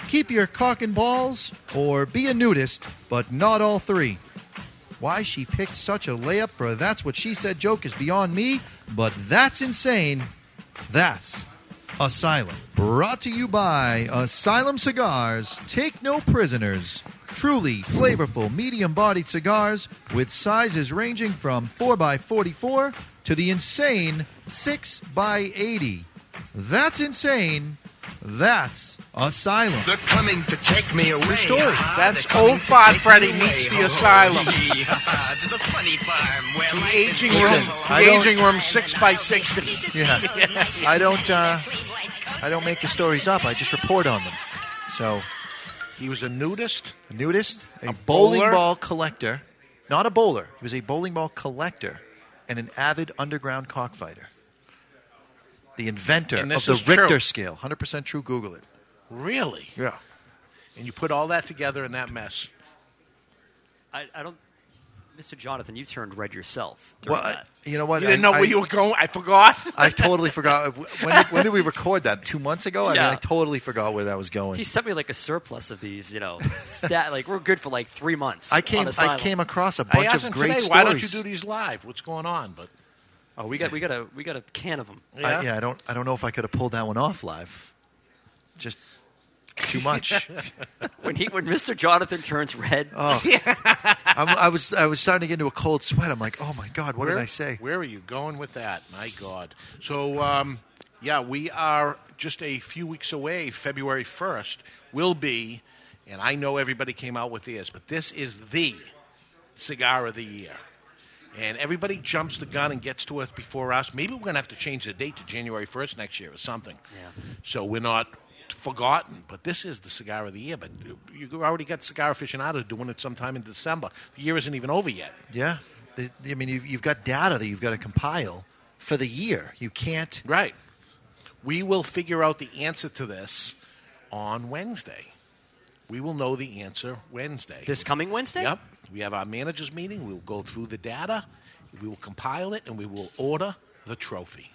H: keep your cock and balls or be a nudist, but not all three. Why she picked such a layup for a that's what she said joke is beyond me, but that's insane. That's Asylum. Brought to you by Asylum Cigars. Take no prisoners. Truly flavorful, medium bodied cigars with sizes ranging from 4x44 to the insane 6x80. That's insane. That's Asylum.
V: They're coming to take me away.
H: True story.
V: ha ha.
H: That's
V: They're coming
H: Old
V: to
H: Fart
V: take me
H: Freddy
V: away,
H: meets the
V: ho ho,
H: asylum.
V: hee hee, ha ha. To the funny farm where
G: The
V: life is
G: aging
H: Listen,
G: room, the
H: I don't-
G: aging room, six by sixty.
H: Yeah. I don't uh, I don't make the stories up. I just report on them. So
G: he was a nudist,
H: a nudist, a,
G: bowler?
H: bowling ball collector, not a bowler. He was a bowling ball collector and an avid underground cockfighter. The inventor
G: And
H: of
G: this
H: the
G: is true.
H: Richter scale. 100% true. Google it.
G: Really?
H: Yeah.
G: And you put all that together in that mess.
E: I, I don't. Mr. Jonathan, you turned red yourself.
H: Well, I- you know what?
G: You didn't know where you were going. I forgot.
H: I totally forgot. When did, when did we record that? Two months ago? I mean,
E: Yeah.
H: I totally forgot where that was going.
E: He sent me like a surplus of these, you know, stat, like we're good for like three months.
H: I came-
E: on
H: I
E: Asylum.
H: came across a
G: I
H: bunch
G: asked
H: of
G: him
H: great
G: today, Why don't you
H: stories."
G: do these live? What's going on? But
E: oh, we got we got a we got a can of them.
H: I, yeah, I don't. I don't know if I could have pulled that one off live. Just too much.
E: when he when Mr. Jonathan turns red,
H: Oh, I'm, I was. I was starting to get into a cold sweat. I'm like, oh my god, what did
G: Where-
H: I say?
G: Where are you going with that? My God. So, um, yeah, we are just a few weeks away. February 1st will be, and I know everybody came out with theirs, but this is the cigar of the year. And everybody jumps the gun and gets to us before us. Maybe we're going to have to change the date to January 1st next year or something. Yeah. So we're not forgotten. But this is the cigar of the year. But you already got Cigar Aficionado doing it sometime in December. The year isn't even over yet.
H: Yeah, The- I mean, you've, you've got data that you've got to compile for the year. You can't.
G: Right. We will figure out the answer to this on Wednesday. We will know the answer Wednesday.
E: This coming Wednesday?
G: Yep. We have our managers meeting. We will go through the data. We will compile it and we will order the trophy.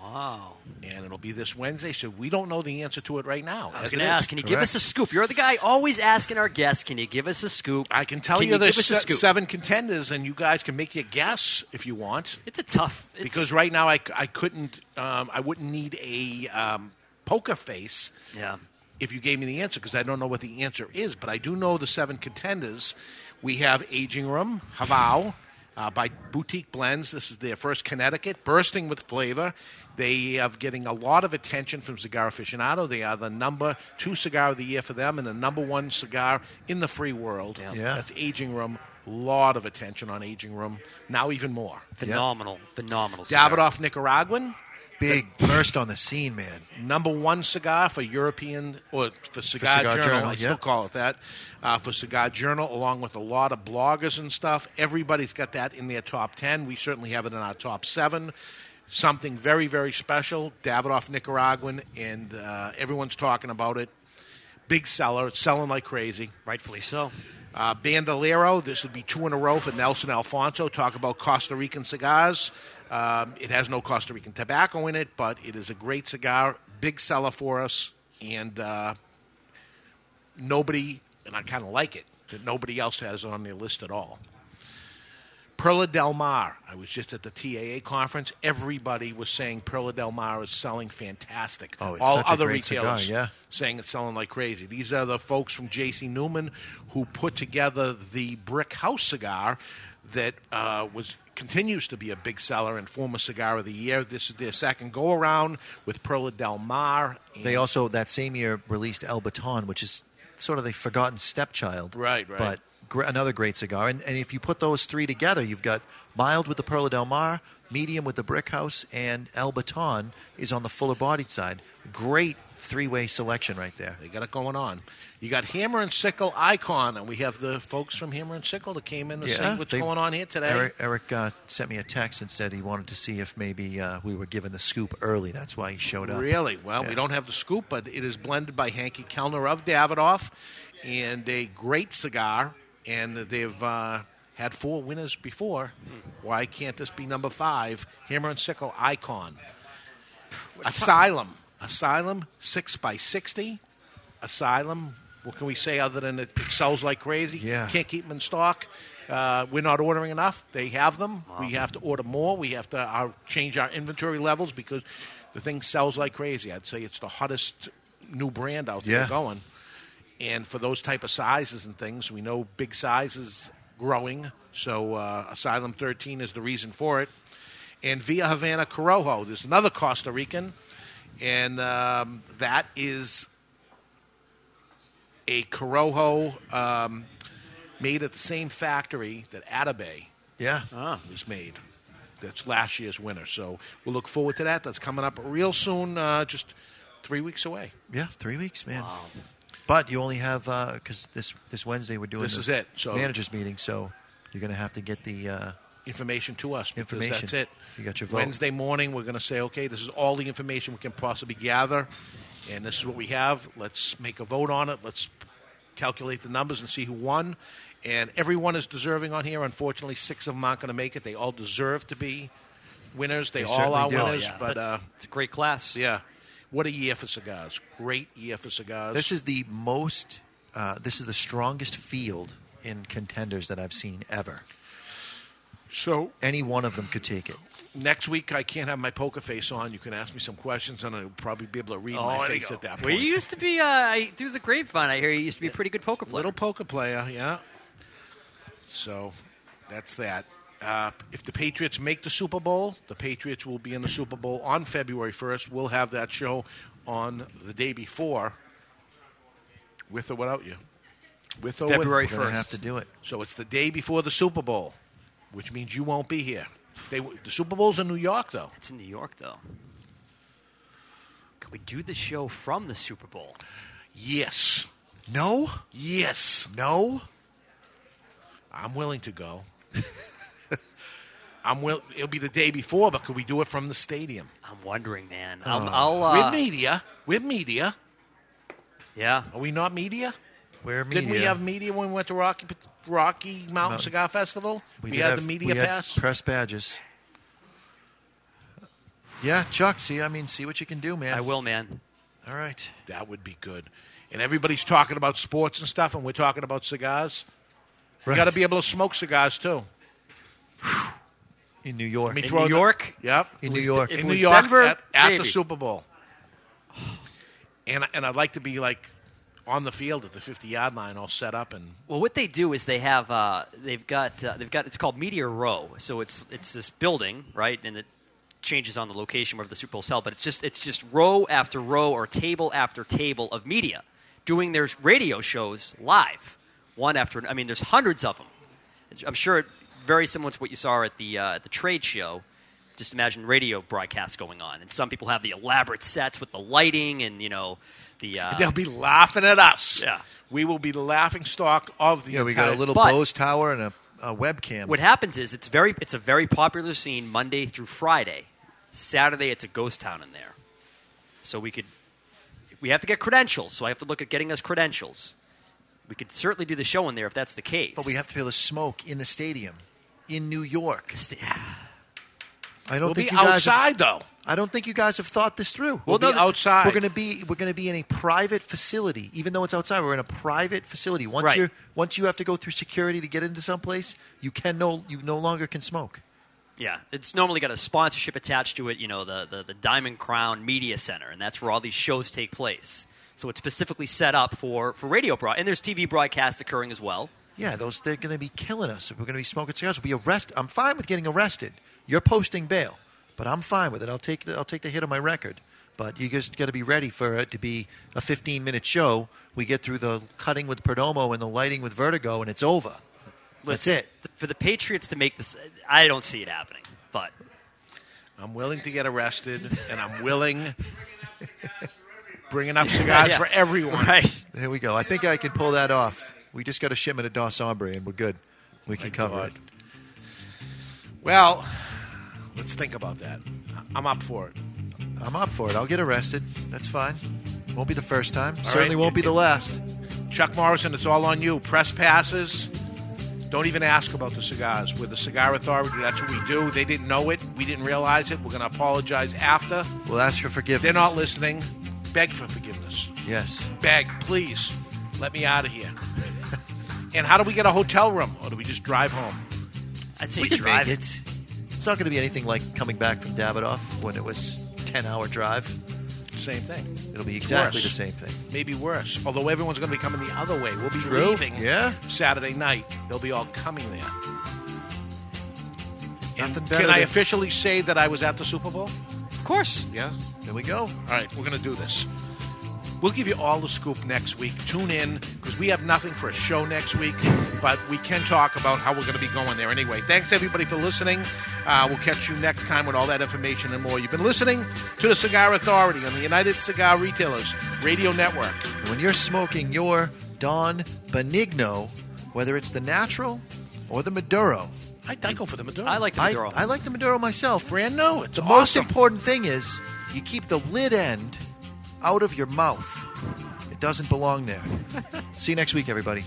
E: Wow.
G: And it'll be this Wednesday, so we don't know the answer to it right now.
E: I was going to ask, can you give us a scoop? You're the guy always asking our guests, can you give us a scoop?
G: I can tell
E: you
G: you there's
E: give us a
G: se-
E: scoop?
G: seven contenders, and you guys can make your guess if you want.
E: It's a tough it's-
G: because right now I, c- I couldn't um, I wouldn't need a um, poker face.
E: Yeah.
G: If you gave me the answer, because I don't know what the answer is, but I do know the seven contenders. We have Aging Room, Havao, uh, by Boutique Blends. This is their first Connecticut, bursting with flavor. They are getting a lot of attention from Cigar Aficionado. They are the number two cigar of the year for them and the number one cigar in the free world.
H: Yeah.
G: That's Aging Room. Lot of attention on Aging Room. Now even more.
E: Phenomenal, phenomenal. cigar.
G: Davidoff Nicaraguan.
H: Big burst on the scene, man.
G: Number one cigar for European or for Cigar,
H: Cigar
G: Journal.
H: Journal,
G: I
H: yeah.
G: still call it that. Uh, for Cigar Journal, along with a lot of bloggers and stuff. Everybody's got that in their top ten. We certainly have it in our top seven. something very, very special. Davidoff Nicaraguan, and uh, everyone's talking about it. Big seller, it's selling like crazy.
E: Rightfully so.
G: Uh, Bandolero, this would be two in a row for Nelson Alfonso. Talk about Costa Rican cigars. Um, it has no Costa Rican tobacco in it, but it is a great cigar. Big seller for us, and uh, nobody, and I kind of like it, that nobody else has on their list at all. Perla Del Mar. I was just at the TAA conference. Everybody was saying Perla Del Mar is selling fantastic.
H: Oh, it's
G: All
H: such a
G: other
H: great cigar,
G: retailers
H: yeah.
G: saying it's selling like crazy. These are the folks from J.C. Newman who put together the Brick House cigar that uh, was continues to be a big seller and former cigar of the year. This is their second go around with Perla Del Mar. and-
H: They also that same year released El Baton, which is sort of the forgotten stepchild.
G: Right, right.
H: But gr- another great cigar. And, and if you put those three together, you've got mild with the Perla Del Mar, medium with the Brick House, and El Baton is on the fuller bodied side. Great three way selection right there.
G: They got it going on. You got Hammer and Sickle Icon, and we have the folks from Hammer and Sickle that came in to see what's
H: they-
G: going on here today.
H: Eric, Eric uh, sent me a text and said he wanted to see if maybe uh, we were given the scoop early. That's why he showed up.
G: Really? Well,
H: uh, Yeah.
G: we don't have the scoop, but it is blended by Hanky Kellner of Davidoff and a great cigar. And they've uh, had four winners before. Why can't this be number five? Hammer and Sickle Icon. Asylum. Asylum, 6 by 60 Asylum, what can we say other than it sells like crazy?
H: Yeah.
G: Can't keep them in stock. Uh, we're not ordering enough. They have them. We have to order more. We have to uh, change our inventory levels because the thing sells like crazy. I'd say it's the hottest new brand out there
H: Yeah.
G: going. And for those type of sizes and things, we know big sizes growing. So uh, Asylum 13 is the reason for it. And Via Havana Corojo, there's another Costa Rican, and um, that is a Corojo um, made at the same factory that Atabey
H: yeah.
G: was made. That's last year's winner. So we'll look forward to that. That's coming up real soon, uh, just three weeks away.
H: Yeah, three weeks, man. But you only have because this this Wednesday we're doing
G: This
H: the
G: is it, so-
H: managers meeting, so you're going to have to get the uh,
G: Information to us because
H: information.
G: that's it.
H: If you got your vote,
G: Wednesday morning, we're going to say, okay, this is all the information we can possibly gather, and this is what we have. Let's make a vote on it. Let's calculate the numbers and see who won. And everyone is deserving on here. Unfortunately, six of them aren't going to make it. They all deserve to be winners. They,
E: They
G: all
E: certainly
G: are
E: do.
G: winners.
E: Oh, yeah.
G: But
E: But
G: uh,
E: it's a great class.
G: Yeah, what a year for cigars! Great year for cigars.
H: this is the most. Uh, this is the strongest field in contenders that I've seen ever.
G: So
H: any one of them could take it.
G: next week. I can't have my poker face on. You can ask me some questions, and I'll probably be able to read
E: Oh,
G: my
E: there you
G: face
E: go.
G: at that point.
E: Well, you used to be, uh, I, through the grapevine, I hear you used to be a pretty good poker player.
G: Little poker player, yeah. So that's that. Uh, if the Patriots make the Super Bowl, the Patriots will be in the Super Bowl on February 1st. We'll have that show on the day before, with or without you. With or with-
E: February
H: We're gonna 1st. have to do it.
G: So it's the day before the Super Bowl, which means you won't be here. They, the Super Bowl's in New York, though.
E: It's in New York, though. Can we do the show from the Super Bowl?
G: Yes.
H: No.
G: Yes.
H: No.
G: I'm willing to go. I'm will. It'll be the day before, but could we do it from the stadium?
E: I'm wondering, man. I'm, I'll. Uh,
G: We're media. We're media.
E: Yeah.
G: Are we not media?
H: We're
G: Didn't we
H: media.
G: have media when we went to Rocky Rocky Mountain
H: Mountain.
G: Cigar Festival? We,
H: did
G: had
H: have-
G: the media
H: we had
G: pass.
H: press badges. Yeah, Chuck. See, I mean, see what you can do, man.
E: I will, man.
H: All right.
G: That would be good. And everybody's talking about sports and stuff, and we're talking about cigars. You
H: Right.
G: got to be able to smoke cigars too.
H: In New York.
G: me In throw New the- York? Yep.
H: In
G: It
H: New
G: was-
H: York.
G: it In New was York Denver, at- at the baby. Super Bowl. And and I'd like to be like on the field at the 50 yard line, all set up and
E: Well, what they do is they have uh, they've got uh, they've got it's called Meteor Row. So it's it's this building, right? And it changes on the location where the Super Bowl's held, but it's just it's just row after row or table after table of media doing their radio shows live, one after. an- I mean, there's hundreds of them. I'm sure it very similar to what you saw at the uh, at the trade show. Just imagine radio broadcasts going on, and some people have the elaborate sets with the lighting and you know the. Uh,
G: they'll be laughing at us. Yeah. We will be the laughing stock of the
H: Yeah, we got a
G: entire-
H: little
E: But-
H: Bose tower and a, a webcam.
E: What happens is it's very it's a very popular scene Monday through Friday. Saturday, it's a ghost town in there. So we could, we have to get credentials. So I have to look at getting us credentials. We could certainly do the show in there if that's the case.
H: But we have to be able to smoke in the stadium in New York. I don't
G: We'll
H: think
G: be
H: you guys
G: outside,
H: have,
G: though.
H: I don't think you guys have thought this through.
G: We'll be
H: th-
G: outside.
H: We're going to be we're going to be in a private facility, even though it's outside. We're in a private facility. Once
E: Right.
H: you once you have to go through security to get into some place, you can no you no longer can smoke.
E: Yeah, it's normally got a sponsorship attached to it. You know, the, the the Diamond Crown Media Center, and that's where all these shows take place. So it's specifically set up for for radio broad, and there's TV broadcast occurring as well.
H: Yeah, those they're going to be killing us. If we're going to be smoking cigars, we'll be arrested. I'm fine with getting arrested. You're posting bail, but I'm fine with it. I'll take the, I'll take the hit on my record. But you just got to be ready for it to be a 15 minute show. We get through the cutting with Perdomo and the lighting with Vertigo, and it's over. That's
E: Listen,
H: it.
E: th- for the Patriots to make this, I don't see it happening. But
G: I'm willing to get arrested, and I'm willing bring enough cigars
H: Yeah.
G: for everyone.
H: There we go. I think I can pull that off. We just got a shipment of Dos Ombre, and we're good. We can cover it.
G: Well, let's think about that. I'm up for it.
H: I'm up for it. I'll get arrested. That's fine. Won't be the first time.
G: All
H: Certainly
G: right.
H: won't be the last.
G: Chuck Morrison, it's all on you. Press passes. Don't even ask about the cigars. We're the Cigar Authority. That's what we do. They didn't know it. We didn't realize it. We're going to apologize after.
H: We'll ask for forgiveness.
G: They're not listening. Beg for forgiveness.
H: Yes.
G: Beg, please, let me out of here. and how do we get a hotel room? Or do we just drive home?
E: I'd
H: we can make it. It's not going to be anything like coming back from Davidoff when it was 10 hour drive.
G: Same thing.
H: It'll be
G: It's
H: exactly
G: worse.
H: the same thing.
G: Maybe worse. Although everyone's going to be coming the other way. We'll be
H: True.
G: leaving
H: Yeah.
G: Saturday night. They'll be all coming there.
H: Nothing better.
G: Can I
H: than-
G: officially say that I was at the Super Bowl?
E: Of course.
G: Yeah.
H: There we go. All
G: right, we're going to do this. We'll give you all the scoop next week. Tune in because we have nothing for a show next week, but we can talk about how we're going to be going there anyway. Thanks everybody for listening. Uh, we'll catch you next time with all that information and more. You've been listening to the Cigar Authority on the United Cigar Retailers Radio Network.
H: When you're smoking your Don Benigno, whether it's the natural or the Maduro,
G: I, I go for the Maduro.
E: I like the
H: I-
E: Maduro.
H: I, like the Maduro myself.
G: Brand new. It's
H: the most
G: awesome.
H: important thing is you keep the lid end out of your mouth. It doesn't belong there. See you next week, everybody.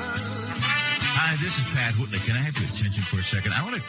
U: Hi, this is Pat Whitley. Can I have your attention for a second? I want to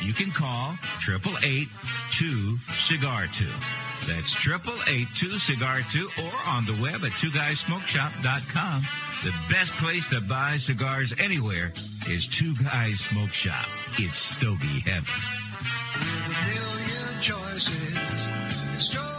U: You can call 888-2-CIGAR-2. That's triple eight two cigar two, or on the web at two guysmokeshop.com. The best place to buy cigars anywhere is Two Guys Smoke Shop. It's Stogie Heaven.
W: choices. Stogie